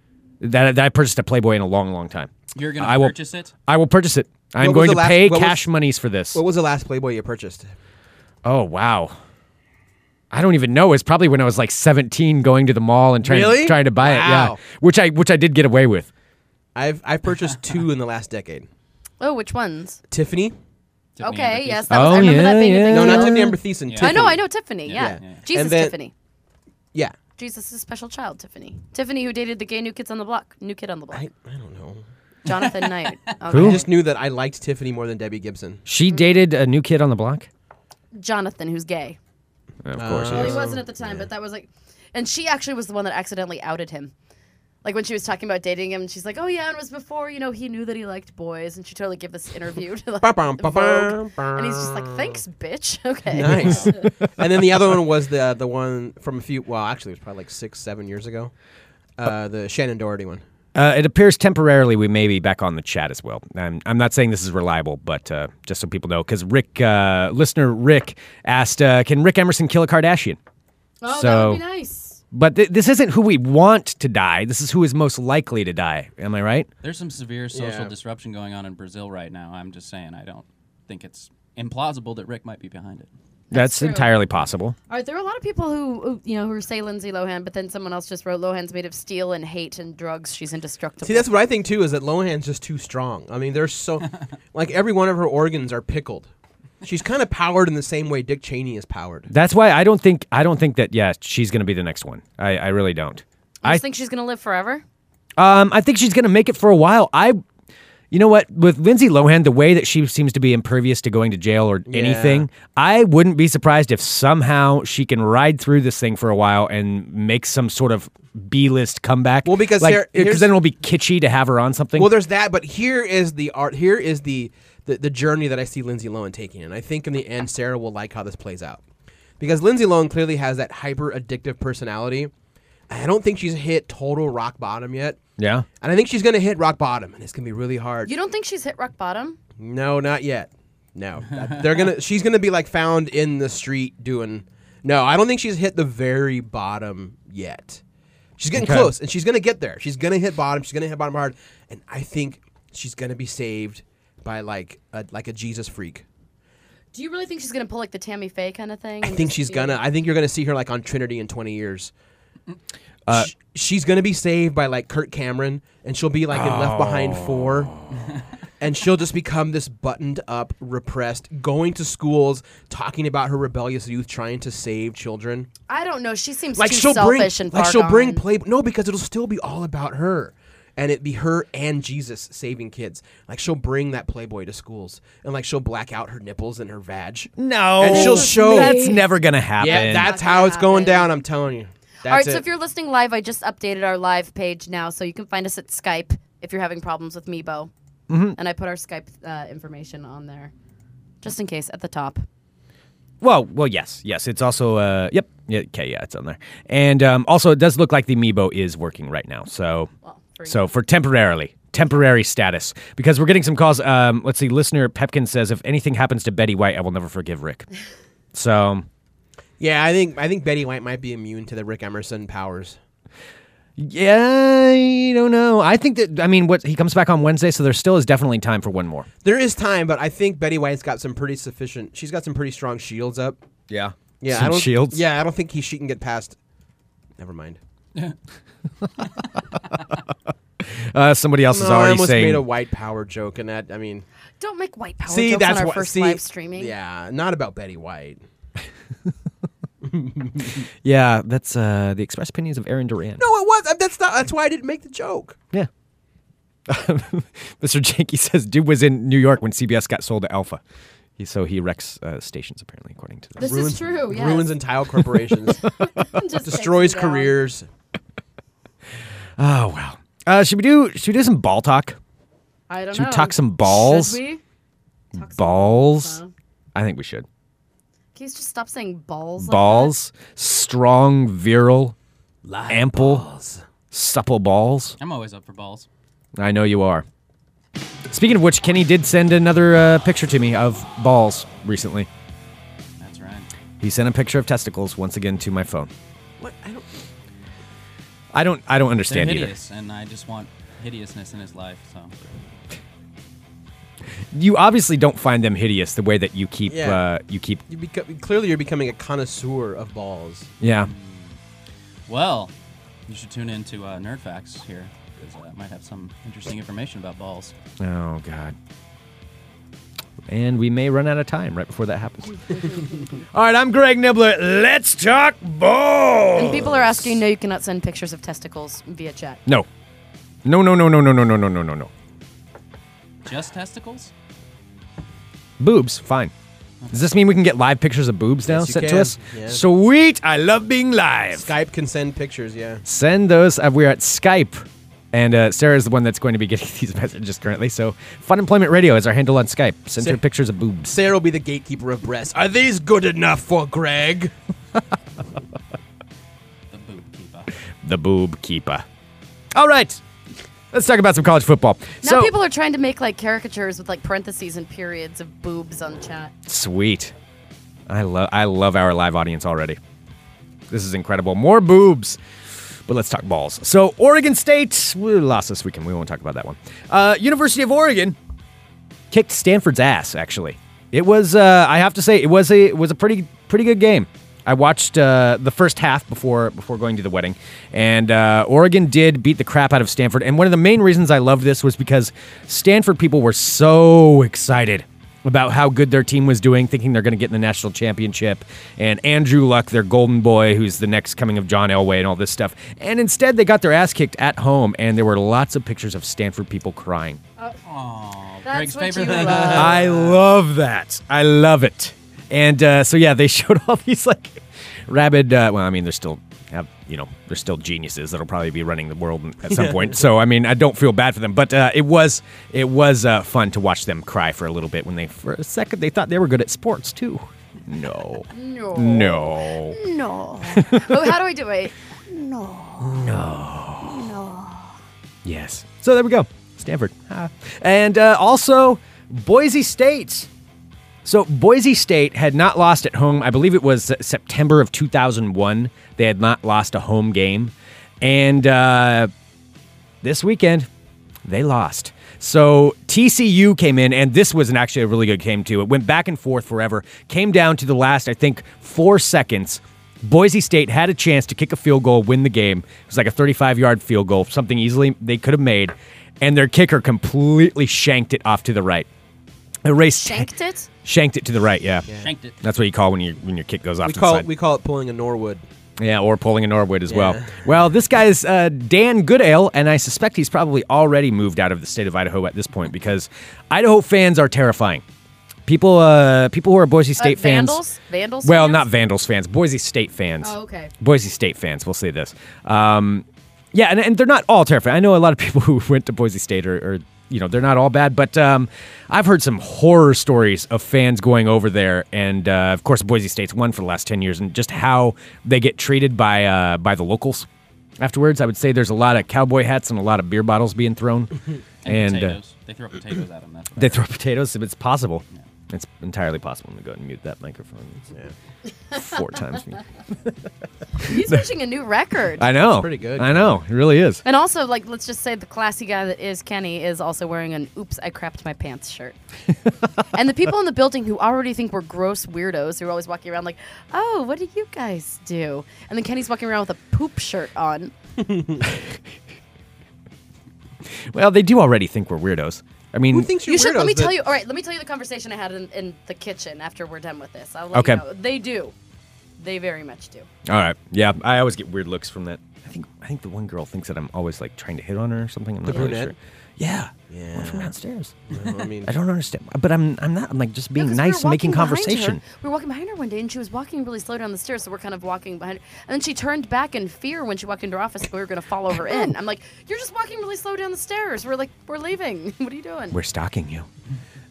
Speaker 5: that, that I purchased a Playboy in a long, long time.
Speaker 3: You're gonna
Speaker 5: I will-
Speaker 3: purchase it.
Speaker 5: I will purchase it. I'm
Speaker 6: What was
Speaker 5: going
Speaker 6: the
Speaker 5: to
Speaker 6: last-
Speaker 5: pay
Speaker 6: what was-
Speaker 5: cash monies for this.
Speaker 6: What was the last Playboy you purchased?
Speaker 5: Oh wow. I don't even know. It's probably when I was like 17 going to the mall and trying
Speaker 6: Really?
Speaker 5: trying to buy it. Yeah.
Speaker 6: Wow.
Speaker 5: Which I which I did get away with.
Speaker 6: I've I've purchased two in the last decade.
Speaker 4: Oh, which ones?
Speaker 6: Tiffany?
Speaker 3: Tiffany
Speaker 4: okay,
Speaker 3: Amber
Speaker 4: yes,
Speaker 3: Thiessen.
Speaker 4: that was,
Speaker 5: Oh,
Speaker 4: I remember that
Speaker 5: yeah,
Speaker 4: being a
Speaker 5: yeah.
Speaker 4: big
Speaker 6: No, not
Speaker 4: deal.
Speaker 6: Tiffany Amber Thiessen.
Speaker 3: Yeah.
Speaker 4: I
Speaker 6: Tiffany.
Speaker 4: know, I know Tiffany.
Speaker 3: Yeah.
Speaker 4: Yeah,
Speaker 3: Yeah.
Speaker 4: Jesus,
Speaker 6: And then-
Speaker 4: Tiffany.
Speaker 6: Yeah.
Speaker 4: Jesus, is special child, Tiffany. Tiffany, who dated the gay new kids on the block, new kid on the block,
Speaker 6: I, I don't know.
Speaker 4: Jonathan Knight. Okay.
Speaker 5: Who?
Speaker 6: I just knew that I liked Tiffany more than Debbie Gibson.
Speaker 5: She dated a new kid on the block?
Speaker 4: Jonathan, who's gay.
Speaker 5: Of course.
Speaker 4: Well, he wasn't at the time, but that was like, and she actually was the one that accidentally outed him. Like when she was talking about dating him, she's like, "Oh yeah, it was before you know he knew that he liked boys," and she totally gave this interview to like,
Speaker 6: Ba-bum,
Speaker 4: Vogue.
Speaker 6: ba-bum,
Speaker 4: and he's just like, "Thanks, bitch." Okay,
Speaker 6: Nice. and then the other one was the the one from a few. Well, actually, it was probably like six, seven years ago. Uh, the Shannon Doherty one.
Speaker 5: Uh, it appears temporarily we may be back on the chat as well. I'm, I'm not saying this is reliable, but uh, just so people know, because Rick, uh, listener Rick, asked, uh, "Can Rick Emerson kill a Kardashian?"
Speaker 4: Oh, that
Speaker 5: So-
Speaker 4: would be nice.
Speaker 5: But th- this isn't who we want to die. This is who is most likely to die. Am I right?
Speaker 3: There's some severe social
Speaker 6: Yeah.
Speaker 3: disruption going on in Brazil right now. I'm just saying, I don't think it's implausible that Rick might be behind it.
Speaker 5: That's,
Speaker 4: true.
Speaker 5: entirely possible.
Speaker 4: All right, there are a lot of people who, who you know who say Lindsay Lohan, but then someone else just wrote Lohan's made of steel and hate and drugs. She's indestructible.
Speaker 6: See, that's what I think too. Is that Lohan's just too strong? I mean, there's so like every one of her organs are pickled. She's kind of powered in the same way Dick Cheney is powered.
Speaker 5: That's why I don't think I don't think that yeah she's gonna be the next one. I, I really don't.
Speaker 4: I
Speaker 5: I
Speaker 4: think she's gonna live forever.
Speaker 5: um I think she's gonna make it for a while. I you know what with Lindsay Lohan the way that she seems to be impervious to going to jail or anything, I wouldn't be surprised if somehow she can ride through this thing for a while and make some sort of B list comeback.
Speaker 6: Well, because
Speaker 5: like,
Speaker 6: here-
Speaker 5: because
Speaker 6: here's-
Speaker 5: then it'll be kitschy to have her on something.
Speaker 6: Well, there's that, but here is the art. Here is the, the the journey that I see Lindsay Lohan taking, and I think in the end, Sarah will like how this plays out, because Lindsay Lohan clearly has that hyper addictive personality. I don't think she's hit total rock bottom yet,
Speaker 5: yeah.
Speaker 6: and I think she's gonna hit rock bottom, and it's gonna be really hard.
Speaker 4: You don't think she's hit rock bottom?
Speaker 6: No, not yet. No, That- they're gonna. She's gonna be like found in the street doing. No, I don't think she's hit the very bottom yet. She's getting
Speaker 5: Okay.
Speaker 6: close, and she's gonna get there. She's gonna hit bottom. She's gonna hit bottom hard, and I think she's gonna be saved by like a like a Jesus freak.
Speaker 4: Do you really think she's gonna pull like the Tammy Faye kind of thing?
Speaker 6: I think she's gonna. I think you're gonna see her like on Trinity in 20 years. Sh- she's gonna be saved by like Kurt Cameron, and she'll be like in Left Behind
Speaker 4: Oh.
Speaker 6: Four, and she'll just become this buttoned up, repressed, going to schools, talking about her rebellious youth, trying to save children.
Speaker 4: I don't know. She seems
Speaker 6: Like
Speaker 4: too
Speaker 6: she'll bring,
Speaker 4: selfish and
Speaker 6: like
Speaker 4: far
Speaker 6: she'll bring
Speaker 4: gone.
Speaker 6: play. No, because it'll still be all about her. And it be her and Jesus saving kids. Like she'll bring that Playboy to schools, and like she'll black out her nipples and her vag.
Speaker 5: No,
Speaker 6: And she'll show-
Speaker 5: that's never gonna happen.
Speaker 6: Yeah, that's
Speaker 4: gonna
Speaker 6: how it's going
Speaker 4: happen.
Speaker 6: down. I'm telling you. That's
Speaker 4: All right,
Speaker 6: it.
Speaker 4: so if you're listening live, I just updated our live page now, so you can find us at Skype if you're having problems with Meebo.
Speaker 6: Mm-hmm.
Speaker 4: And I put our Skype uh, information on there, just in case, at the top.
Speaker 5: Well, well, yes, yes. It's also uh, yep, yeah, okay, yeah, it's on there. And um, also, it does look like the amiibo is working right now. So,
Speaker 4: Well, for
Speaker 5: so for temporarily, temporary status, because we're getting some calls. Um, let's see, listener Pepkin says, if anything happens to Betty White, I will never forgive Rick. So,
Speaker 6: Yeah, I think I think Betty White might be immune to the Rick Emerson powers.
Speaker 5: yeah, I don't know. I think that I mean, what he comes back on Wednesday, so there still is definitely time for one more.
Speaker 6: There is time, but I think Betty White's got some pretty sufficient. She's got some pretty strong shields up.
Speaker 5: Yeah,
Speaker 6: Yeah,
Speaker 5: Some
Speaker 6: I don't,
Speaker 5: shields.
Speaker 6: Yeah, I don't think he she can get past. Never mind.
Speaker 5: Uh, somebody else is
Speaker 6: No, I
Speaker 5: already
Speaker 6: almost
Speaker 5: saying.
Speaker 6: made a white power joke, and that I mean,
Speaker 4: Don't make white power
Speaker 6: see,
Speaker 4: jokes
Speaker 6: that's
Speaker 4: on our
Speaker 6: what.
Speaker 4: first
Speaker 6: see,
Speaker 4: live streaming.
Speaker 6: Yeah, not about Betty White.
Speaker 5: yeah, that's uh, the express opinions of Aaron Duran.
Speaker 6: No, it was. uh, That's not. That's why I didn't make the joke.
Speaker 5: Yeah. Mr. Janky says dude was in New York when CBS got sold to Alpha. He, so he wrecks uh, stations, apparently, according to this.
Speaker 4: This is true. Oh, Yes.
Speaker 6: Ruins entire corporations,
Speaker 4: Just takes
Speaker 6: destroys
Speaker 4: them down.
Speaker 6: careers.
Speaker 5: Oh wow. Uh, should we do? Should we do some ball talk?
Speaker 4: I don't
Speaker 5: Should we
Speaker 4: know.
Speaker 5: talk some balls?
Speaker 4: Should we? Talk some
Speaker 5: Balls.
Speaker 4: huh?
Speaker 5: I think we should.
Speaker 4: Can you just stop saying balls? like that?
Speaker 5: Balls. Strong, virile, ample, supple balls.
Speaker 3: I'm always up for balls.
Speaker 5: I know you are. Speaking of which, Kenny did send another uh, picture to me of balls recently.
Speaker 3: That's right.
Speaker 5: He sent a picture of testicles once again to my phone.
Speaker 6: What? I don't.
Speaker 5: I don't. I don't
Speaker 3: They're
Speaker 5: understand either.
Speaker 3: hideous, and I just want hideousness in his life. So
Speaker 5: You obviously don't find them hideous the way that you keep.
Speaker 6: Yeah.
Speaker 5: Uh, you keep.
Speaker 6: You beco- clearly, you're becoming a connoisseur of balls.
Speaker 5: Yeah.
Speaker 3: well, you should tune in to uh, Nerd Facts here because uh, I might have some interesting information about balls.
Speaker 5: Oh God. And we may run out of time right before that happens. All right, I'm Greg Nibbler. Let's talk balls.
Speaker 4: And people are asking, no, you cannot send pictures of testicles via chat.
Speaker 5: No. No, no, no, no, no, no, no, no, no, no, no.
Speaker 3: Just testicles?
Speaker 5: Boobs, fine. Does this mean we can get live pictures of boobs now
Speaker 6: Yes, you
Speaker 5: sent to
Speaker 6: can.
Speaker 5: us?
Speaker 6: Yeah.
Speaker 5: Sweet. I love being live.
Speaker 6: Skype can send pictures. Yeah.
Speaker 5: Send those. Uh, we're at Skype. And uh, Sarah is the one that's going to be getting these messages currently. So, Fun Employment Radio is our handle on Skype. Send
Speaker 6: Sa-
Speaker 5: her pictures of boobs.
Speaker 6: Sarah will be the gatekeeper of breasts. Are these good enough for Greg?
Speaker 3: The boob keeper.
Speaker 5: The boob keeper. All right. Let's talk about some college football.
Speaker 4: Now
Speaker 5: so,
Speaker 4: people are trying to make like caricatures with like parentheses and periods of boobs on chat.
Speaker 5: Sweet. I love I love our live audience already. This is incredible. More boobs. But let's talk balls. So Oregon State, we lost this weekend. We won't talk about that one. Uh, University of Oregon kicked Stanford's ass. Actually, it was. Uh, I have to say, it was a it was a pretty pretty good game. I watched uh, the first half before before going to the wedding, and uh, Oregon did beat the crap out of Stanford. And one of the main reasons I loved this was because Stanford people were so excited about how good their team was doing, thinking they're going to get in the national championship. And Andrew Luck, their golden boy, who's the next coming of John Elway and all this stuff. And instead, they got their ass kicked at home, and there were lots of pictures of Stanford people crying.
Speaker 3: Greg's
Speaker 4: what
Speaker 3: favorite
Speaker 4: you
Speaker 3: thing.
Speaker 4: love.
Speaker 5: I love that. I love it. And uh, so yeah, they showed all these like rabid. Uh, well, I mean, they're still have you know they're still geniuses that'll probably be running the world at some point. So I mean, I don't feel bad for them, but uh, it was it was uh, fun to watch them cry for a little bit when they for a second they thought they were good at sports too. No,
Speaker 4: No.
Speaker 5: no.
Speaker 4: No. oh, how do I do it?
Speaker 5: Yes. So there we go. Stanford. Ah. And uh, also Boise State. So Boise State had not lost at home. I believe it was September of 2001. They had not lost a home game. And uh, this weekend, they lost. So TCU came in, and this was an actually a really good game too. It went back and forth forever. Came down to the last, I think, four seconds. Boise State had a chance to kick a field goal, win the game. It was like a 35-yard field goal, something easily they could have made, and their kicker completely shanked it off to the right. Erased,
Speaker 4: Shanked it?
Speaker 5: shanked it to the right. Yeah,
Speaker 3: Shanked it.
Speaker 5: that's what you call when your when your kick goes off
Speaker 6: We
Speaker 5: to
Speaker 6: call
Speaker 5: the
Speaker 6: it,
Speaker 5: side.
Speaker 6: we call it pulling a Norwood.
Speaker 5: Yeah, or pulling a Norwood as well.
Speaker 6: Yeah.
Speaker 5: Well, this guy is uh, Dan Goodale, and I suspect he's probably already moved out of the state of Idaho at this point because Idaho fans are terrifying. People, uh, people who are Boise State
Speaker 4: Uh,
Speaker 5: fans.
Speaker 4: Vandals? Vandals?
Speaker 5: Well,
Speaker 4: fans?
Speaker 5: not Vandals fans, Boise State fans.
Speaker 4: Oh, okay.
Speaker 5: Boise State fans. We'll say this. Um, yeah, and, and they're not all terrifying. I know a lot of people who went to Boise State are, are you know, they're not all bad, but um, I've heard some horror stories of fans going over there, and uh, of course, Boise State's won for the last ten years, and just how they get treated by uh, by the locals. Afterwards, I would say there's a lot of cowboy hats and a lot of beer bottles being thrown,
Speaker 3: And,
Speaker 5: and uh,
Speaker 3: potatoes. they throw potatoes at him. That's what
Speaker 5: they throw potatoes. If it's possible, it's entirely possible. I'm gonna go and mute that microphone. Four times. mute.
Speaker 4: He's reaching a new record.
Speaker 5: I know.
Speaker 6: pretty good.
Speaker 5: I know. It really is.
Speaker 4: and also, like, let's just say the classy guy that is Kenny is also wearing an "Oops, I crapped my pants" shirt. and the people in the building who already think we're gross weirdos who are always walking around like, "Oh, what do you guys do?" And then Kenny's walking around with a poop shirt on.
Speaker 5: Well, they do already think we're weirdos. I mean,
Speaker 6: Who thinks you're
Speaker 4: You should.
Speaker 6: weirdos
Speaker 4: Let me
Speaker 6: that-
Speaker 4: tell you. All right, let me tell you the conversation I had in, in the kitchen after we're done with this. I'll let
Speaker 5: Okay.
Speaker 4: You know. They do. They very much do.
Speaker 5: all right, yeah, I always get weird looks from that. I think I think the one girl thinks that I'm always like trying to hit on her or something. I'm
Speaker 6: The
Speaker 5: not really
Speaker 6: brunette?
Speaker 5: sure. Yeah,
Speaker 6: Yeah.
Speaker 5: One from downstairs.
Speaker 6: I mean,
Speaker 5: I don't understand, but I'm I'm not. I'm like just being
Speaker 4: No, 'cause we were
Speaker 5: nice, making
Speaker 4: walking behind her-
Speaker 5: conversation.
Speaker 4: We were walking behind her one day, and she was walking really slow down the stairs, so we're kind of walking behind. her. And then she turned back in fear when she walked into her office. like We were going to follow her in.
Speaker 5: Oh.
Speaker 4: I'm like, "You're just walking really slow down the stairs. We're like, we're leaving. What are you doing?"
Speaker 5: We're stalking you.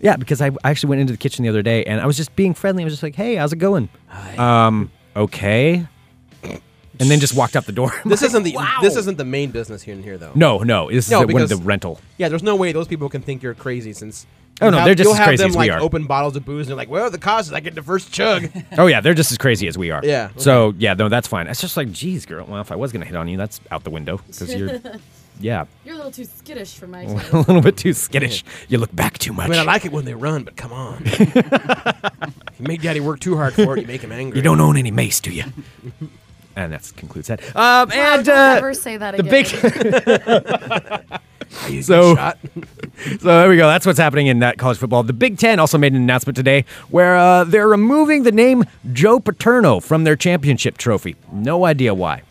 Speaker 5: Yeah, because I I actually went into the kitchen the other day and I was just being friendly. I was just like, "Hey, how's it going?" Um, okay. and then just walked out the door. I'm
Speaker 6: This
Speaker 5: like,
Speaker 6: isn't the
Speaker 5: wow.
Speaker 6: this isn't the main business here and here though.
Speaker 5: No, no. This
Speaker 6: No,
Speaker 5: is the, one of the
Speaker 6: because-
Speaker 5: rental.
Speaker 6: Yeah, there's no way those people can think you're crazy
Speaker 5: Oh,
Speaker 6: since. you'll
Speaker 5: no,
Speaker 6: have-
Speaker 5: they're just
Speaker 6: you'll
Speaker 5: as
Speaker 6: have
Speaker 5: crazy
Speaker 6: them,
Speaker 5: as we
Speaker 6: like,
Speaker 5: are.
Speaker 6: Open bottles of booze and they're like, "Well, the cost is I get the first chug."
Speaker 5: Oh yeah, they're just as crazy as we are.
Speaker 6: Yeah.
Speaker 5: So yeah, no, that's fine. It's just like, geez, girl. Well, if I was gonna hit on you, that's out the window because you're, yeah,
Speaker 4: You're a little too skittish for my.
Speaker 5: a little bit too skittish. You look back too much.
Speaker 6: I mean, I like it when they run, but come on. you make daddy work too hard for it, you make him angry.
Speaker 5: you don't own any mace, do you? and that concludes that. Um, and uh,
Speaker 4: Never say that
Speaker 5: the
Speaker 4: again.
Speaker 5: big.
Speaker 6: Are you
Speaker 5: So-
Speaker 6: shot?
Speaker 5: So there we go. That's what's happening in that college football. The Big Ten also made an announcement today where uh, they're removing the name Joe Paterno from their championship trophy. No idea why.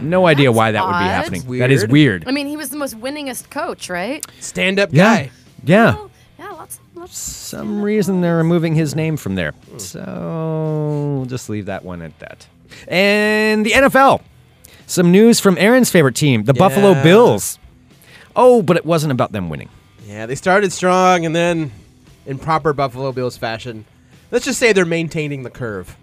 Speaker 5: no idea why that would be
Speaker 4: odd.
Speaker 5: happening. That is
Speaker 6: Oh.
Speaker 5: weird.
Speaker 6: Weird.
Speaker 4: I mean, he was the most winningest coach, right?
Speaker 6: Stand up
Speaker 5: yeah.
Speaker 6: guy.
Speaker 5: Yeah.
Speaker 4: Well, yeah, lots, lots.
Speaker 5: Some reason they're removing his name from there. So we'll just leave that one at that. And the NFL. Some news from Aaron's favorite team, the Buffalo
Speaker 6: Yeah.
Speaker 5: Bills. Oh, but it wasn't about them winning.
Speaker 6: Yeah, they started strong and then, in proper Buffalo Bills fashion, let's just say they're maintaining the curve.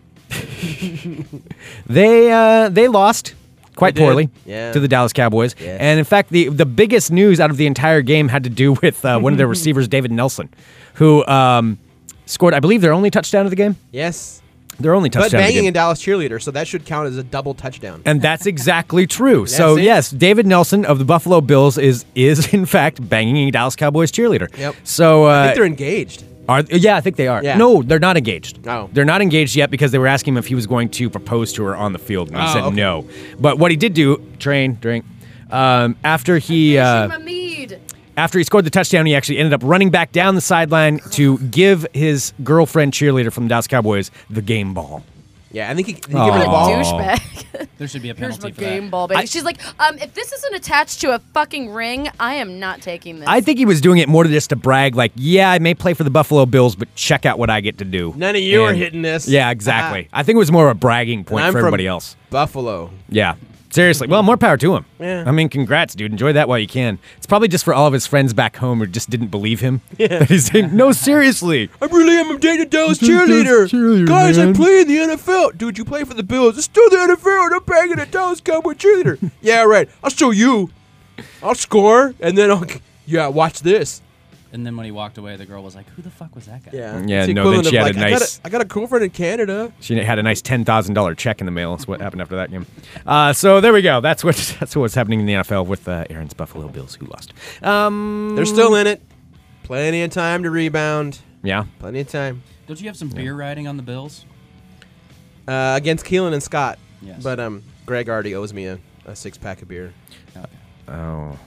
Speaker 5: They uh, they lost quite
Speaker 6: They did.
Speaker 5: poorly
Speaker 6: Yeah.
Speaker 5: to the Dallas Cowboys,
Speaker 6: Yeah.
Speaker 5: and in fact, the the biggest news out of the entire game had to do with uh, one of their receivers, David Nelson, who um, scored, I believe, their only touchdown of the game.
Speaker 6: Yes,
Speaker 5: Their only
Speaker 6: but
Speaker 5: touchdown. of the
Speaker 6: banging
Speaker 5: game.
Speaker 6: a Dallas cheerleader, so that should count as a double touchdown.
Speaker 5: and that's exactly true. so
Speaker 6: it.
Speaker 5: yes, David Nelson of the Buffalo Bills is is in fact banging a Dallas Cowboys cheerleader.
Speaker 6: Yep.
Speaker 5: So uh,
Speaker 6: I think they're engaged.
Speaker 5: are yeah, I think they are.
Speaker 6: Yeah.
Speaker 5: No, they're not engaged.
Speaker 6: Oh.
Speaker 5: They're not engaged yet because they were asking him if he was going to propose to her on the field, and he
Speaker 6: Oh,
Speaker 5: said
Speaker 6: okay.
Speaker 5: no. But what he did do, train, drink. Um, after he uh,
Speaker 4: Mahmeed.
Speaker 5: after he scored the touchdown, he actually ended up running back down the sideline to give his girlfriend cheerleader from the Dallas Cowboys the game ball.
Speaker 6: Yeah, I think he, he gave her the
Speaker 5: Aw.
Speaker 6: ball.
Speaker 4: Douchebag.
Speaker 3: There should be a
Speaker 4: Here's my
Speaker 3: penalty for
Speaker 4: game
Speaker 3: that.
Speaker 4: ball, baby. She's like, um, if this isn't attached to a fucking ring, I am not taking this.
Speaker 5: I think he was doing it more to just to brag, like, yeah, I may play for the Buffalo Bills, but check out what I get to do.
Speaker 6: None of you are hitting this.
Speaker 5: Yeah, exactly. I think it was more of a bragging point
Speaker 6: I'm
Speaker 5: for
Speaker 6: from
Speaker 5: everybody else.
Speaker 6: Buffalo.
Speaker 5: Yeah. Seriously. Well, more power to him.
Speaker 6: Yeah.
Speaker 5: I mean, congrats, dude. Enjoy that while you can. It's probably just for all of his friends back home who just didn't believe him. Yeah. He's saying, no, seriously.
Speaker 6: I really am a Daniel Dallas
Speaker 5: Dude, Dallas
Speaker 6: cheerleader.
Speaker 5: cheerleader,
Speaker 6: Guys,
Speaker 5: man.
Speaker 6: I play in the NFL. Dude, you play for the Bills. It's still the NFL, and I'm banging a Dallas Cowboy cheerleader. yeah, right. I'll show you. I'll score, and then I'll. Yeah, watch this.
Speaker 3: And then when he walked away, the girl was like, "Who the fuck was that guy?"
Speaker 6: Yeah,
Speaker 5: Yeah,
Speaker 6: It's the
Speaker 5: no, then
Speaker 6: equivalent
Speaker 5: she
Speaker 6: of,
Speaker 5: had a
Speaker 6: like,
Speaker 5: nice-
Speaker 6: I got a, I got a girlfriend in Canada.
Speaker 5: She had a nice $10,000 check in the mail. That's what happened after that game. Uh, so there we go. That's, what, that's what's happening in the NFL with uh, Aaron's Buffalo Bills, who lost. Um,
Speaker 6: They're still in it. Plenty of time to rebound.
Speaker 5: yeah.
Speaker 6: Plenty of time
Speaker 3: Don't you have some beer riding on the Bills?
Speaker 6: uh, against Keelan and Scott.
Speaker 3: Yes.
Speaker 6: But um, Greg already owes me a, a six pack of beer.
Speaker 5: Oh.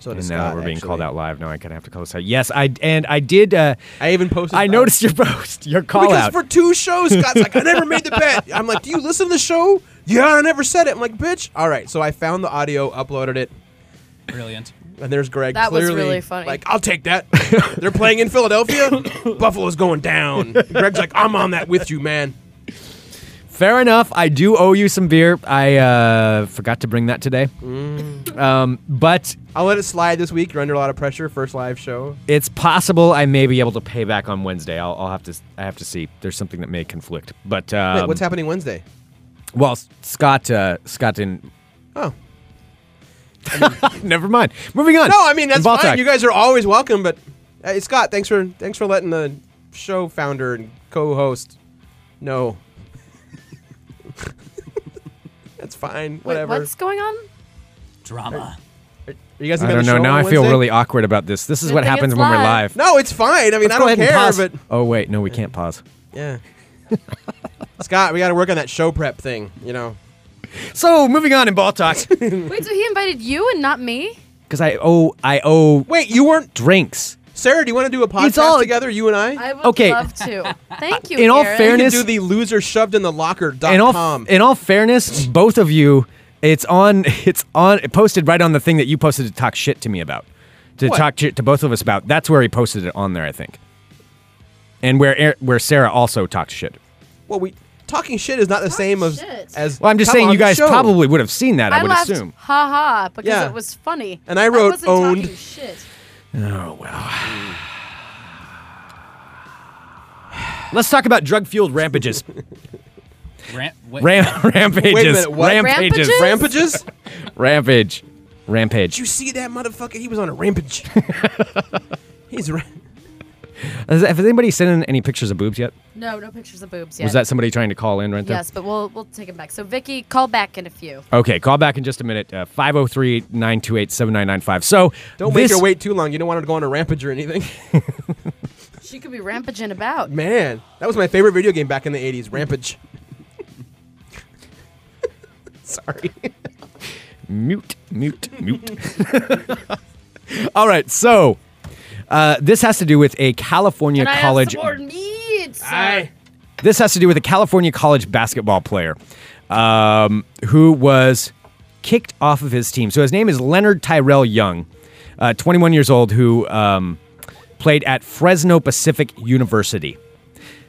Speaker 6: So
Speaker 5: and
Speaker 6: does
Speaker 5: now
Speaker 6: Scott,
Speaker 5: we're being
Speaker 6: actually.
Speaker 5: called out live. No, I kind of have to call this out. Yes, I and I did. Uh,
Speaker 6: I even posted.
Speaker 5: I
Speaker 6: uh,
Speaker 5: noticed your post, your call
Speaker 6: because
Speaker 5: out.
Speaker 6: for two shows, Scott's like, I never made the bet. I'm like, do you listen to the show? Yeah, I never said it. I'm like, bitch. All right, so I found the audio, uploaded it,
Speaker 3: Brilliant.
Speaker 6: and there's Greg.
Speaker 4: That was
Speaker 6: clearly,
Speaker 4: really funny.
Speaker 6: Like, I'll take that. They're playing in Philadelphia. Buffalo's going down. Greg's like, I'm on that with you, man.
Speaker 5: Fair enough. I do owe you some beer. I uh, forgot to bring that today.
Speaker 6: Mm.
Speaker 5: Um, but
Speaker 6: I'll let it slide this week. You're under a lot of pressure. First live show.
Speaker 5: it's possible I may be able to pay back on Wednesday. I'll, I'll have to. I have to see. There's something that may conflict. But um,
Speaker 6: Wait, what's happening Wednesday?
Speaker 5: Well, S- Scott. Uh, Scott didn't.
Speaker 6: Oh.
Speaker 5: Never mind. Moving on.
Speaker 6: No, I mean that's
Speaker 5: Ball
Speaker 6: fine.
Speaker 5: track.
Speaker 6: You guys are always welcome, but uh, hey, Scott, thanks for thanks for letting the show founder and co-host know. that's fine.
Speaker 4: Wait,
Speaker 6: Whatever.
Speaker 4: what's going on?
Speaker 3: Drama.
Speaker 6: Are you guys?
Speaker 5: I
Speaker 6: gonna have
Speaker 5: don't know.
Speaker 6: the show
Speaker 5: Now I
Speaker 6: on
Speaker 5: feel
Speaker 6: Wednesday?
Speaker 5: really awkward about this. This is
Speaker 4: Good
Speaker 5: what
Speaker 4: thing
Speaker 5: happens
Speaker 4: it's
Speaker 5: when we're live.
Speaker 4: live.
Speaker 6: No, it's fine. I mean,
Speaker 5: Let's go
Speaker 6: I don't
Speaker 5: ahead and
Speaker 6: care,
Speaker 5: pause.
Speaker 6: but
Speaker 5: oh wait, no, we can't pause.
Speaker 6: yeah. Scott, we got to work on that show prep thing. You know.
Speaker 5: So moving on in ball talk
Speaker 4: Wait, so he invited you and not me?
Speaker 5: because I owe I owe
Speaker 6: Wait, you weren't
Speaker 5: drinks.
Speaker 6: Sarah. Do you want to do a podcast
Speaker 5: all-
Speaker 6: together? You and I.
Speaker 4: I would
Speaker 5: Okay.
Speaker 4: love to. Thank you.
Speaker 5: In all
Speaker 4: Aaron.
Speaker 5: fairness-
Speaker 6: can do the loser shoved in the locker
Speaker 5: in all
Speaker 6: com.
Speaker 5: in all fairness, both of you, it's on it's on it posted right on the thing that you posted to talk shit to me about, to
Speaker 6: What?
Speaker 5: talk shit to both of us about. That's where he posted it on there, I think, and where Er- where Sarah also talked shit.
Speaker 6: Well, we talking shit is not the same as
Speaker 4: shit.
Speaker 6: as.
Speaker 5: Well, I'm just
Speaker 6: come
Speaker 5: saying
Speaker 6: on
Speaker 5: you
Speaker 6: the
Speaker 5: guys
Speaker 6: show.
Speaker 5: probably would have seen that. I,
Speaker 4: I
Speaker 5: would
Speaker 4: laughed,
Speaker 5: assume.
Speaker 4: ha ha, because
Speaker 6: Yeah.
Speaker 4: it was funny.
Speaker 6: And I wrote
Speaker 4: wasn't
Speaker 6: owned.
Speaker 4: talking shit.
Speaker 5: Oh well. Let's talk about drug fueled rampages.
Speaker 3: Ram- wait,
Speaker 5: Ram, rampages.
Speaker 6: Wait a minute, what?
Speaker 5: Rampages.
Speaker 4: Rampages?
Speaker 6: Rampages? Did
Speaker 5: Rampage. Rampage.
Speaker 6: you see that motherfucker? He was on a rampage. He's ra-
Speaker 5: Has, has anybody sent in any pictures of boobs yet?
Speaker 4: No, no pictures of boobs yet.
Speaker 5: Was that somebody trying to call in right there?
Speaker 4: Yes, but we'll we'll take him back. So Vicky, call back in a few.
Speaker 5: Okay, call back in just a minute. uh, 503 928 7995. So,
Speaker 6: Don't
Speaker 5: this,
Speaker 6: make her wait too long. You don't want her to go on a rampage or anything.
Speaker 4: She could be rampaging about.
Speaker 6: Man, that was my favorite video game back in the 80s, Rampage. Sorry.
Speaker 5: Mute, mute, mute. All right, so uh, this has to do with a California
Speaker 4: Can I have
Speaker 5: college.
Speaker 4: some more meat, sir?
Speaker 5: This has to do with a California college basketball player um, who was kicked off of his team. So his name is Leonard Tyrell Young, uh, 21 years old, who um, played at Fresno Pacific University.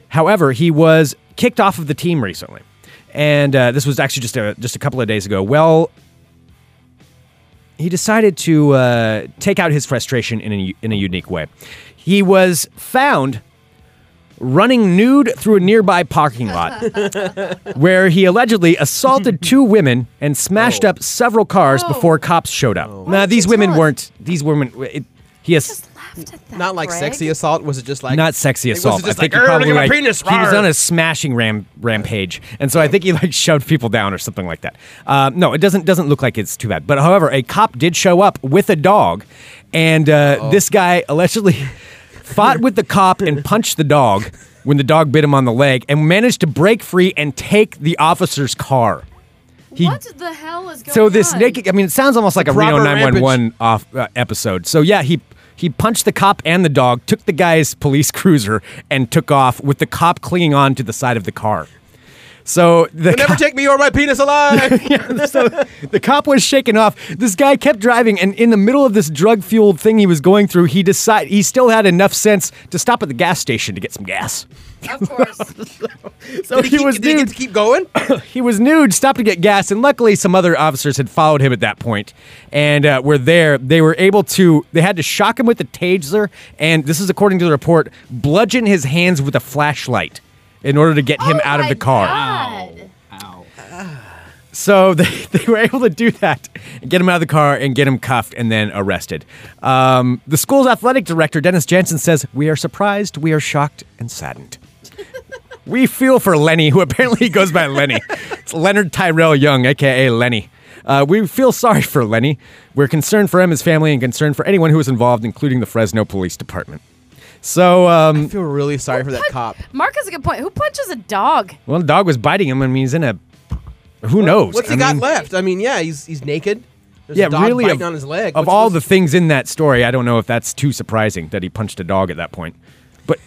Speaker 5: However, he was kicked off of the team recently, and uh, this was actually just a just a couple of days ago. Well, he decided to uh, take out his frustration in a, in a unique way. He was found running nude through a nearby parking lot where he allegedly assaulted two women and smashed up several cars before cops showed up. Now these women
Speaker 4: tough.
Speaker 5: weren't these women it, he has
Speaker 4: Just laughed at that.
Speaker 6: Not like
Speaker 4: Greg.
Speaker 6: sexy assault. Was it just like
Speaker 5: not sexy
Speaker 6: was
Speaker 5: assault.
Speaker 6: just
Speaker 5: I think
Speaker 6: like,
Speaker 5: he
Speaker 6: "Er, look
Speaker 5: probably
Speaker 6: at my
Speaker 5: like,
Speaker 6: penis,
Speaker 5: he was
Speaker 6: rawr."
Speaker 5: on a smashing ram rampage, and so I think he like shoved people down or something like that. Uh, no, it doesn't doesn't look like it's too bad. But however, a cop did show up with a dog, and uh, this guy allegedly fought with the cop and punched the dog when the dog bit him on the leg, and managed to break free and take the officer's car. He-
Speaker 4: What the hell is going on?
Speaker 5: So this naked, I mean, it sounds almost like a Reno
Speaker 6: proper
Speaker 5: 911 off uh, episode. So yeah, he he punched the cop and the dog, took the guy's police cruiser, and took off with the cop clinging on to the side of the car. So the
Speaker 6: "You'll never
Speaker 5: cop,
Speaker 6: take me or my penis alive?
Speaker 5: so the cop was shaken off. This guy kept driving, and in the middle of this drug fueled thing he was going through, he decided he still had enough sense to stop at the gas station to get some gas.
Speaker 4: Of course.
Speaker 5: So he was
Speaker 6: Did he get
Speaker 5: nude.
Speaker 6: to keep going?
Speaker 5: He was nude, stopped to get gas, and luckily some other officers had followed him at that point and uh, were there. They were able to, they had to shock him with a taser, and this is according to the report, bludgeon his hands with a flashlight in order to get him out of
Speaker 4: my
Speaker 5: the car.
Speaker 4: God.
Speaker 5: So they, they were able to do that, get him out of the car, and get him cuffed and then arrested. Um, the school's athletic director, Dennis Jensen, says, We are surprised, we are shocked, and saddened. we feel for Lenny, who apparently goes by Lenny. It's Leonard Tyrell Young, aka Lenny. Uh, we feel sorry for Lenny. We're concerned for him, his family, and concerned for anyone who was involved, including the Fresno Police Department. So, um,
Speaker 6: I feel really sorry for that cop.
Speaker 4: Mark has a good point. Who punches a dog?
Speaker 5: well, the dog was biting him, and he's in a. Who knows?
Speaker 6: What's he
Speaker 5: I
Speaker 6: got
Speaker 5: mean-
Speaker 6: left? I mean, yeah, he's he's naked. There's
Speaker 5: yeah,
Speaker 6: a dog
Speaker 5: really,
Speaker 6: biting
Speaker 5: of,
Speaker 6: on his leg.
Speaker 5: of
Speaker 6: What's-
Speaker 5: all the
Speaker 6: what's-
Speaker 5: things in that story, I don't know if that's too surprising that he punched a dog at that point. But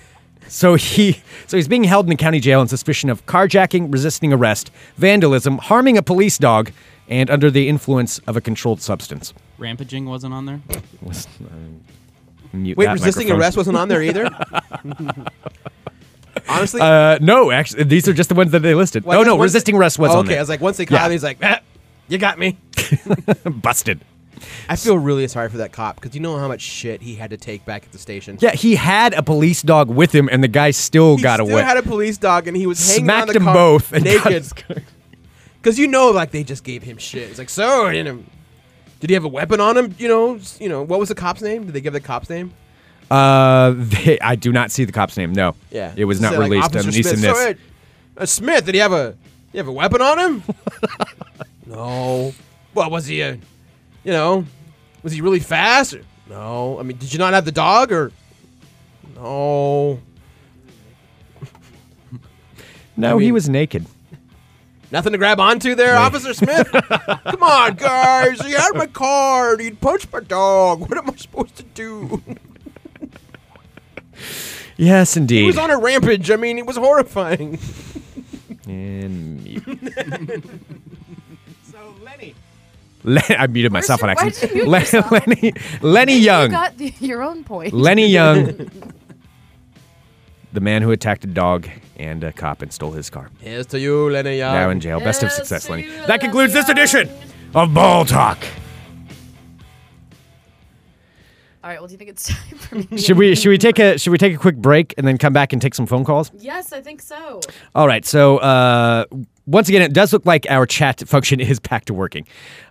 Speaker 5: so he so he's being held in the county jail on suspicion of carjacking, resisting arrest, vandalism, harming a police dog, and under the influence of a controlled substance.
Speaker 3: Rampaging wasn't on there.
Speaker 5: Was- um, mute
Speaker 6: wait,
Speaker 5: that
Speaker 6: resisting
Speaker 5: microphone.
Speaker 6: arrest wasn't on there either. Honestly,
Speaker 5: Uh, no, actually, these are just the ones that they listed.
Speaker 6: well, I
Speaker 5: oh
Speaker 6: guess
Speaker 5: no,
Speaker 6: once-
Speaker 5: resisting arrest was
Speaker 6: okay,
Speaker 5: on there.
Speaker 6: I was like, once they caught
Speaker 5: Yeah.
Speaker 6: him, he's like, "Ah, "You got me."
Speaker 5: busted.
Speaker 6: I feel really sorry for that cop because you know how much shit he had to take back at the station.
Speaker 5: Yeah, he had a police dog with him, and the guy still
Speaker 6: he
Speaker 5: got
Speaker 6: still
Speaker 5: away.
Speaker 6: had a police dog, and he was hanging
Speaker 5: Smacked
Speaker 6: on the
Speaker 5: them
Speaker 6: car
Speaker 5: both and got
Speaker 6: naked.
Speaker 5: his
Speaker 6: Because you know, like they just gave him shit. It's like, so, you know, did he have a weapon on him? You know, s- you know, what was the cop's name? Did they give the cop's name?
Speaker 5: Uh, they, I do not see the cop's name. No.
Speaker 6: Yeah,
Speaker 5: It was
Speaker 6: Just
Speaker 5: not
Speaker 6: say, like,
Speaker 5: released
Speaker 6: Officer
Speaker 5: on this
Speaker 6: Smith.
Speaker 5: and
Speaker 6: "So,
Speaker 5: this.
Speaker 6: uh, uh, Smith, did he have a, you have a weapon on him? no. Well, was he a, you know, was he really fast? Or- no. I mean, did you not have the dog or? No.
Speaker 5: no,
Speaker 6: I
Speaker 5: he
Speaker 6: mean-
Speaker 5: was naked.
Speaker 6: Nothing to grab onto there, Officer Smith. Come on, guys. You had my card. You punched my dog. What am I supposed to do?
Speaker 5: Yes, indeed.
Speaker 6: He was on a rampage. I mean, it was horrifying.
Speaker 5: And mute. so, Lenny. I muted myself on
Speaker 4: Why
Speaker 5: accident.
Speaker 4: did you mute
Speaker 5: Len-
Speaker 4: yourself?
Speaker 5: Lenny, Lenny Young.
Speaker 4: You got the, your own point.
Speaker 5: Lenny Young. the man who attacked a dog and a cop and stole his car.
Speaker 6: Here's to you, Lenny Young.
Speaker 5: now in jail. Best of
Speaker 4: Yes,
Speaker 5: success,
Speaker 4: to
Speaker 5: Lenny.
Speaker 4: you,
Speaker 5: That concludes this
Speaker 4: Lenny.
Speaker 5: edition of Ball Talk.
Speaker 4: All All right. Well, do you think it's time for me?
Speaker 5: Should we should we take a should we take a quick break and then come back and take some phone calls?
Speaker 4: Yes, I think so.
Speaker 5: All right. So uh, once again, it does look like our chat function is back to working.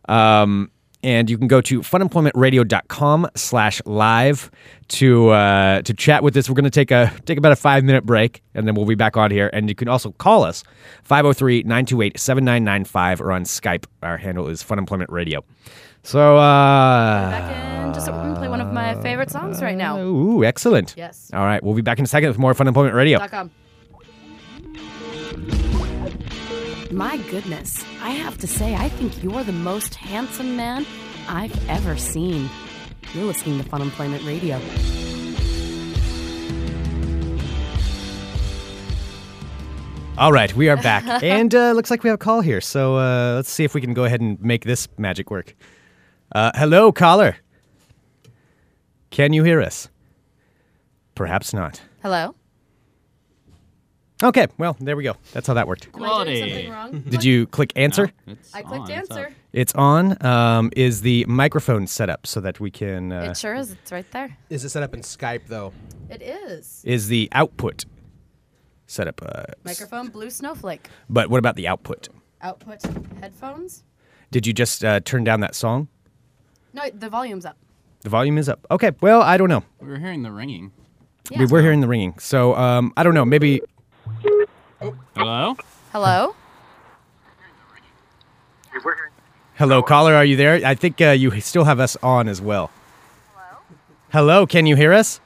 Speaker 5: Um, and you can go to funemploymentradio.com slash live to uh, to chat with us. We're going to take a take about a five minute break and then we'll be back on here. And you can also call us 503 928 7995 or on Skype. Our handle is funemploymentradio. So uh,
Speaker 4: Back in just I'm gonna play one of my favorite songs right now.
Speaker 5: Ooh, excellent.
Speaker 4: Yes.
Speaker 5: All right. We'll be back in a second with more Fun Employment Radio.
Speaker 4: Dot com. My goodness, I have to say, I think you're the most handsome man I've ever seen. You're listening to Fun Employment Radio.
Speaker 5: All right, we are back, and uh, looks like we have a call here. So uh, let's see if we can go ahead and make this magic work. Uh, hello, caller. Can you hear us? Perhaps not.
Speaker 4: Hello?
Speaker 5: Okay, well, there we go. That's how that worked.
Speaker 4: Am I doing something wrong?
Speaker 5: Did you click answer?
Speaker 3: It's
Speaker 4: I clicked
Speaker 3: on, it's up.
Speaker 4: answer.
Speaker 5: It's on. Um, is the microphone set up so that we can? Uh,
Speaker 4: It sure is. It's right there.
Speaker 6: Is it set up in Skype though?
Speaker 4: It is.
Speaker 5: is the output set up? Uh, s-
Speaker 4: Microphone, blue snowflake.
Speaker 5: but what about the output?
Speaker 4: Output, headphones.
Speaker 5: Did you just uh, turn down that song?
Speaker 4: No, the volume's up.
Speaker 5: The volume is up. Okay, well, I don't know.
Speaker 3: We were hearing the ringing.
Speaker 5: We were hearing the ringing, so um, I don't know. Maybe
Speaker 3: Hello?
Speaker 4: Hello?
Speaker 5: Hello, caller. Are you there? I think uh, you still have us on as well. Hello. Hello. Can you hear us?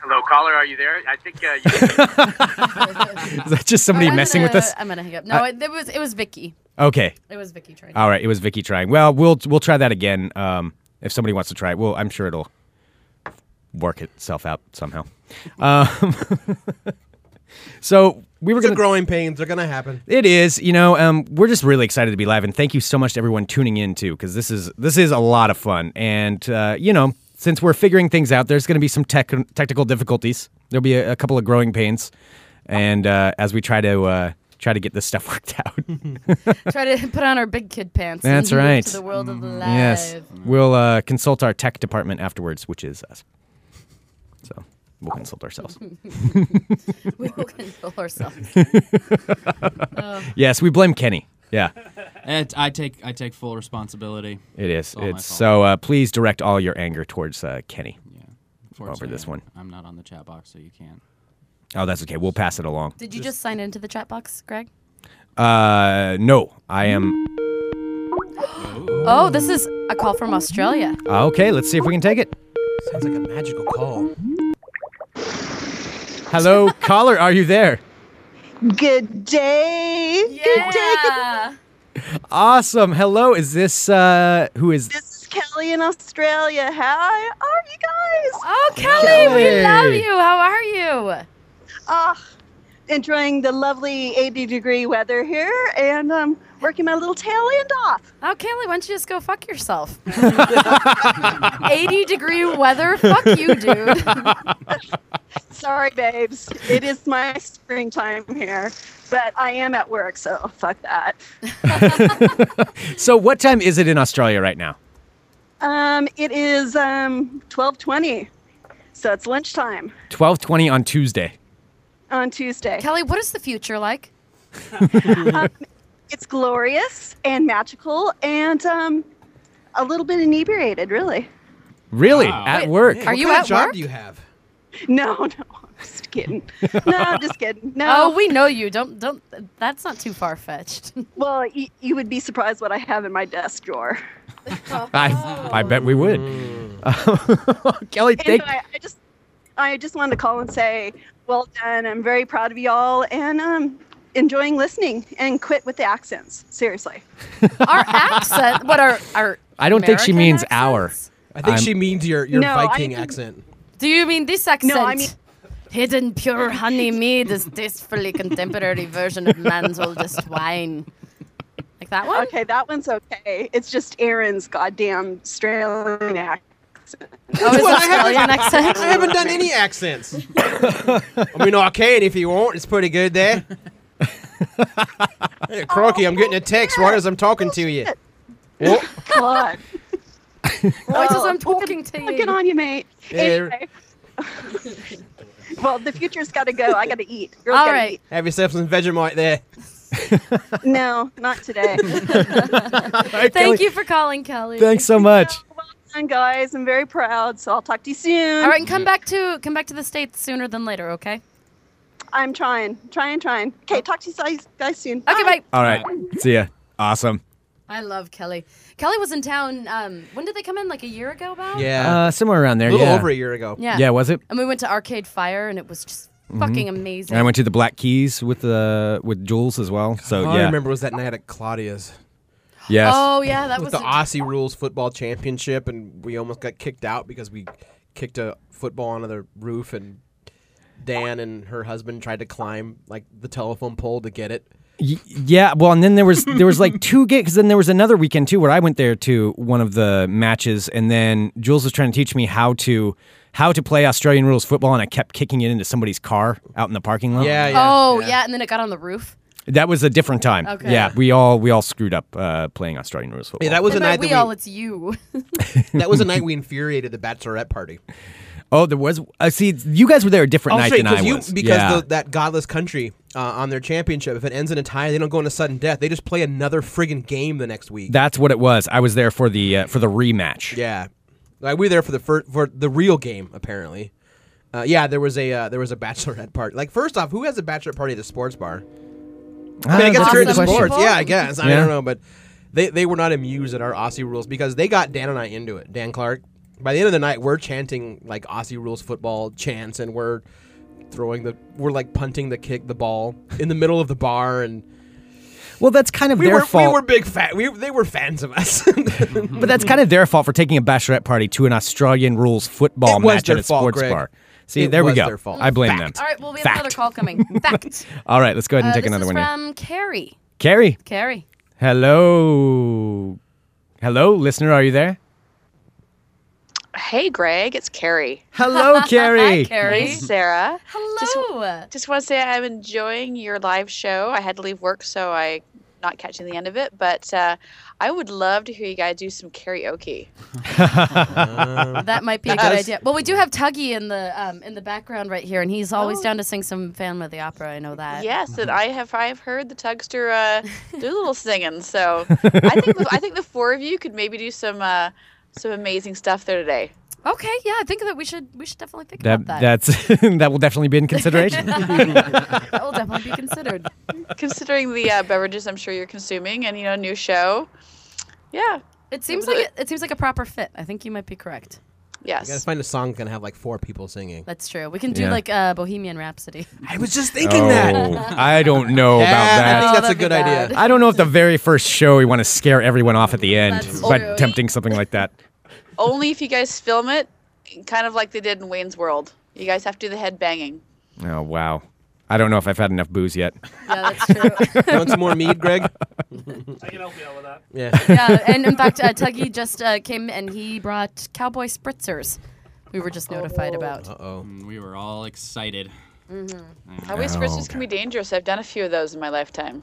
Speaker 9: Hello, caller. Are you there? I think uh, you
Speaker 5: Is that just somebody
Speaker 4: I'm
Speaker 5: messing with
Speaker 4: gonna- uh,
Speaker 5: us? Uh,
Speaker 4: I'm gonna hang up. No, it, it was it was Vicky.
Speaker 5: Okay.
Speaker 4: It was Vicky trying.
Speaker 5: All right. It was Vicky trying. Well, we'll we'll try that again. Um, if somebody wants to try it, well, I'm sure it'll work itself out somehow. Um, so we were
Speaker 6: It's a
Speaker 5: gonna.
Speaker 6: growing pains. They're gonna happen.
Speaker 5: It is, you know, um, we're just really excited to be live, and thank you so much to everyone tuning in too, because this is this is a lot of fun, and uh, you know, since we're figuring things out, there's going to be some tech- technical difficulties. There'll be a, a couple of growing pains, and uh, as we try to uh, try to get this stuff worked out,
Speaker 4: Try to put on our big kid pants. and
Speaker 5: That's
Speaker 4: move
Speaker 5: right. Mm-hmm.
Speaker 4: To the world of life.
Speaker 5: yes, we'll uh, consult our tech department afterwards, which is us. So we'll consult ourselves.
Speaker 4: We will control ourselves.
Speaker 5: yes, we blame Kenny. Yeah.
Speaker 3: It, I take I take full responsibility.
Speaker 5: It is.
Speaker 3: all my
Speaker 5: It's
Speaker 3: fault.
Speaker 5: so. Uh, please direct all your anger towards uh, Kenny.
Speaker 3: Fortunately,
Speaker 5: this one.
Speaker 3: I'm not on the chat box, so you can't.
Speaker 5: Oh, that's okay. We'll pass it along.
Speaker 4: Did you just sign into the chat box, Greg?
Speaker 5: Uh, no, I am.
Speaker 4: Oh, this is a call from Australia.
Speaker 5: uh, Okay, let's see if we can take it.
Speaker 6: Sounds like a magical call.
Speaker 5: Hello, caller, are you there?
Speaker 10: Good day. Good day.
Speaker 4: Yeah.
Speaker 5: Awesome. Hello, is this uh who is
Speaker 10: This is Kelly in Australia. How are you guys?
Speaker 4: Oh, Kelly, we
Speaker 5: Kelly.
Speaker 4: love you. How are you?
Speaker 10: Ah, enjoying the lovely 80 degree weather here and um, working my little tail end off.
Speaker 4: Oh, Kelly, why don't you just go fuck yourself? 80 degree weather. Fuck you, dude.
Speaker 10: Sorry, babes. It is my springtime here, but I am at work, so fuck that.
Speaker 5: So what time is it in Australia right now?
Speaker 10: Um, it is um, 1220, so it's lunchtime
Speaker 5: 12:20 on Tuesday.
Speaker 10: on Tuesday.
Speaker 4: Kelly, what is the future like?
Speaker 10: It's glorious and magical and um, a little bit inebriated, really.
Speaker 5: Really?
Speaker 3: Wow.
Speaker 5: At
Speaker 4: Wait,
Speaker 5: work.
Speaker 4: Are
Speaker 6: what
Speaker 4: you
Speaker 6: kind
Speaker 4: at
Speaker 6: of job
Speaker 4: work?
Speaker 6: do you have?
Speaker 10: No, no, I'm just kidding. No, I'm just kidding. No,
Speaker 4: Oh, we know you. Don't don't. That's not too far fetched.
Speaker 10: well, you, you would be surprised what I have in my desk drawer.
Speaker 5: I I bet we would. Kelly, thank
Speaker 10: Oh. Anyway, I just, I just wanted to call and say, well done. I'm very proud of y'all, and um, enjoying listening. And quit with the accents. Seriously.
Speaker 4: Our accent. What our our.
Speaker 5: I don't think she
Speaker 4: American
Speaker 5: means our.
Speaker 4: accents?
Speaker 6: I think
Speaker 5: I'm-
Speaker 6: she means your, your
Speaker 10: No, I
Speaker 6: Viking
Speaker 10: mean-
Speaker 6: accent.
Speaker 4: Do you mean this accent?
Speaker 10: I mean-
Speaker 4: Hidden pure honey mead is tastefully contemporary version of man's oldest wine. Like that one?
Speaker 10: Okay, that one's okay. It's just Aaron's goddamn Australian accent.
Speaker 4: Oh, is
Speaker 6: Well, I
Speaker 4: Australian
Speaker 6: I
Speaker 4: accent?
Speaker 6: haven't done any accents. I mean, I can if you want. It's pretty good there. hey, Crocky, I'm getting a text right as I'm talking to you.
Speaker 10: God.
Speaker 4: Wait till
Speaker 10: Oh,
Speaker 4: I'm talking to you.
Speaker 10: Get on you, mate.
Speaker 6: Yeah, you're-
Speaker 10: Anyway. well, the future's got to go. I got to eat. Girls
Speaker 4: All
Speaker 10: gotta
Speaker 4: right.
Speaker 10: eat.
Speaker 6: Have yourself some Vegemite there.
Speaker 10: No, not today.
Speaker 4: Thank you for calling, Kelly.
Speaker 5: Thanks so much.
Speaker 10: well done, guys. I'm very proud. So I'll talk to you soon.
Speaker 4: All right, and come back to come back to the states sooner than later, okay?
Speaker 10: I'm trying, trying, trying. Okay, talk to you guys, guys soon.
Speaker 4: Okay, bye.
Speaker 5: All right. See ya. Awesome.
Speaker 4: I love Kelly. Kelly was in town. Um, when did they come in? Like a year ago, about?
Speaker 6: Yeah.
Speaker 5: Uh, somewhere around there.
Speaker 6: a little
Speaker 5: yeah.
Speaker 6: over a year ago.
Speaker 4: Yeah.
Speaker 5: Yeah, was it?
Speaker 4: And we went to Arcade Fire, and it was just fucking amazing.
Speaker 5: And I went to the Black Keys with uh, with Jules as well. So
Speaker 6: All
Speaker 5: yeah.
Speaker 6: Oh, I remember was that night at Claudia's.
Speaker 5: Yes.
Speaker 4: Oh yeah, that
Speaker 6: It was
Speaker 4: was
Speaker 6: the
Speaker 4: a-
Speaker 6: Aussie Rules Football Championship, and we almost got kicked out because we kicked a football onto the roof, and Dan and her husband tried to climb like the telephone pole to get it.
Speaker 5: Y- yeah. Well, and then there was there was like two gigs. Then there was another weekend too where I went there to one of the matches, and then Jules was trying to teach me how to how to play Australian rules football, and I kept kicking it into somebody's car out in the parking lot.
Speaker 6: Yeah, yeah.
Speaker 4: Oh yeah. and then it got on the roof.
Speaker 5: That was a different time.
Speaker 4: Okay.
Speaker 5: Yeah. We all we all screwed up uh, playing Australian rules football.
Speaker 6: Yeah, that was a
Speaker 4: And by
Speaker 6: night
Speaker 4: we
Speaker 6: that
Speaker 4: all,
Speaker 6: we,
Speaker 4: it's you.
Speaker 6: that was a night we infuriated the bachelorette party.
Speaker 5: oh, there was. Uh, see, you guys were there a different night
Speaker 6: Oh, straight,
Speaker 5: than I
Speaker 6: you,
Speaker 5: was.
Speaker 6: because
Speaker 5: yeah.
Speaker 6: the, that godless country uh, on their championship, if it ends in a tie, they don't go into sudden death. They just play another friggin' game the next week.
Speaker 5: That's what it was. I was there for the uh, for the rematch.
Speaker 6: Yeah, like, we were there for the fir- for the real game apparently. Uh, yeah, there was a uh, there was a bachelorette party. Like first off, who has a bachelorette party at a sports bar? I mean, I guess
Speaker 4: that's
Speaker 6: during
Speaker 4: a
Speaker 6: the
Speaker 4: good
Speaker 6: sports.
Speaker 4: question.
Speaker 6: Yeah, I guess. I, mean, I
Speaker 5: Yeah.
Speaker 6: don't know, but they they were not amused at our Aussie rules because they got Dan and I into it. Dan Clark. By the end of the night, we're chanting like Aussie rules football chants, and we're throwing the we're like punting the kick the ball in the middle of the bar, and
Speaker 5: Well, that's kind of
Speaker 6: we
Speaker 5: their
Speaker 6: were
Speaker 5: fault.
Speaker 6: we were big fat. We they were fans of us.
Speaker 5: but that's
Speaker 6: Mm-hmm.
Speaker 5: kind of their fault for taking a bachelorette party to an Australian rules football
Speaker 6: It was
Speaker 5: match
Speaker 6: their
Speaker 5: at a
Speaker 6: fault,
Speaker 5: sports
Speaker 6: Greg.
Speaker 5: bar. See,
Speaker 6: It
Speaker 5: there we
Speaker 6: was
Speaker 5: go.
Speaker 6: their fault.
Speaker 5: I blame them.
Speaker 4: All right, well we have
Speaker 5: Fact.
Speaker 4: another call coming. Fact.
Speaker 5: All right, let's go ahead and
Speaker 4: Uh,
Speaker 5: take
Speaker 4: this
Speaker 5: another
Speaker 4: is
Speaker 5: one here.
Speaker 4: from Carrie.
Speaker 5: Carrie,
Speaker 4: Carrie.
Speaker 5: hello, hello, listener, are you there?
Speaker 11: Hey, Greg, it's Carrie.
Speaker 5: Hello, Carrie.
Speaker 4: Hi, Carrie.
Speaker 11: Hey, Sarah.
Speaker 4: Hello.
Speaker 11: Just want to say I'm enjoying your live show. I had to leave work, so I not catching the end of it. But uh, I would love to hear you guys do some karaoke.
Speaker 4: that might be a good
Speaker 6: does-
Speaker 4: idea. Well, we do have Tuggy in the um, in the background right here, and he's always down to sing some Phantom of the Opera. I know that.
Speaker 11: Yes, and I have I've heard the Tugster uh, do a little singing. So I think the, I think the four of you could maybe do some uh, some amazing stuff there today.
Speaker 4: Okay. Yeah, I think that we should we should definitely think
Speaker 5: That,
Speaker 4: about that.
Speaker 5: that's that will definitely be in consideration.
Speaker 4: That will definitely be considered.
Speaker 11: Considering the uh, beverages I'm sure you're consuming, and you know, new show. Yeah.
Speaker 4: It seems like it, it seems like a proper fit. I think you might be correct.
Speaker 6: You gotta
Speaker 11: Yes.
Speaker 6: find a song that's gonna have like four people singing.
Speaker 4: That's true. We can do
Speaker 5: Yeah.
Speaker 4: like uh, Bohemian Rhapsody.
Speaker 6: I was just thinking
Speaker 5: oh, I don't know about
Speaker 6: I
Speaker 5: that.
Speaker 6: think
Speaker 4: Oh,
Speaker 6: that's a
Speaker 4: that'd be
Speaker 6: good
Speaker 4: bad.
Speaker 6: idea.
Speaker 5: I don't know if the very first show we want to scare everyone off at the end
Speaker 4: That's
Speaker 5: by
Speaker 4: true.
Speaker 5: attempting something like that.
Speaker 11: Only if you guys film it, kind of like they did in Wayne's World. You guys have to do the head banging.
Speaker 5: Oh wow, I don't know if I've had enough booze yet.
Speaker 4: Yeah, that's true.
Speaker 6: You Want some more mead, Greg?
Speaker 2: I can help you out with that.
Speaker 6: Yeah.
Speaker 4: yeah, and in fact, uh, Tuggy just uh, came and he brought cowboy spritzers. We were just notified about.
Speaker 6: Uh oh.
Speaker 3: We were all excited.
Speaker 11: Highway spritzers can be dangerous. I've done a few of those in my lifetime.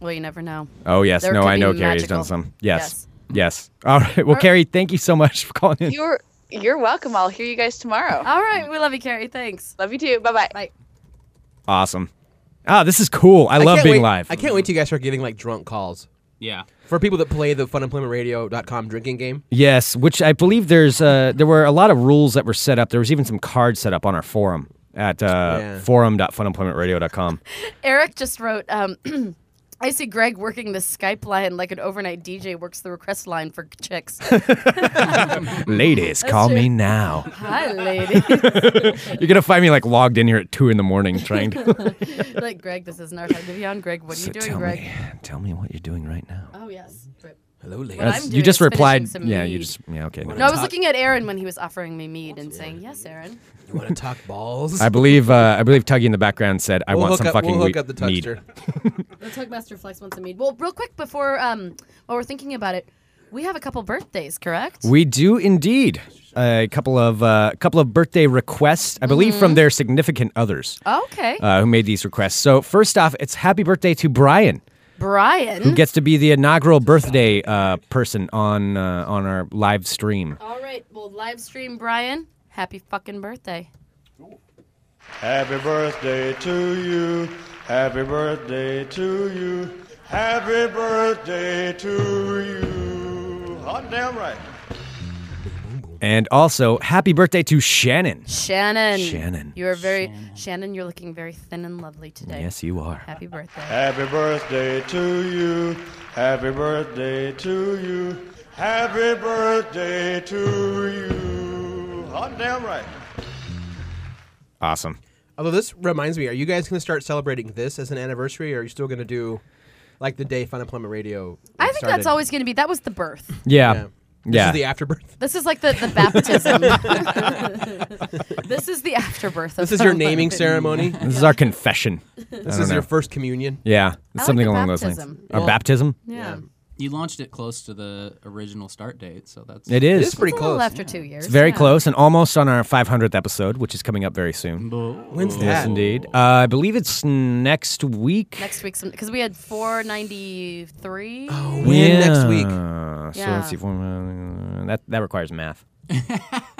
Speaker 4: Well, you never know.
Speaker 5: Oh yes,
Speaker 4: There
Speaker 5: no,
Speaker 4: could
Speaker 5: I
Speaker 4: be
Speaker 5: know Carrie's done
Speaker 4: magical-
Speaker 5: some. Yes. yes, All right. Well,
Speaker 4: Or-
Speaker 5: Carrie, thank you so much for calling in.
Speaker 11: You're you're welcome. I'll hear you guys tomorrow.
Speaker 4: All right, we love you, Carrie. Thanks.
Speaker 11: Love you too. Bye bye.
Speaker 4: Bye.
Speaker 5: Awesome. Ah, this is cool. I, love
Speaker 6: can't
Speaker 5: being
Speaker 6: wait-
Speaker 5: live.
Speaker 6: I can't wait till you guys start getting like drunk calls.
Speaker 3: Yeah.
Speaker 6: For people that play the funemploymentradio.com drinking game,
Speaker 5: yes, which I believe there's uh, there were a lot of rules that were set up. There was even some cards set up on our forum at uh,
Speaker 6: Yeah.
Speaker 5: forum.funemploymentradio.com.
Speaker 4: Eric just wrote. Um, I see Greg working the Skype line like an overnight DJ works the request line for chicks.
Speaker 5: Ladies, call me now.
Speaker 4: Hi, lady.
Speaker 5: You're gonna find me like logged in here at two in the morning trying to
Speaker 4: like Greg, this is not our time to be on. Greg, what are
Speaker 5: So
Speaker 4: you doing,
Speaker 5: tell
Speaker 4: Greg?
Speaker 5: me, tell me what you're doing right now.
Speaker 4: Oh yes.
Speaker 6: hello, lady.
Speaker 4: What I'm
Speaker 5: That's- you
Speaker 4: doing
Speaker 5: just
Speaker 4: is finishing
Speaker 5: replied.
Speaker 4: some
Speaker 5: Yeah, you
Speaker 4: mead.
Speaker 5: just yeah okay.
Speaker 4: No, I was looking at Aaron when he was offering me mead and saying, "Yes, Aaron."
Speaker 6: You want to talk balls?
Speaker 5: I believe uh, I believe Tuggy in the background said, "I
Speaker 6: we'll
Speaker 5: want
Speaker 6: hook
Speaker 5: some
Speaker 6: up,
Speaker 5: fucking
Speaker 6: We'll hook
Speaker 5: wheat-
Speaker 6: up the
Speaker 5: mead."
Speaker 6: tugster.
Speaker 4: The Tugmaster Flex wants a mead. Well, real quick before um, while we're thinking about it, we have a couple birthdays, correct?
Speaker 5: We do indeed. A couple of uh, couple of birthday requests, I believe, from their significant others
Speaker 4: okay.
Speaker 5: uh, who made these requests. So first off, it's happy birthday to Brian.
Speaker 4: Brian.
Speaker 5: who gets to be the inaugural birthday uh, person on uh, on our live stream.
Speaker 4: All right, well, live stream Brian. Happy fucking birthday.
Speaker 12: Happy birthday to you. Happy birthday to you. Happy birthday to you. Hot damn right.
Speaker 5: And also, happy birthday to Shannon.
Speaker 4: Shannon.
Speaker 5: Shannon.
Speaker 4: You are very Shannon, you're looking very thin and lovely today.
Speaker 5: Yes, you are.
Speaker 4: Happy birthday.
Speaker 12: Happy birthday to you. Happy birthday to you. Happy birthday to you. Hot damn right.
Speaker 5: Awesome.
Speaker 6: Although this reminds me, are you guys going to start celebrating this as an anniversary, or are you still going to do like the day Fun Employment Radio?
Speaker 4: I think
Speaker 6: started?
Speaker 4: that's always going to be that was the birth.
Speaker 5: Yeah.
Speaker 6: Yeah.
Speaker 5: Yeah.
Speaker 6: This is the afterbirth.
Speaker 4: This is like the, the baptism. this is the afterbirth of
Speaker 6: This is your
Speaker 4: Fun
Speaker 6: naming
Speaker 4: Employment.
Speaker 6: ceremony.
Speaker 5: This is our confession.
Speaker 6: This
Speaker 5: I
Speaker 6: is
Speaker 5: don't
Speaker 6: your
Speaker 5: know.
Speaker 6: first communion.
Speaker 5: Yeah, it's
Speaker 4: I like
Speaker 5: something
Speaker 4: the
Speaker 5: along those
Speaker 4: baptism.
Speaker 5: lines. Our baptism.
Speaker 4: Yeah.
Speaker 3: You launched it close to the original start date, so that's
Speaker 5: It is. It is
Speaker 4: It's a little after two years.
Speaker 5: It's very
Speaker 4: yeah.
Speaker 5: close and almost on our 500th episode, which is coming up very soon.
Speaker 6: When's
Speaker 5: Yes,
Speaker 6: that?
Speaker 5: indeed. Uh, I believe it's next week.
Speaker 4: Next week, because we had 493.
Speaker 6: When next week?
Speaker 5: Yeah. So
Speaker 4: Yeah.
Speaker 5: let's see. Four, uh, that that requires math.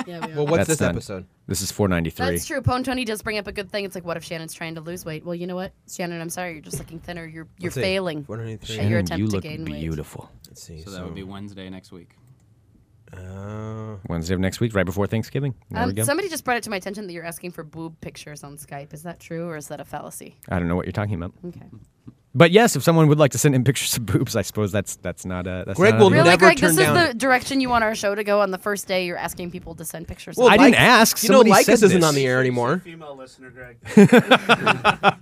Speaker 4: Yeah, we are.
Speaker 6: Well, what's
Speaker 5: That's
Speaker 6: this
Speaker 5: done.
Speaker 6: episode?
Speaker 5: This is 493.
Speaker 4: That's true. Pone Tony does bring up a good thing. It's like, what if Shannon's trying to lose weight? Well, you know what, Shannon, I'm sorry, you're just looking thinner. You're you're
Speaker 6: Let's see.
Speaker 4: failing.
Speaker 6: 493.
Speaker 4: at your
Speaker 5: Shannon,
Speaker 4: attempt
Speaker 5: you
Speaker 4: to
Speaker 5: look
Speaker 4: gain weight.
Speaker 5: beautiful.
Speaker 6: Let's see.
Speaker 3: So that would be Wednesday next week.
Speaker 6: uh,
Speaker 5: Wednesday of next week, right before Thanksgiving. There we
Speaker 4: Um,
Speaker 5: go.
Speaker 4: somebody just brought it to my attention that you're asking for boob pictures on Skype. Is that true or is that a fallacy?
Speaker 5: I don't know what you're talking about.
Speaker 4: Okay.
Speaker 5: But yes, if someone would like to send in pictures of boobs, I suppose that's that's not a. That's
Speaker 6: Greg
Speaker 5: not
Speaker 6: will
Speaker 5: an-
Speaker 4: Really,
Speaker 6: never
Speaker 4: Greg,
Speaker 6: turn
Speaker 4: this
Speaker 6: down.
Speaker 4: is the direction you want our show to go on the first day. You're asking people to send pictures.
Speaker 6: Well,
Speaker 5: I
Speaker 4: of
Speaker 5: didn't
Speaker 6: Like-
Speaker 5: ask.
Speaker 6: you know,
Speaker 5: Somebody
Speaker 6: like
Speaker 5: said
Speaker 6: this isn't
Speaker 5: this.
Speaker 6: on the air anymore.
Speaker 2: Female listener, Greg.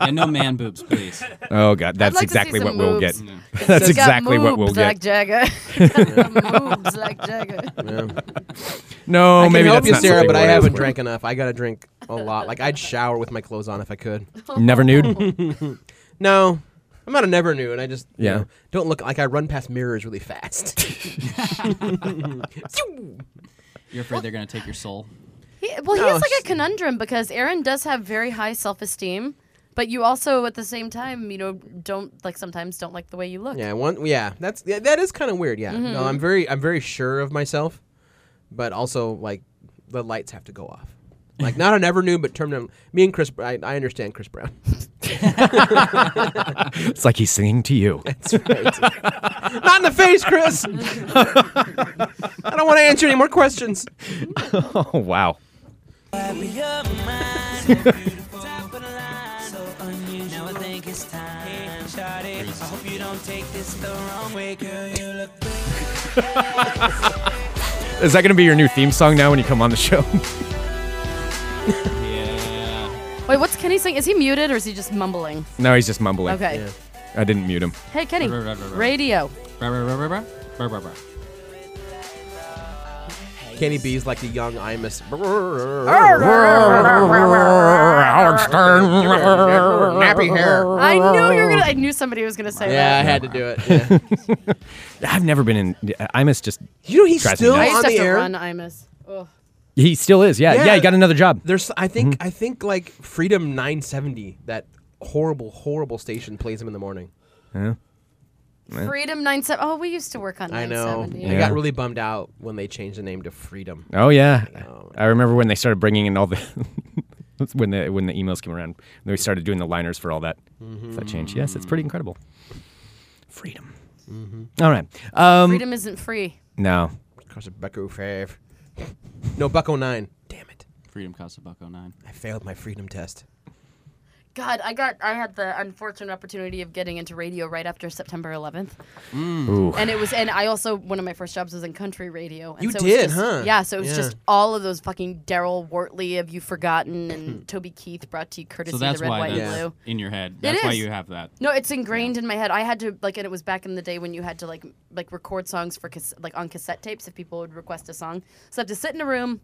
Speaker 3: And no man boobs, please.
Speaker 5: Oh god, that's
Speaker 4: like to see
Speaker 5: exactly
Speaker 4: some
Speaker 5: what we'll get.
Speaker 4: boobs.
Speaker 5: That's
Speaker 4: He's got
Speaker 5: exactly what we'll
Speaker 4: moobs
Speaker 5: get.
Speaker 4: Like Jagger. He's got moobs like Jagger.
Speaker 5: No,
Speaker 6: I can
Speaker 5: Oh, maybe
Speaker 6: help
Speaker 5: that's
Speaker 6: you,
Speaker 5: not
Speaker 6: Sarah,
Speaker 5: something
Speaker 6: but I
Speaker 5: we'll ask
Speaker 6: haven't
Speaker 5: for.
Speaker 6: drank enough. I gotta drink a lot. Like I'd shower with my clothes on if I could.
Speaker 5: Never nude.
Speaker 6: No, I'm not a never nude. I just you
Speaker 5: Yeah.
Speaker 6: know, don't look like I run past mirrors really fast.
Speaker 3: You're afraid they're gonna take your soul.
Speaker 4: He, well,
Speaker 6: No,
Speaker 4: he has like
Speaker 6: it's-
Speaker 4: a conundrum because Aaron does have very high self esteem, but you also at the same time, you know, don't like sometimes don't like the way you look.
Speaker 6: yeah, one. Yeah, that's yeah, that is kind of weird. Yeah,
Speaker 5: Mm-hmm.
Speaker 6: no, I'm very I'm very sure of myself, but also like the lights have to go off. Like not a never nude, but turn them. Me and Chris, I, I understand Chris Brown.
Speaker 5: It's like he's singing to you.
Speaker 6: That's right. not in the face, Chris. I don't want to answer any more questions.
Speaker 5: oh wow. Is that going to be your new theme song now when you come on the show?
Speaker 4: Wait, what's Kenny saying? Is he muted or is he just mumbling?
Speaker 5: no, he's just mumbling.
Speaker 4: Okay.
Speaker 5: I didn't mute him.
Speaker 4: Hey, Kenny.
Speaker 3: Ruh, ruh, ruh, ruh.
Speaker 4: Radio.
Speaker 3: Brr, brr, brr, brr, brr. Brr, brr, brr.
Speaker 6: Kenny B's like the young Imus.
Speaker 5: Howard Stern.
Speaker 6: Nappy hair.
Speaker 4: I knew you were gonna. I knew somebody was gonna say
Speaker 6: Yeah, I
Speaker 4: that.
Speaker 6: had to do it. yeah.
Speaker 5: I've never been in. Imus just.
Speaker 6: You know he's
Speaker 5: Drives me
Speaker 6: still
Speaker 4: I
Speaker 5: nuts.
Speaker 4: used
Speaker 6: on
Speaker 4: to
Speaker 6: the
Speaker 4: have to
Speaker 6: air.
Speaker 4: run Imus. Ugh.
Speaker 5: He still is. Yeah. Yeah.
Speaker 6: Yeah.
Speaker 5: he got another job.
Speaker 6: There's, I think,
Speaker 5: Mm-hmm.
Speaker 6: I think like Freedom 970, that horrible, horrible station plays him in the morning.
Speaker 4: Freedom 97. Oh, we used to work on
Speaker 6: I know.
Speaker 4: 970.
Speaker 6: I
Speaker 5: Yeah.
Speaker 6: got really bummed out when they changed the name to Freedom.
Speaker 5: Oh yeah.
Speaker 6: know.
Speaker 5: I remember when they started bringing in all the. that's when the when the emails came around, then we started doing the liners for all that. That change. Yes, it's pretty incredible. Freedom. All right. Um,
Speaker 4: Freedom isn't free.
Speaker 5: No.
Speaker 6: Because of Bucko Five. No, Bucko Nine. Damn it!
Speaker 3: Freedom costs a buck oh nine.
Speaker 6: I failed my Freedom test.
Speaker 4: God, I got. I had the unfortunate opportunity of getting into radio right after September 11th.
Speaker 5: Ooh.
Speaker 4: and it was and I also one of my first jobs was in country radio. And
Speaker 6: You
Speaker 4: so it was
Speaker 6: did,
Speaker 4: just-
Speaker 6: huh?
Speaker 4: Yeah, so it was
Speaker 6: Yeah.
Speaker 4: just all of those fucking Daryl Wortley of You Forgotten and Toby Keith brought to you courtesy
Speaker 3: So
Speaker 4: of
Speaker 3: that's
Speaker 4: the red,
Speaker 3: why
Speaker 4: white,
Speaker 3: that's
Speaker 4: and blue.
Speaker 3: in your head. That's why
Speaker 4: is.
Speaker 3: you have that.
Speaker 4: No, it's ingrained in my head. I had to like, and it was back in the day when you had to like, m- like record songs for cas- like on cassette tapes if people would request a song. So I have to sit in a room,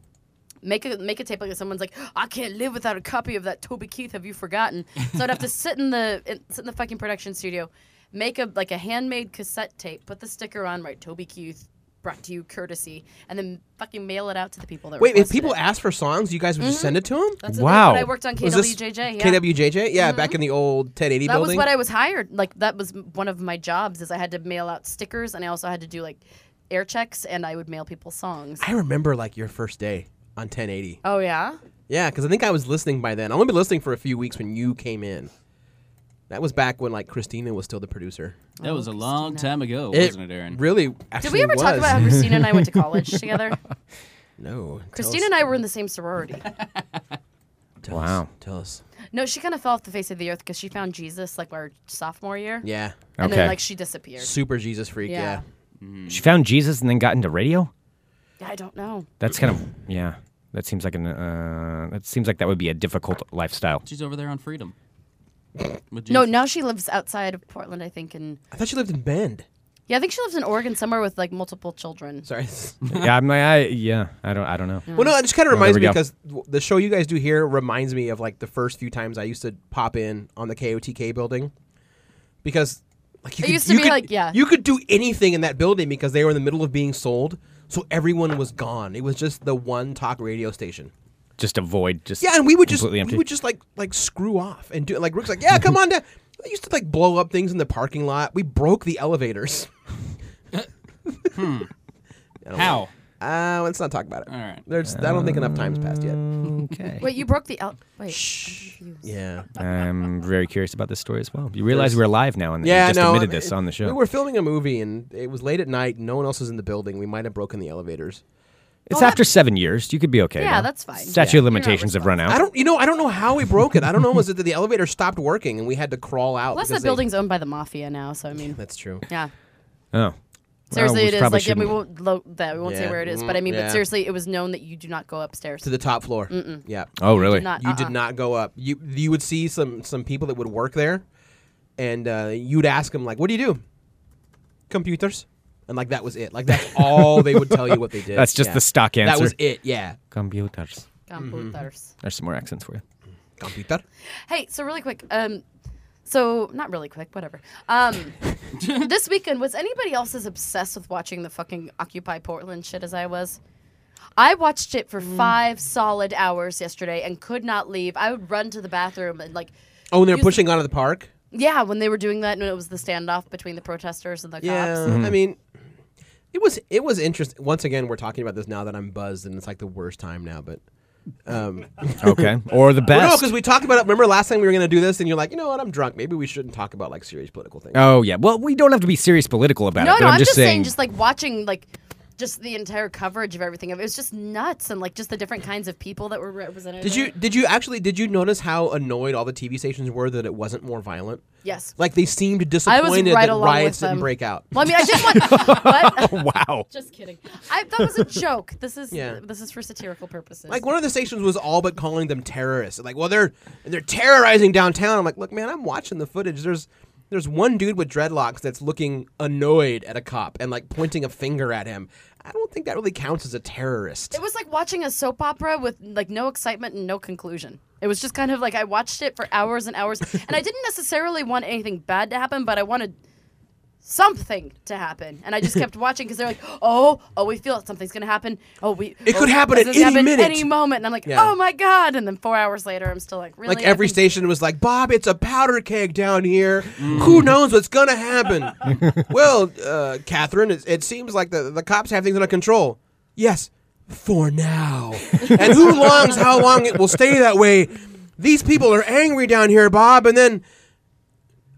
Speaker 4: make a make a tape like if someone's like, I can't live without a copy of that Toby Keith. Have you forgotten? So I'd have to sit in the in, sit in the fucking production studio, make a like a handmade cassette tape, put the sticker on, write Toby Keith. brought to you courtesy, and then fucking mail it out to the people that
Speaker 6: Wait, if
Speaker 4: requested
Speaker 6: people
Speaker 4: it.
Speaker 6: asked for songs, you guys would just
Speaker 4: Mhm.
Speaker 6: send it to them?
Speaker 4: That's what
Speaker 6: wow.
Speaker 4: I- when I worked on
Speaker 6: Was this
Speaker 4: KWJJ, yeah. Mm-hmm.
Speaker 6: KWJJ? Yeah, back in the old 1080
Speaker 4: that was
Speaker 6: building.
Speaker 4: what I was hired. Like that was m- one of my jobs is I had to mail out stickers and I also had to do like air checks and I would mail people songs.
Speaker 6: I remember like your first day on 1080.
Speaker 4: Oh yeah.
Speaker 6: Yeah, because I think I was listening by then. I only been listening for a few weeks when you came in. That was back when like Christina was still the producer.
Speaker 4: Oh,
Speaker 3: That was a long time ago,
Speaker 6: It
Speaker 3: wasn't it, Aaron?
Speaker 6: Really? Actually
Speaker 4: Did we ever talk
Speaker 6: was.
Speaker 4: about how Christina and I went to college together?
Speaker 6: No.
Speaker 4: Christina and I were in the same sorority.
Speaker 5: wow.
Speaker 6: Tell us.
Speaker 4: No, she kind of fell off the face of the earth because she found Jesus like our sophomore year.
Speaker 6: Yeah.
Speaker 4: And
Speaker 5: Okay.
Speaker 4: then like she disappeared.
Speaker 6: Super Jesus freak. Yeah.
Speaker 5: She found Jesus and then got into radio.
Speaker 4: I don't know.
Speaker 5: That's kind of yeah. That seems like an uh, that seems like that would be a difficult lifestyle.
Speaker 3: She's over there on Freedom. With
Speaker 4: No,
Speaker 3: Jesus.
Speaker 4: now she lives outside of Portland, I think, and
Speaker 6: I thought she lived in Bend.
Speaker 4: yeah, I think she lives in Oregon somewhere with like multiple children.
Speaker 6: Sorry.
Speaker 5: yeah, I'm like, I yeah, I don't I don't know.
Speaker 6: Well, no, it just kind of
Speaker 5: Well, there
Speaker 6: reminds
Speaker 5: we
Speaker 6: me
Speaker 5: go.
Speaker 6: because w- the show you guys do here reminds me of like the first few times I used to pop in on the KOTK building because like you
Speaker 4: It
Speaker 6: could,
Speaker 4: used to
Speaker 6: you
Speaker 4: be
Speaker 6: could-
Speaker 4: like- yeah.
Speaker 6: you could do anything in that building because they were in the middle of being sold, so everyone was gone. It was just the one talk radio station.
Speaker 5: just a void. Just
Speaker 6: Yeah, and we would just
Speaker 5: completely empty.
Speaker 6: we would just like like screw off and do like Rick's like yeah come on down. I used to like blow up things in the parking lot. We broke the elevators. I don't
Speaker 3: How?
Speaker 6: know. Uh, let's not talk about it.
Speaker 3: All right.
Speaker 6: There's I don't think enough time's passed yet.
Speaker 5: Okay.
Speaker 4: Wait, you broke the out. Wait. I'm confused.
Speaker 6: Yeah.
Speaker 5: I'm very curious about this story as well. You realize we're live now, and
Speaker 6: Yeah,
Speaker 5: you just
Speaker 6: no,
Speaker 5: admitted
Speaker 6: I-
Speaker 5: this on the show.
Speaker 6: We were filming a movie and it was late at night. No one else was in the building. We might have broken the elevators.
Speaker 5: it's after seven years. You could be okay.
Speaker 6: Yeah,
Speaker 5: now.
Speaker 6: that's fine.
Speaker 5: Statute
Speaker 6: Yeah.
Speaker 5: of limitations have run out.
Speaker 6: I don't, you know, I don't know how we broke it. I don't know. Was it that the elevator stopped working and we had to crawl out?
Speaker 4: Plus,
Speaker 6: because
Speaker 4: that
Speaker 6: they-
Speaker 4: building's owned by the mafia now, so I mean.
Speaker 6: That's true.
Speaker 4: Yeah.
Speaker 5: Oh.
Speaker 4: Seriously,
Speaker 5: Well, we
Speaker 4: it is
Speaker 5: probably
Speaker 4: like and we
Speaker 5: shouldn't-
Speaker 4: won't lo- that we won't say
Speaker 6: Yeah.
Speaker 4: where it is,
Speaker 6: Mm,
Speaker 4: but I mean,
Speaker 6: yeah.
Speaker 4: but seriously, it was known that you do not go upstairs
Speaker 6: to the top floor.
Speaker 4: Mm-mm.
Speaker 6: Yeah.
Speaker 5: Oh, You really? did
Speaker 4: not-
Speaker 6: you did
Speaker 4: uh-uh.
Speaker 6: not go up. You you would see some some people that would work there, and uh, you'd ask them like, "What do you do?" Computers, and like that was it. Like that's all they would tell you what they did.
Speaker 5: That's just
Speaker 6: Yeah.
Speaker 5: the stock answer.
Speaker 6: That was it. Yeah.
Speaker 5: Computers.
Speaker 6: Mm-hmm.
Speaker 4: Computers.
Speaker 5: There's some more accents for you.
Speaker 6: Computer.
Speaker 4: Hey, so really quick, um, so not really quick, whatever. Um, this weekend was anybody else as obsessed with watching the fucking Occupy Portland shit as I was? I watched it
Speaker 6: Mm.
Speaker 4: for five solid hours yesterday and could not leave. I would run to the bathroom and like.
Speaker 6: Oh, and they're
Speaker 4: use the-
Speaker 6: pushing out of the park.
Speaker 4: Yeah, when they were doing that, and it was the standoff between the protesters and the
Speaker 6: Yeah,
Speaker 4: cops.
Speaker 6: I mean, it was it was interesting. Once again, we're talking about this now that I'm buzzed, and it's like the worst time now. But um,
Speaker 5: Okay. Or the
Speaker 6: Well, no,
Speaker 5: best.
Speaker 6: because we talked about it. Remember last time we were going to do this, and you're like, you know what? I'm drunk. Maybe we shouldn't talk about like serious political things.
Speaker 5: Oh yeah. Well, we don't have to be serious political about
Speaker 4: no,
Speaker 5: it. But
Speaker 4: no,
Speaker 5: I'm just saying.
Speaker 4: just like watching like just the entire coverage of everything. It was just nuts, and like just the different kinds of people that were represented.
Speaker 6: Did
Speaker 4: in
Speaker 6: you
Speaker 4: it.
Speaker 6: did you actually did you notice how annoyed all the TV stations were that it wasn't more violent?
Speaker 4: Yes.
Speaker 6: Like they seemed
Speaker 4: I
Speaker 6: disappointed
Speaker 4: was right
Speaker 6: that
Speaker 4: along
Speaker 6: riots
Speaker 4: with them.
Speaker 6: didn't break out.
Speaker 4: Well, I mean, I didn't want. what?
Speaker 5: wow.
Speaker 4: Just kidding. I, that was a joke. This is
Speaker 6: Yeah.
Speaker 4: this is for satirical purposes.
Speaker 6: Like one of the stations was all but calling them terrorists. Like, well, they're they're terrorizing downtown. I'm like, look, man, I'm watching the footage. There's there's one dude with dreadlocks that's looking annoyed at a cop and like pointing a finger at him. I don't think that really counts as a terrorist.
Speaker 4: it was like watching a soap opera with like no excitement and no conclusion. It was just kind of like I watched it for hours and hours, and I didn't necessarily want anything bad to happen, but I wanted something to happen, and I just kept watching because they're like, "Oh, oh, we feel something's gonna happen. Oh, we
Speaker 6: It
Speaker 4: oh,
Speaker 6: could happen
Speaker 4: this
Speaker 6: at
Speaker 4: is
Speaker 6: any
Speaker 4: happen
Speaker 6: minute."
Speaker 4: any moment." And I'm like,
Speaker 6: Yeah.
Speaker 4: "Oh my god!" And then four hours later, I'm still like, "Really?"
Speaker 6: Like every
Speaker 4: Nothing's-
Speaker 6: station was like, Bob, it's a powder keg down here. Who knows what's gonna happen? well, uh, Catherine, it, it seems like the the cops have things under control. Yes, for now. and who longs how long it will stay that way? These people are angry down here, Bob, and then,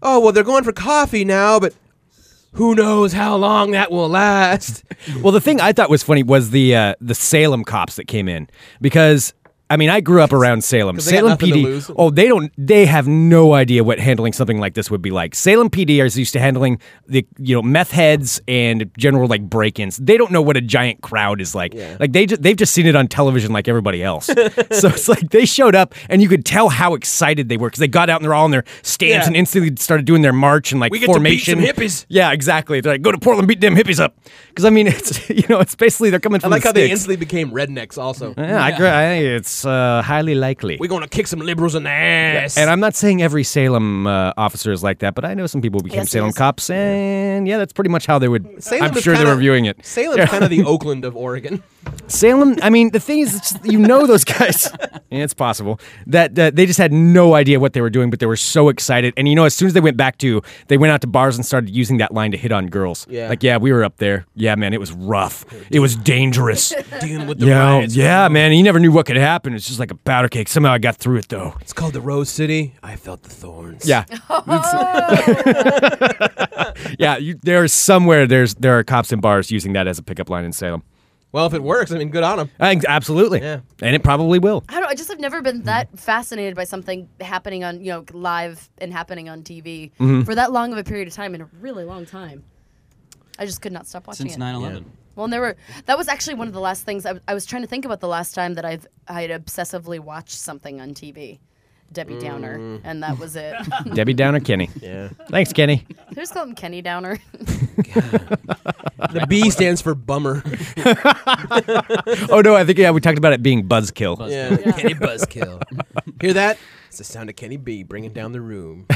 Speaker 6: oh well, they're going for coffee now, but who knows how long that will last?
Speaker 5: Well, the thing I thought was funny was the uh, the Salem cops that came in because I mean I grew up around Salem.
Speaker 6: 'Cause they got
Speaker 5: Salem
Speaker 6: nothing to
Speaker 5: PD.
Speaker 6: lose.
Speaker 5: Oh, they don't. They have no idea what handling something like this would be like. Salem PD is used to handling the you know meth heads and general like break-ins. They don't know what a giant crowd is like. Like they ju- they've just seen it on television like everybody else. so it's like they showed up and you could tell how excited they were because they got out and they're all in their stands
Speaker 6: Yeah.
Speaker 5: and instantly started doing their march and like
Speaker 6: We get to beat
Speaker 5: formation
Speaker 6: some hippies.
Speaker 5: yeah, exactly. They're like, go to Portland, beat them hippies up. Because I mean, it's you know, it's basically they're coming
Speaker 6: I
Speaker 5: from
Speaker 6: like
Speaker 5: the
Speaker 6: how they
Speaker 5: sticks.
Speaker 6: instantly became rednecks. Also,
Speaker 5: yeah, I, gr- I it's That's uh, highly likely.
Speaker 6: We're gonna kick some liberals in the ass.
Speaker 5: And I'm not saying every Salem uh, officer is like that, but I know some people who became
Speaker 6: Yes,
Speaker 5: Salem
Speaker 6: yes.
Speaker 5: cops, and yeah, that's pretty much how they would.
Speaker 6: Salem
Speaker 5: I'm
Speaker 6: is
Speaker 5: sure
Speaker 6: kinda-
Speaker 5: they're reviewing it.
Speaker 6: Salem's
Speaker 5: Yeah.
Speaker 6: kind of the Oakland of Oregon.
Speaker 5: Salem. I mean, the thing is, it's just- you know those guys. Yeah, it's possible that uh, they just had no idea what they were doing, but they were so excited. And you know, as soon as they went back to, they went out to bars and started using that line to hit on girls.
Speaker 6: Yeah.
Speaker 5: Like, yeah, we were up there. Yeah, man, it was rough. It was dangerous.
Speaker 6: Dealing with the
Speaker 5: Yeah,
Speaker 6: riots.
Speaker 5: yeah, man. You never knew what could happen. It's just like a powder cake. Somehow I got through it though.
Speaker 6: It's called the Rose City. I felt the thorns.
Speaker 5: Yeah.
Speaker 4: Oh."
Speaker 5: It's- yeah, you, there's somewhere there's there are cops in bars using that as a pickup line in Salem.
Speaker 6: Well, if it works, I mean, good on them.
Speaker 5: I, absolutely.
Speaker 6: Yeah.
Speaker 5: And it probably will.
Speaker 4: I don't. I just have never been that fascinated by something happening on you know live and happening on TV
Speaker 5: Mhm.
Speaker 4: for that long of a period of time in a really long time. I just could not stop watching
Speaker 3: Since
Speaker 4: it.
Speaker 3: 9/11. Yeah.
Speaker 4: Well, and there were. That was actually one of the last things I, I was trying to think about. The last time that I've I had obsessively watched something on TV, Debbie Downer,
Speaker 5: Mm.
Speaker 4: and that was it.
Speaker 5: Debbie Downer Kenny.
Speaker 6: Yeah.
Speaker 5: Thanks, Kenny.
Speaker 4: Who's called him Kenny Downer?
Speaker 6: The B stands for bummer.
Speaker 5: oh no, I think yeah, we talked about it being buzzkill.
Speaker 6: Yeah, Kenny Buzzkill. Hear that? It's the sound of Kenny B bringing down the room.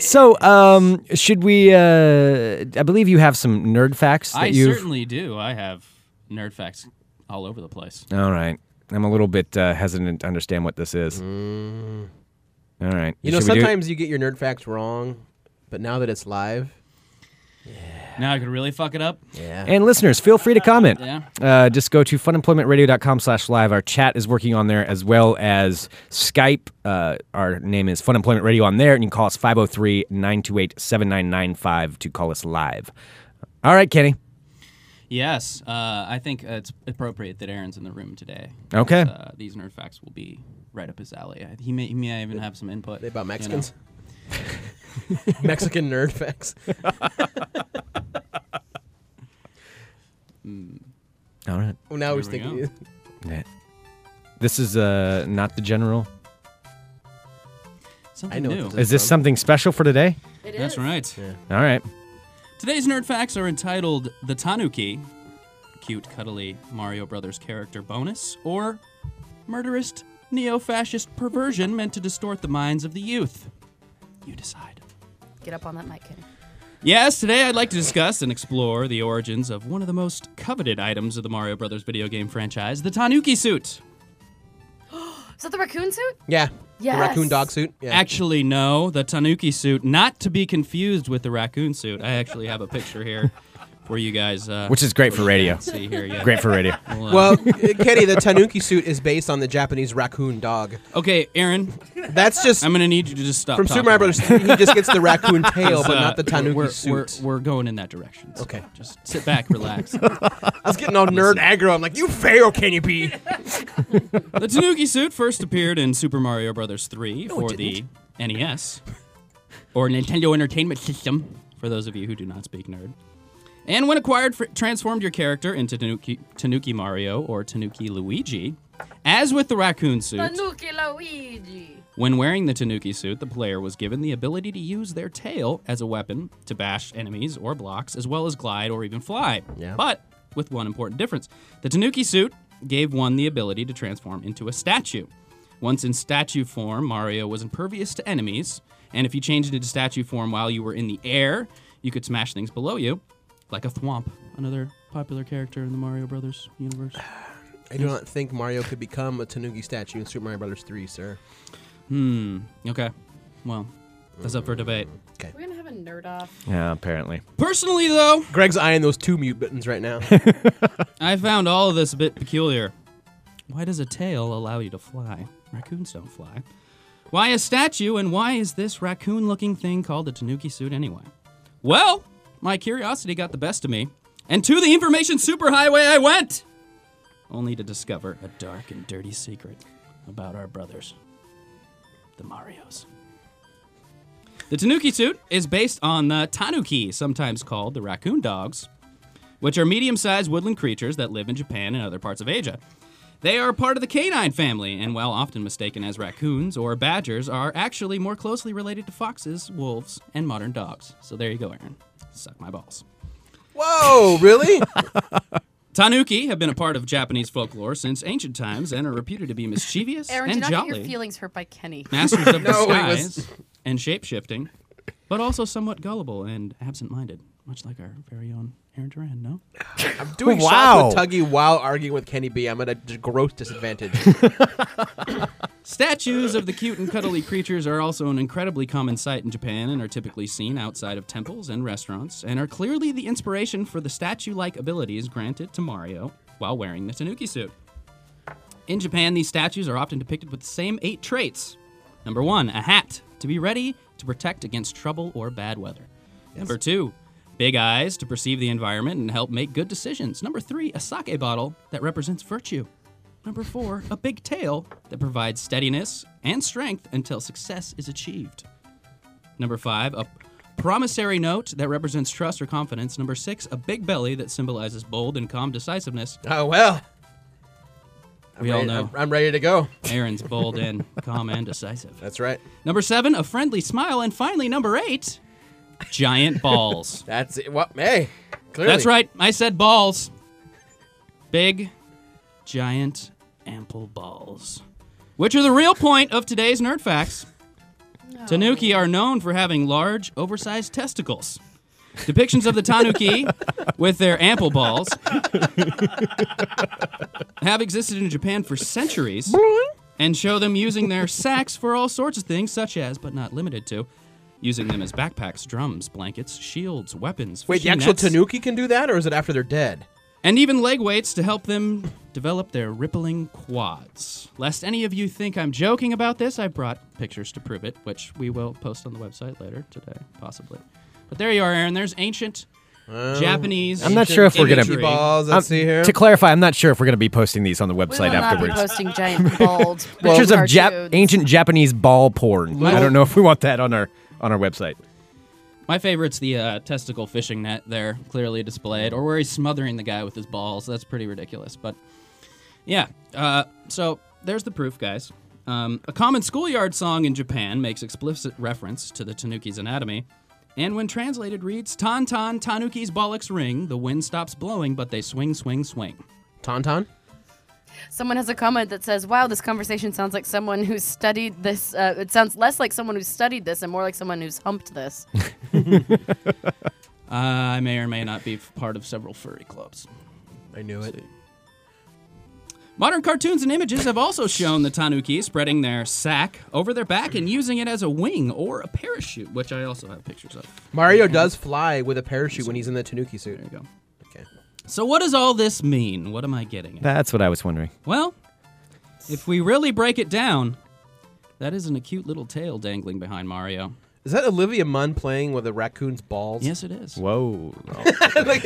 Speaker 5: So, um, should we? Uh, I believe you have some nerd facts that
Speaker 3: I
Speaker 5: you.
Speaker 3: certainly do. I have nerd facts all over the place.
Speaker 5: All right, I'm a little bit uh, hesitant to understand what this is. All right,
Speaker 6: Mm. You know,
Speaker 5: Should we do it?
Speaker 6: sometimes you get your nerd facts wrong, but now that it's live,
Speaker 3: Now I could really fuck it up.
Speaker 6: Yeah.
Speaker 5: And listeners, feel free to comment.
Speaker 3: Yeah.
Speaker 5: Uh, just go to funemploymentradio.com slash live. Our chat is working on there as well as Skype. Uh, our name is Fun Employment Radio on there, and you can call us 503 928 7995 to call us live. All right, Kenny.
Speaker 3: Yes, uh, I think uh, it's appropriate that Aaron's in the room today.
Speaker 5: Okay.
Speaker 3: Uh, these nerd facts will be right up his alley. I- He may, he may even have some input. They
Speaker 6: about Mexicans? Mexican nerd facts.
Speaker 5: All right.
Speaker 6: Well, now he's
Speaker 3: There we
Speaker 6: thinking.
Speaker 5: Yeah. This is uh, not the general.
Speaker 3: Something
Speaker 6: know what
Speaker 3: new.
Speaker 6: this
Speaker 5: Is this something special for today?
Speaker 3: That's right.
Speaker 5: All right.
Speaker 3: Today's nerd facts are entitled "The Tanuki," cute, cuddly Mario Brothers character bonus, or "Murderous Neo-Fascist Perversion Meant to Distort the Minds of the Youth." You decide.
Speaker 4: Get up on that mic, Kenny.
Speaker 3: Yes, today I'd like to discuss and explore the origins of one of the most coveted items of the Mario Brothers video game franchise, the Tanuki suit.
Speaker 4: Is that the raccoon suit?
Speaker 6: Yeah.
Speaker 4: Yes. raccoon
Speaker 6: dog suit?
Speaker 3: Actually, no, the Tanuki suit, not to be confused with the raccoon suit. I actually have a picture here for you guys. Uh,
Speaker 5: Which is great
Speaker 3: which
Speaker 5: for
Speaker 3: you
Speaker 5: radio.
Speaker 3: can't See here yet.
Speaker 5: Great for radio.
Speaker 3: We'll, uh,
Speaker 6: Well, Kenny, the Tanuki suit is based on the Japanese raccoon dog.
Speaker 3: Okay, Aaron.
Speaker 6: That's just.
Speaker 3: I'm gonna need you to just stop.
Speaker 6: From Super
Speaker 3: talking.
Speaker 6: Mario Brothers, he just gets the raccoon tail,
Speaker 3: Because,
Speaker 6: but
Speaker 3: uh,
Speaker 6: not the Tanuki
Speaker 3: we're,
Speaker 6: suit.
Speaker 3: We're, we're going in that direction. so
Speaker 6: Okay.
Speaker 3: Just sit back, relax.
Speaker 6: I was getting all nerd aggro. I'm like, you fail, Kenny B.
Speaker 3: the Tanuki suit first appeared in Super Mario Brothers 3
Speaker 6: No, it
Speaker 3: for the NES or Nintendo Entertainment System for those of you who do not speak nerd. And when acquired, fr- transformed your character into Tanuki, Tanuki Mario or Tanuki Luigi. As with the raccoon suit,
Speaker 4: Tanuki Luigi.
Speaker 3: when wearing the Tanuki suit, the player was given the ability to use their tail as a weapon to bash enemies or blocks, as well as glide or even fly.
Speaker 6: Yeah.
Speaker 3: But with one important difference the Tanuki suit gave one the ability to transform into a statue. Once in statue form, Mario was impervious to enemies, and if you changed into statue form while you were in the air, you could smash things below you, like a thwomp, another popular character in the Mario Brothers universe.
Speaker 6: I do not think Mario could become a Tanuki statue in Super Mario Brothers 3, sir.
Speaker 3: Hmm. Okay. Well, that's up for debate.
Speaker 4: We're gonna have a nerd off.
Speaker 5: Yeah, apparently.
Speaker 3: Personally, though,
Speaker 6: Greg's eyeing those two mute buttons right now.
Speaker 3: I found all of this a bit peculiar. Why does a tail allow you to fly? Raccoons don't fly. Why a statue, and why is this raccoon looking thing called a tanuki suit anyway? Well, my curiosity got the best of me, and to the information superhighway I went, only to discover a dark and dirty secret about our brothers, the Marios. The tanuki suit is based on the tanuki, sometimes called the raccoon dogs, which are medium sized woodland creatures that live in Japan and other parts of Asia. They are part of the canine family, and while often mistaken as raccoons or badgers, are actually more closely related to foxes, wolves, and modern dogs. So there you go, Aaron. Suck my balls.
Speaker 6: Whoa, really?
Speaker 3: Tanuki have been a part of Japanese folklore since ancient times and are reputed to be mischievous
Speaker 4: Aaron, do
Speaker 3: and
Speaker 4: not get your
Speaker 3: jolly,
Speaker 4: feelings hurt by Kenny.
Speaker 3: masters of
Speaker 4: No, it was-
Speaker 3: disguise and shapeshifting, but also somewhat gullible and absent-minded, much like our very own Aaron Duran. No,
Speaker 6: I'm doing
Speaker 3: wow.
Speaker 6: shots with Tuggy while arguing with Kenny B. I'm at a d- gross disadvantage.
Speaker 3: Statues of the cute and cuddly creatures are also an incredibly common sight in Japan and are typically seen outside of temples and restaurants, and are clearly the inspiration for the statue like abilities granted to Mario while wearing the Tanuki suit. In Japan, these statues are often depicted with the same eight traits. Number one, a hat, to be ready to protect against trouble or bad weather. Number two, big eyes, to perceive the environment and help make good decisions. Number three, a sake bottle that represents virtue. Number four, a big tail that provides steadiness and strength until success is achieved. Number five, a promissory note that represents trust or confidence. Number six, a big belly that symbolizes bold and calm decisiveness.
Speaker 6: Oh, well.
Speaker 3: We
Speaker 6: I'm
Speaker 3: all
Speaker 6: ready-
Speaker 3: know.
Speaker 6: I'm- I'm ready to go.
Speaker 3: Aaron's bold and calm and decisive.
Speaker 6: That's right.
Speaker 3: Number seven, a friendly smile. And finally, number eight, giant balls.
Speaker 6: That's it. What? Hey, clearly.
Speaker 3: That's right. I said balls. Big, giant, ample balls. Which are the real point of today's nerd facts. Tanuki are known for having large, oversized testicles. Depictions of the tanuki with their ample balls have existed in Japan for centuries and show them using their sacks for all sorts of things, such as, but not limited to, using them as backpacks, drums, blankets, shields, weapons.
Speaker 6: Wait, the
Speaker 3: fishing
Speaker 6: actual
Speaker 3: nets,
Speaker 6: Tanuki can do that, or is it after they're dead?
Speaker 3: and even leg weights to help them develop their rippling quads. Lest any of you think I'm joking about this, I brought pictures to prove it, which we will post on the website later today, possibly. But there you are, Aaron. There's ancient Japanese.
Speaker 5: I'm not sure if we're gonna.
Speaker 3: imagery.
Speaker 5: I'm- Um,
Speaker 6: Um,
Speaker 5: To clarify, I'm not sure if we're gonna be posting these on the website
Speaker 4: will not be
Speaker 5: afterwards.
Speaker 4: posting giant bald
Speaker 5: Pictures of Jap-
Speaker 4: cartoons.
Speaker 5: ancient Japanese ball porn. I don't know if we want that on our on our website.
Speaker 3: My favorite's the uh, testicle fishing net there, clearly displayed, or where he's smothering the guy with his balls. That's pretty ridiculous. But yeah, uh, so there's the proof, guys. Um, a common schoolyard song in Japan makes explicit reference to the tanuki's anatomy, and when translated, reads Ton Ton Tanuki's bollocks ring, the wind stops blowing, but they swing, swing, swing.
Speaker 6: Ton Ton?
Speaker 4: Someone has a comment that says, "Wow, this conversation sounds like someone who's studied this. Uh, it sounds less like someone who's studied this and more like someone who's humped this."
Speaker 3: Uh, I may or may not be f- part of several furry clubs.
Speaker 6: I knew it.
Speaker 3: Modern cartoons and images have also shown the tanuki spreading their sack over their back and using it as a wing or a parachute, which I also have pictures of.
Speaker 6: Mario does fly with a parachute when he's in the Tanuki suit. There
Speaker 3: you go.
Speaker 6: Okay.
Speaker 3: So, what does all this mean? What am I getting at?
Speaker 5: That's what I was wondering.
Speaker 3: Well, if we really break it down, that is an acute little tail dangling behind Mario.
Speaker 6: Is that Olivia Munn playing with a raccoon's balls?
Speaker 3: Yes, it is.
Speaker 5: Whoa.
Speaker 6: Like-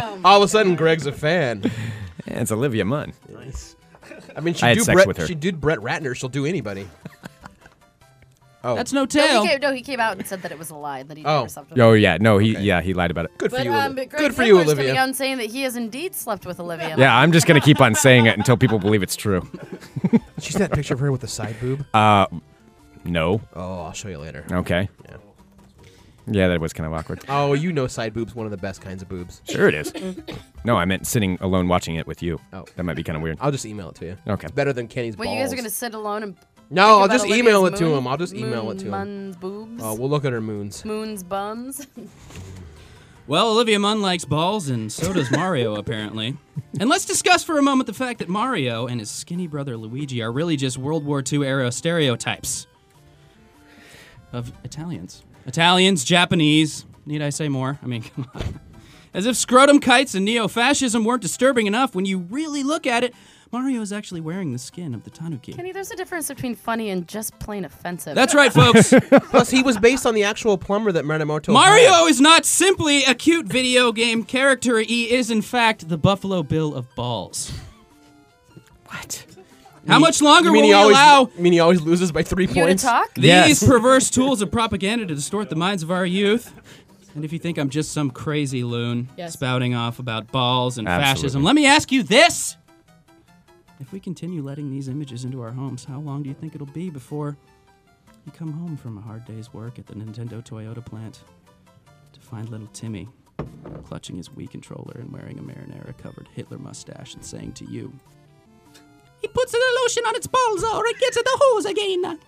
Speaker 6: All of a sudden, Greg's a fan.
Speaker 5: Yeah, it's Olivia Munn.
Speaker 6: Nice. I mean, she
Speaker 5: I had
Speaker 6: do
Speaker 5: sex
Speaker 6: Brett,
Speaker 5: with her.
Speaker 6: She did Brett Ratner. She'll do anybody. Oh,
Speaker 3: that's no
Speaker 4: No he, came, no, he came out and said that it was a lie that he
Speaker 6: Oh.
Speaker 4: never slept with.
Speaker 5: Oh yeah, no, he yeah he lied about it.
Speaker 6: Good
Speaker 4: but, um, but Greg
Speaker 6: Good for
Speaker 4: Nibbler's
Speaker 6: you,
Speaker 4: coming
Speaker 6: Olivia.
Speaker 4: out and saying that he has indeed slept with Olivia.
Speaker 5: Yeah, I'm just gonna keep on saying it until people believe it's true.
Speaker 6: She's that picture of her with a side boob.
Speaker 5: Uh, no.
Speaker 6: Oh, I'll show you later.
Speaker 5: Okay.
Speaker 6: Yeah.
Speaker 5: Yeah, that was kind of awkward.
Speaker 6: Oh, you know, side boob's one of the best kinds of boobs.
Speaker 5: Sure it is. No, I meant sitting alone watching it with you.
Speaker 6: Oh.
Speaker 5: That might be kind of weird.
Speaker 6: I'll just email it to you.
Speaker 5: Okay.
Speaker 6: It's better than Kenny's
Speaker 4: Well,
Speaker 6: balls.
Speaker 4: you guys are gonna sit alone and
Speaker 6: No, I'll
Speaker 4: think about
Speaker 6: just email it
Speaker 4: Olivia's
Speaker 6: to
Speaker 4: moon-
Speaker 6: him. I'll just email
Speaker 4: moon
Speaker 6: it to him.
Speaker 4: Mun's boobs,
Speaker 6: Oh, we'll look at her moons.
Speaker 4: moon's bums.
Speaker 3: Well, Olivia Munn likes balls, and so does Mario, apparently. And let's discuss for a moment the fact that Mario and his skinny brother Luigi are really just World War II era stereotypes of Italians. Italians, Japanese, need I say more? I mean, come on. As if scrotum kites and neo fascism weren't disturbing enough, when you really look at it, Mario is actually wearing the skin of the tanuki.
Speaker 4: Kenny, there's a difference between funny and just plain offensive.
Speaker 3: That's right, folks.
Speaker 6: Plus, he was based on the actual plumber that Minamoto.
Speaker 3: Mario is not simply a cute video game character. He is, in fact, the Buffalo Bill of balls.
Speaker 5: What?
Speaker 3: How much longer
Speaker 6: you mean
Speaker 3: will
Speaker 6: he
Speaker 3: we
Speaker 6: always,
Speaker 3: allow
Speaker 6: You mean he always loses by three
Speaker 4: You gonna
Speaker 6: points?
Speaker 4: talk?
Speaker 3: these perverse tools of propaganda to distort the minds of our youth? And if you think I'm just some crazy loon
Speaker 4: Yes.
Speaker 3: spouting off about balls and fascism,
Speaker 5: Absolutely.
Speaker 3: let me ask you this. If we continue letting these images into our homes, how long do you think it'll be before you come home from a hard day's work at the Nintendo Toyota plant to find little Timmy clutching his Wii controller and wearing a marinara covered Hitler mustache and saying to you, He puts the lotion on its balls or it gets in the hose again.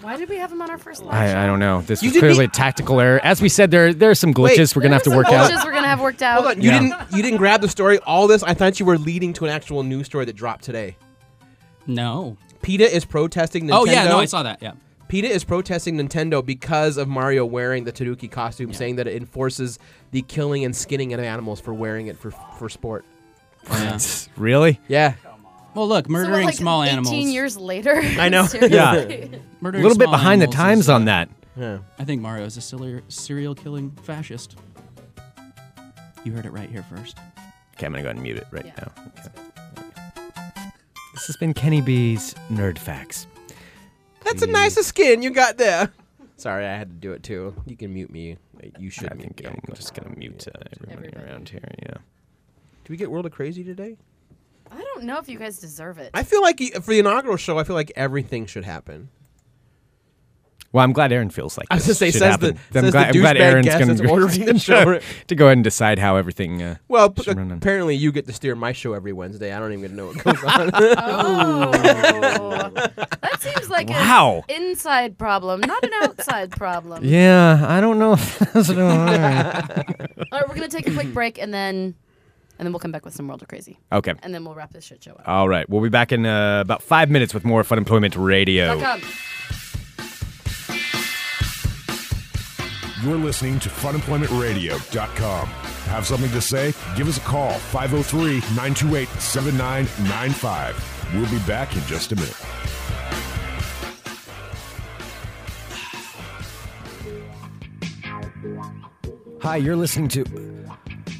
Speaker 4: Why did we have him on our first live show?
Speaker 5: I, I don't know. This
Speaker 4: You
Speaker 5: was
Speaker 4: did
Speaker 5: clearly a tactical error. As we said, there there are some glitches we're gonna have to work out.
Speaker 4: Glitches we're gonna have worked out.
Speaker 6: Hold on, you didn't you didn't grab the story. All this, I thought you were leading to an actual news story that dropped today.
Speaker 3: No.
Speaker 6: PETA is protesting Nintendo.
Speaker 3: Oh, yeah, no, I saw that, yeah.
Speaker 6: PETA is protesting Nintendo because of Mario wearing the Tanuki costume, saying that it enforces the killing and skinning of animals for wearing it for for sport.
Speaker 3: Oh, Yeah.
Speaker 5: really?
Speaker 6: Yeah.
Speaker 3: Well, look,
Speaker 4: So
Speaker 3: murdering
Speaker 4: what, like
Speaker 3: small
Speaker 4: 18
Speaker 3: animals.
Speaker 4: years later. Seriously?
Speaker 5: yeah. A
Speaker 3: Murdering
Speaker 5: little bit
Speaker 3: small
Speaker 5: behind the
Speaker 3: animals
Speaker 5: times
Speaker 3: is, uh,
Speaker 5: on that.
Speaker 3: I think Mario is a serial, serial killing fascist. You heard it right here first.
Speaker 5: Okay, I'm gonna go ahead and mute it right now. Okay. This has been Kenny B's Nerd Facts.
Speaker 6: That's the nicest skin you got there. Mm. Sorry, I had to do it too. You can mute me. You should. I think I'm
Speaker 5: just gonna mute uh, everybody, around here. Yeah.
Speaker 6: Do we get World of Crazy today?
Speaker 4: I don't know if you guys deserve it.
Speaker 6: I feel like y- for the inaugural show, I feel like everything should happen.
Speaker 5: Well, I'm glad Aaron feels like
Speaker 6: I was
Speaker 5: this
Speaker 6: gonna say,
Speaker 5: should
Speaker 6: says
Speaker 5: happen.
Speaker 6: the-
Speaker 5: I'm
Speaker 6: says the
Speaker 5: glad, I'm glad
Speaker 6: douchebag
Speaker 5: Aaron's
Speaker 6: guest
Speaker 5: gonna
Speaker 6: that's ordering the show.
Speaker 5: to go ahead and decide how everything. Uh,
Speaker 6: Well, p-
Speaker 5: should run on.
Speaker 6: apparently you get to steer my show every Wednesday. I don't even get to know what goes on.
Speaker 4: Oh. That seems like
Speaker 5: Wow.
Speaker 4: an inside problem, not an outside problem.
Speaker 5: yeah, I don't know. if that's what I
Speaker 4: All right, we're gonna take a quick break and then, and then we'll come back with some World of Crazy.
Speaker 5: Okay.
Speaker 4: And then we'll wrap this shit show up.
Speaker 5: All right, we'll be back in uh, about five minutes with more Fun Employment Radio.
Speaker 4: Dot com.
Speaker 7: You're listening to funemploymentradio.com. Have something to say? Give us a call 503 928 7995. We'll be back in just a minute.
Speaker 5: Hi, you're listening to.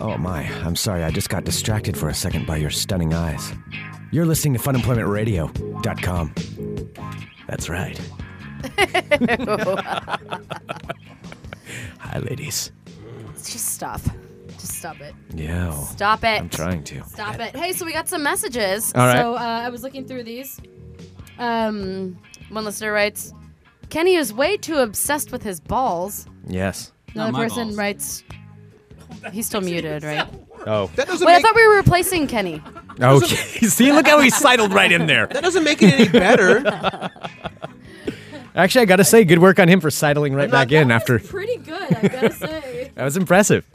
Speaker 5: Oh my, I'm sorry, I just got distracted for a second by your stunning eyes. You're listening to funemploymentradio.com. That's right. Hi, ladies.
Speaker 4: Just stop. Just stop it.
Speaker 5: Yeah.
Speaker 4: Stop it.
Speaker 5: I'm trying to.
Speaker 4: Stop it. Hey, so we got some messages.
Speaker 5: All right.
Speaker 4: So uh, I was looking through these. Um, one listener writes, Kenny is way too obsessed with his balls.
Speaker 5: Yes.
Speaker 4: Another person writes, he's still muted, right?
Speaker 5: Oh.
Speaker 4: Wait, I thought we were replacing Kenny.
Speaker 5: Okay. See, look how he sidled right in there.
Speaker 6: That doesn't make it any better.
Speaker 5: Actually, I gotta say, good work on him for sidling right back in after.
Speaker 13: Pretty good, I gotta say.
Speaker 5: That was impressive.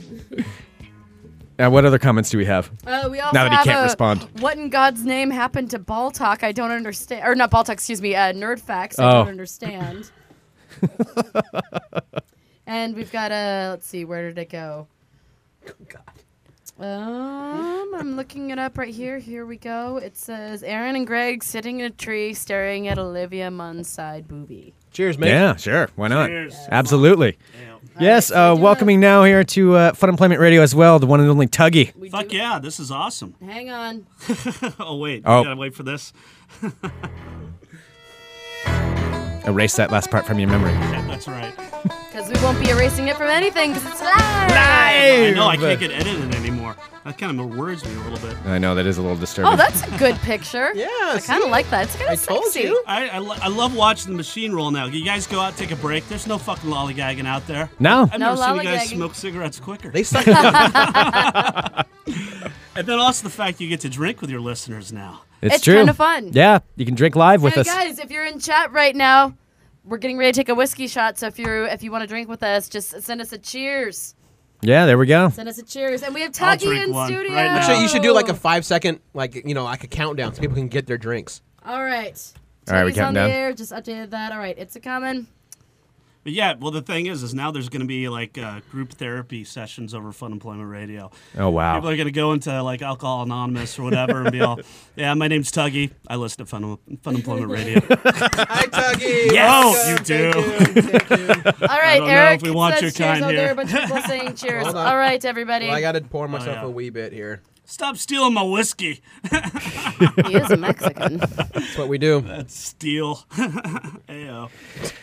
Speaker 5: Now, what other comments do we have?
Speaker 4: Uh, we also
Speaker 5: now that he
Speaker 4: have
Speaker 5: can't
Speaker 4: a,
Speaker 5: respond.
Speaker 4: What in God's name happened to Ball Talk? I don't understand. Or not Ball Talk, excuse me, uh, Nerd Facts. I
Speaker 5: Oh.
Speaker 4: don't understand. and we've got a, let's see, where did it go? Oh, God. Um, I'm looking it up right here. Here we go. It says Aaron and Greg sitting in a tree staring at Olivia Munn's side boobie.
Speaker 6: Cheers,
Speaker 5: man. Yeah, sure. Why not?
Speaker 4: Cheers.
Speaker 5: Absolutely. Yes, uh, welcoming now here to uh, Fun Employment Radio as well, the one and only Tuggy.
Speaker 2: Fuck yeah, this is awesome.
Speaker 4: Hang on.
Speaker 2: oh wait,
Speaker 5: Oh.
Speaker 2: oh. gotta wait for this.
Speaker 5: Erase that last part from your memory.
Speaker 2: That's right.
Speaker 4: Because we won't be erasing it from anything because it's live.
Speaker 2: I know I can't get edited anymore. That kind of worries me a little bit.
Speaker 5: I know, that is a little disturbing.
Speaker 4: Oh, that's a good picture. yeah. I kind of like that. It's kind of sexy.
Speaker 2: I, I, lo- I love watching the machine roll now. You guys go out, take a break. There's no fucking lollygagging out there.
Speaker 5: No.
Speaker 2: I've
Speaker 4: No
Speaker 2: never seen you guys
Speaker 4: lollygagging.
Speaker 2: smoke cigarettes quicker.
Speaker 6: They suck.
Speaker 2: and then also the fact you get to drink with your listeners now.
Speaker 5: It's,
Speaker 4: It's
Speaker 5: true.
Speaker 4: kinda fun.
Speaker 5: Yeah, you can drink live with
Speaker 4: hey
Speaker 5: us.
Speaker 4: guys, if you're in chat right now, we're getting ready to take a whiskey shot. So if you're if you want to drink with us, just send us a cheers.
Speaker 5: Yeah, there we go.
Speaker 4: Send us a cheers, and we have
Speaker 6: I'll
Speaker 4: Tuggy in studio.
Speaker 6: Actually, you should do
Speaker 4: Oh.
Speaker 6: like a five second, like you know, like a countdown so people can get their drinks.
Speaker 4: All right.
Speaker 5: All right, we
Speaker 4: Tuggy's
Speaker 5: counting down?
Speaker 4: on the air. Just updated that. All right, it's a common.
Speaker 2: But yeah, well, the thing is, is now there's going to be like uh, group therapy sessions over Fun Employment Radio.
Speaker 5: Oh, wow.
Speaker 2: People are going to go into like Alcohol Anonymous or whatever and be all, "Yeah, my name's Tuggy. I listen to Fun, Fun Employment Radio."
Speaker 6: Hi, Tuggy.
Speaker 2: Yes,
Speaker 6: Welcome.
Speaker 2: you do.
Speaker 4: All right,
Speaker 2: I don't
Speaker 4: Eric.
Speaker 2: know if we want
Speaker 4: says
Speaker 2: your
Speaker 4: cheers
Speaker 2: kind
Speaker 4: over there.
Speaker 2: here.
Speaker 4: A bunch of people saying cheers.
Speaker 6: Hold on.
Speaker 4: All right, everybody.
Speaker 6: Well, I gotta pour myself
Speaker 2: Oh, yeah.
Speaker 6: a wee bit here.
Speaker 2: Stop stealing my whiskey.
Speaker 4: he is a Mexican.
Speaker 6: That's what we do.
Speaker 2: That's steal. Ayo.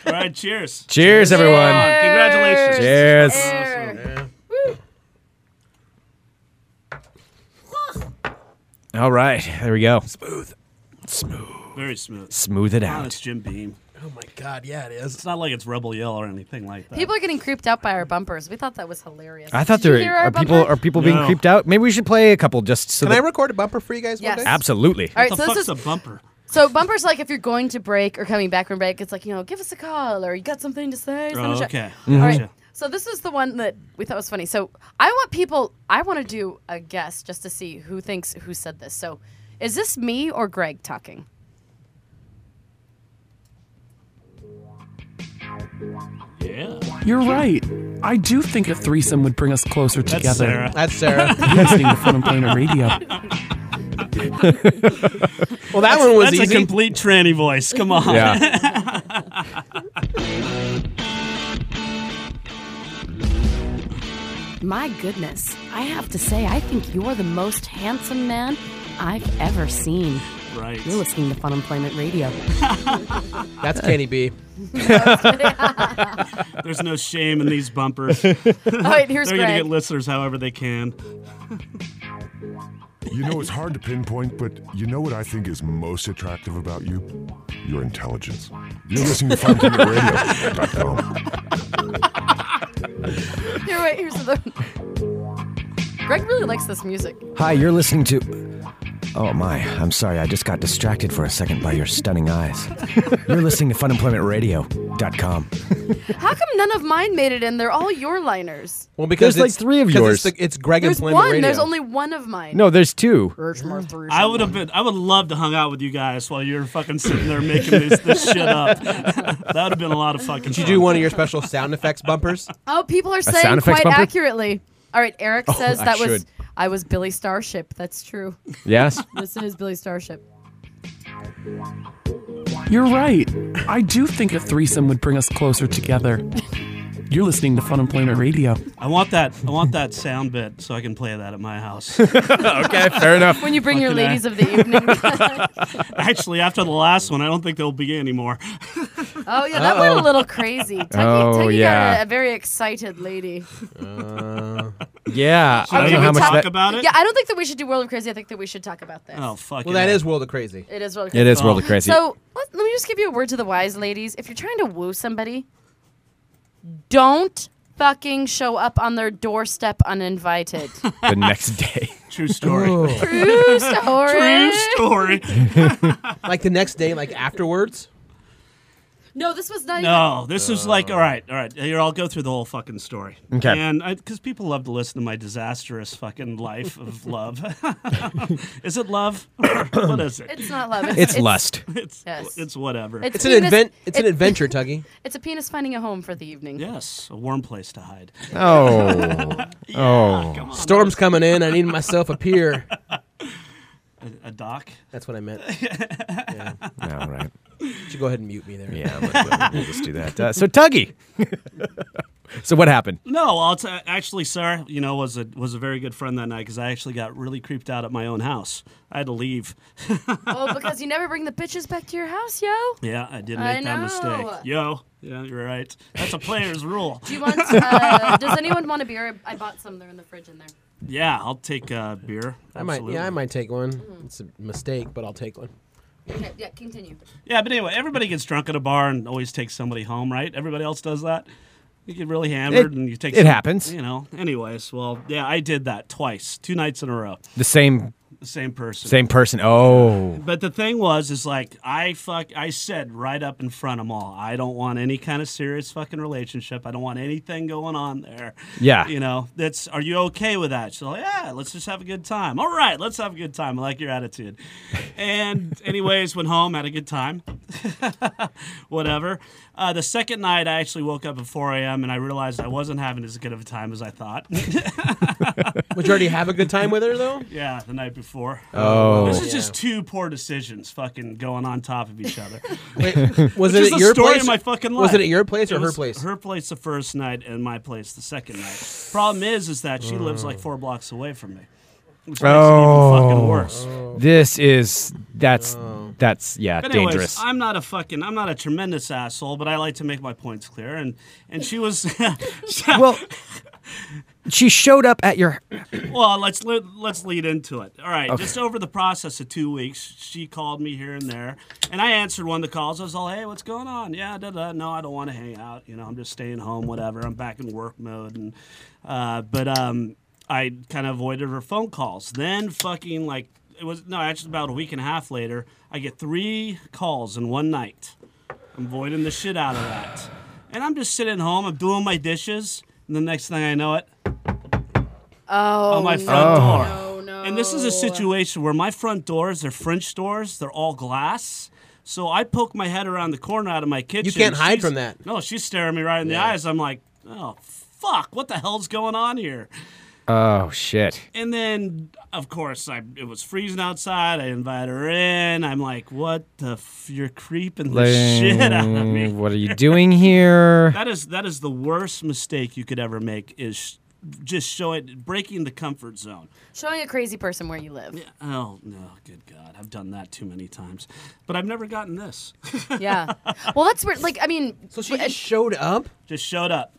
Speaker 2: All right, cheers.
Speaker 5: Cheers, everyone.
Speaker 2: Come on, Congratulations.
Speaker 5: Cheers. All right, there we go. Smooth. Smooth.
Speaker 2: Very smooth.
Speaker 5: Smooth it out.
Speaker 2: Honest Jim Beam.
Speaker 6: Oh my God, yeah, it is.
Speaker 2: It's not like it's Rebel Yell or anything like that.
Speaker 4: People are getting creeped out by our bumpers. We thought that was hilarious.
Speaker 5: I thought
Speaker 4: Did you
Speaker 5: there
Speaker 4: hear our
Speaker 5: are people
Speaker 4: bumper?
Speaker 5: are people being
Speaker 2: No.
Speaker 5: creeped out. Maybe we should play a couple just so.
Speaker 6: Can
Speaker 5: that-
Speaker 6: I record a bumper for you guys
Speaker 4: Yes.
Speaker 6: one day?
Speaker 5: Absolutely.
Speaker 4: All right, so this is
Speaker 2: bumper.
Speaker 4: So bumpers like if you're going to break or coming back from break, it's like you know, give us a call or you got something to say. send
Speaker 2: Oh,
Speaker 4: us a-
Speaker 2: okay.
Speaker 4: All right.
Speaker 2: Gotcha.
Speaker 4: So this is the one that we thought was funny. So I want people. I want to do a guess just to see who thinks who said this. So is this me or Greg talking?
Speaker 2: Yeah.
Speaker 14: You're right. I do think a threesome would bring us closer
Speaker 2: That's
Speaker 14: together.
Speaker 2: Sarah. That's Sarah.
Speaker 14: You're listening to Fun Employment Radio.
Speaker 6: well, that
Speaker 2: that's,
Speaker 6: one was
Speaker 2: that's
Speaker 6: easy.
Speaker 2: a complete tranny voice. Come on.
Speaker 6: Yeah.
Speaker 4: My goodness, I have to say, I think you're the most handsome man I've ever seen.
Speaker 2: Right.
Speaker 4: You're listening to Fun Employment Radio.
Speaker 6: That's Kenny B.
Speaker 2: There's no shame in these bumpers. All
Speaker 4: right, here's
Speaker 2: They're gonna
Speaker 4: Greg.
Speaker 2: get listeners however they can.
Speaker 7: You know, it's hard to pinpoint, but you know what I think is most attractive about you? Your intelligence. You're listening to FunPlaneRadio.com.
Speaker 4: Here, wait, here's the. Greg really likes this music.
Speaker 5: Hi, you're listening to. Oh my, I'm sorry, I just got distracted for a second by your stunning eyes. You're listening to FunEmploymentRadio.com.
Speaker 4: How come none of mine made it in? They're all your liners.
Speaker 6: Well, because
Speaker 5: There's
Speaker 6: it's-
Speaker 5: like three of
Speaker 6: 'cause
Speaker 5: yours.
Speaker 6: It's, the, it's Greg
Speaker 4: There's
Speaker 6: and Planet
Speaker 4: one.
Speaker 6: Radio.
Speaker 4: There's only one of mine. Mm.
Speaker 5: No, there's two.
Speaker 2: I would have been. I would love to hung out with you guys while you're fucking sitting there making this, this shit up. that would have been a lot of fucking.
Speaker 6: Did you
Speaker 2: fun.
Speaker 6: do one of your special sound effects bumpers?
Speaker 4: Oh, people are saying
Speaker 6: sound effects
Speaker 4: quite
Speaker 6: bumper?
Speaker 4: accurately. All right, Eric
Speaker 6: Oh,
Speaker 4: says
Speaker 6: I
Speaker 4: that was
Speaker 6: should.
Speaker 4: I was Billy Starship. That's true.
Speaker 5: Yes.
Speaker 4: this is Billy Starship.
Speaker 14: You're right. I do think a threesome would bring us closer together. You're listening to Fun Employment Radio.
Speaker 2: I want that. I want that sound bit so I can play that at my house.
Speaker 5: okay, fair enough.
Speaker 4: When you bring your
Speaker 2: Fucking
Speaker 4: ladies
Speaker 2: I-
Speaker 4: of the evening.
Speaker 2: Actually, after the last one, I don't think there'll be any more.
Speaker 4: Oh yeah, that went a little crazy. Tuggy,
Speaker 2: Oh,
Speaker 4: Tuggy got
Speaker 2: yeah.
Speaker 4: a, a very excited lady.
Speaker 5: yeah,
Speaker 2: Should I even talk about it?
Speaker 4: Yeah, I don't think that we should do World of Crazy. I think that we should talk about this.
Speaker 2: Oh fuck.
Speaker 6: Well, that is World of Crazy.
Speaker 4: It is World of
Speaker 5: It
Speaker 4: Crazy.
Speaker 5: is
Speaker 2: Oh.
Speaker 5: World of Crazy.
Speaker 4: So let, let me just give you a word to the wise ladies. If you're trying to woo somebody, don't fucking show up on their doorstep uninvited.
Speaker 5: The next day.
Speaker 2: True story.
Speaker 4: True story.
Speaker 2: story.
Speaker 6: like the next day, like afterwards.
Speaker 4: No, this was not.
Speaker 2: No, Oh, this is like all right, all right. Here, I'll go through the whole fucking story.
Speaker 5: Okay.
Speaker 2: And because people love to listen to my disastrous fucking life of love. is it love? what is it?
Speaker 4: It's not love. It's-
Speaker 5: It's it's- lust.
Speaker 2: It's
Speaker 4: Yes.
Speaker 2: it's whatever.
Speaker 4: It's It's an penis- advent- it's an it- adventure,
Speaker 6: Tuggy.
Speaker 4: Even, it's a penis finding a home for the evening.
Speaker 2: Yes, a warm place to hide. Um,
Speaker 5: Oh. oh.
Speaker 6: Storm's coming in. I need myself a pier.
Speaker 2: A, a doc.
Speaker 6: That's what I meant. Yeah.
Speaker 5: All right.
Speaker 6: You should go ahead and mute me there.
Speaker 5: Yeah, I'm gonna- we'll just do that. Uh, so Tuggy. so what happened?
Speaker 2: No, I'll t- actually, Sarah, you know, was a was a very good friend that night because I actually got really creeped out at my own house. I had to leave.
Speaker 4: oh, because you never bring the bitches back to your house, yo.
Speaker 2: Yeah, I did
Speaker 4: I
Speaker 2: make that
Speaker 4: know.
Speaker 2: mistake. Yo, yeah, you're right. That's a player's rule.
Speaker 4: Do you want? Uh, does anyone want a beer? I bought some. They're in the fridge in there.
Speaker 2: Yeah, I'll take uh, beer.
Speaker 6: I might.
Speaker 2: Absolutely.
Speaker 6: Yeah, I might take one. It's a mistake, but I'll take one.
Speaker 4: Okay, yeah, continue.
Speaker 2: Yeah, but anyway, everybody gets drunk at a bar and always takes somebody home, right? Everybody else does that. You get really hammered
Speaker 5: It-
Speaker 2: and you take.
Speaker 5: it happens.
Speaker 2: You know. Anyways, well, yeah, I did that twice, two nights in a row.
Speaker 5: The same
Speaker 2: The same person.
Speaker 5: Same person. Oh.
Speaker 2: But the thing was, is like I fuck, I said right up in front of them all, I don't want any kind of serious fucking relationship. I don't want anything going on there.
Speaker 5: Yeah.
Speaker 2: you know, that's. Are you okay with that? She's like, yeah, let's just have a good time. All right, let's have a good time. I like your attitude. And anyways, went home, had a good time. Whatever. Uh, the second night, I actually woke up at 4 a.m. and I realized I wasn't having as good of a time as I thought.
Speaker 6: Would you already have a good time with her though?
Speaker 2: Yeah, the night before.
Speaker 5: Oh.
Speaker 2: This is
Speaker 5: Yeah.
Speaker 2: just two poor decisions fucking going on top of each other.
Speaker 6: Wait,
Speaker 2: Which
Speaker 6: was it
Speaker 2: is
Speaker 6: at
Speaker 2: the
Speaker 6: your
Speaker 2: story
Speaker 6: place?
Speaker 2: Of my fucking life.
Speaker 6: Was it at your place or her
Speaker 2: was
Speaker 6: place?
Speaker 2: Her place the first night and my place the second night. Problem is, is that she lives like four blocks away from me. Which makes it
Speaker 6: Oh.
Speaker 2: even fucking worse.
Speaker 5: This is that's that's yeah,
Speaker 2: But anyways,
Speaker 5: dangerous.
Speaker 2: I'm not a fucking, I'm not a tremendous asshole, but I like to make my points clear. And and she was, well,
Speaker 5: She showed up at your.
Speaker 2: Well, let's le- let's lead into it. All right,
Speaker 5: Okay.
Speaker 2: just over the process of two weeks, she called me here and there, and I answered one of the calls. I was all, "Hey, what's going on? Yeah, da da. No, I don't want to hang out. You know, I'm just staying home. Whatever. I'm back in work mode." And uh, but um, I kind of avoided her phone calls. Then fucking like it was no, actually about a week and a half later, I get three calls in one night. I'm voiding the shit out of that, and I'm just sitting home. I'm doing my dishes, and the next thing I know it
Speaker 4: Oh,
Speaker 2: on my
Speaker 4: no.
Speaker 2: front door. And this is a situation where my front doors, they're French doors, they're all glass. So I poke my head around the corner out of my kitchen.
Speaker 6: can't hide
Speaker 2: She's-
Speaker 6: from that.
Speaker 2: No, she's staring me right in
Speaker 6: Yeah.
Speaker 2: the eyes. I'm like, oh, fuck, what the hell's going on here?
Speaker 5: Oh shit.
Speaker 2: And then, of course, I it was freezing outside. I invite her in. I'm like, what the f- You're creeping the shit out of me.
Speaker 5: Like, What are you doing here?
Speaker 2: That is that is the worst mistake you could ever make is sh- just showing breaking the comfort zone.
Speaker 4: Showing a crazy person where you live.
Speaker 2: Oh no, good God! I've done that too many times, but I've never gotten this.
Speaker 4: Yeah. Well, that's where, like, I mean,
Speaker 6: So she just showed up.
Speaker 2: Just showed up.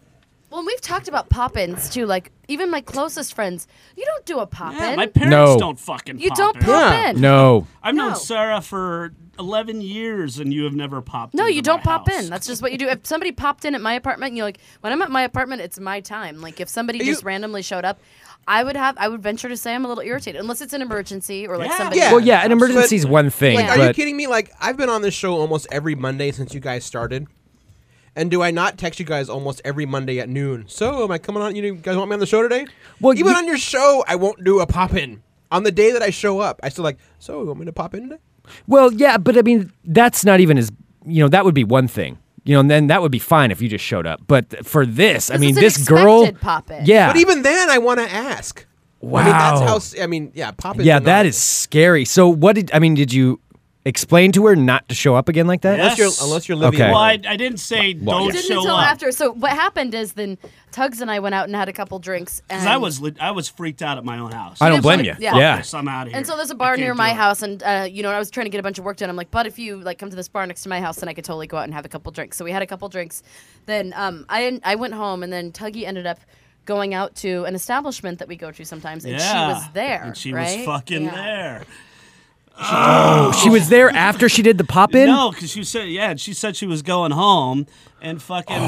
Speaker 4: well, and we've talked about pop ins too. Like, even my closest friends, you don't do a pop in.
Speaker 2: Yeah, my parents
Speaker 5: No.
Speaker 2: don't fucking.
Speaker 4: You
Speaker 2: pop
Speaker 4: don't
Speaker 2: in.
Speaker 4: pop Yeah. in.
Speaker 5: No.
Speaker 2: I've known
Speaker 4: No.
Speaker 2: Sarah for eleven years, and you have never popped.
Speaker 4: No,
Speaker 2: into
Speaker 4: you don't
Speaker 2: my
Speaker 4: pop
Speaker 2: house.
Speaker 4: in. That's just what you do. If somebody popped in at my apartment, and you're like, when I'm at my apartment, it's my time. Like, if somebody just randomly showed up, I would have, I would venture to say I'm a little irritated, unless it's an emergency or like somebody.
Speaker 5: Well, yeah, an emergency is one thing,
Speaker 6: Like, are you
Speaker 5: but-
Speaker 6: kidding me? Like, I've been on this show almost every Monday since you guys started. And do I not text you guys almost every Monday at noon? So, am I coming on? You guys want me on the show today? Well, even on your show, I won't do a pop in. On the day that I show up, I still like, so you want me to pop in today?
Speaker 5: Well, yeah, but I mean, that's not even as you know. That would be one thing. You know, and then that would be fine if you just showed up. But th- for this, I mean, this girl. Yeah.
Speaker 6: But even then, I want to ask.
Speaker 5: Ah. wow.
Speaker 6: I mean, that's how. s- I mean, yeah, pop in.
Speaker 5: yeah, that is scary. So what did I mean? Did you explain to her not to show up again like that?
Speaker 6: Unless you're- unless you're living
Speaker 5: Okay.
Speaker 2: Well, I, I didn't say
Speaker 5: Well,
Speaker 2: don't
Speaker 5: yeah.
Speaker 4: Didn't
Speaker 2: show
Speaker 4: until
Speaker 2: up
Speaker 4: after. So what happened is then Tugs and I went out and had a couple drinks.
Speaker 2: because
Speaker 4: And
Speaker 2: I was lit- I was freaked out at my own house.
Speaker 5: I don't blame you.
Speaker 4: Yeah.
Speaker 5: Yeah.
Speaker 2: Yes, I'm out of here.
Speaker 4: And so there's a
Speaker 2: I
Speaker 4: bar
Speaker 2: can't
Speaker 4: near
Speaker 2: do
Speaker 4: my
Speaker 2: it.
Speaker 4: house, and uh, you know, I was trying to get a bunch of work done. I'm like, but if you like come to this bar next to my house, then I could totally go out and have a couple drinks. So we had a couple drinks. Then um, I I went home, and then Tuggy ended up going out to an establishment that we go to sometimes, and she was there.
Speaker 2: And she
Speaker 4: right?
Speaker 2: was fucking
Speaker 4: Yeah.
Speaker 2: there.
Speaker 5: Oh, she was there after she did the pop in.
Speaker 2: No, because she said yeah, and she said she was going home and fucking.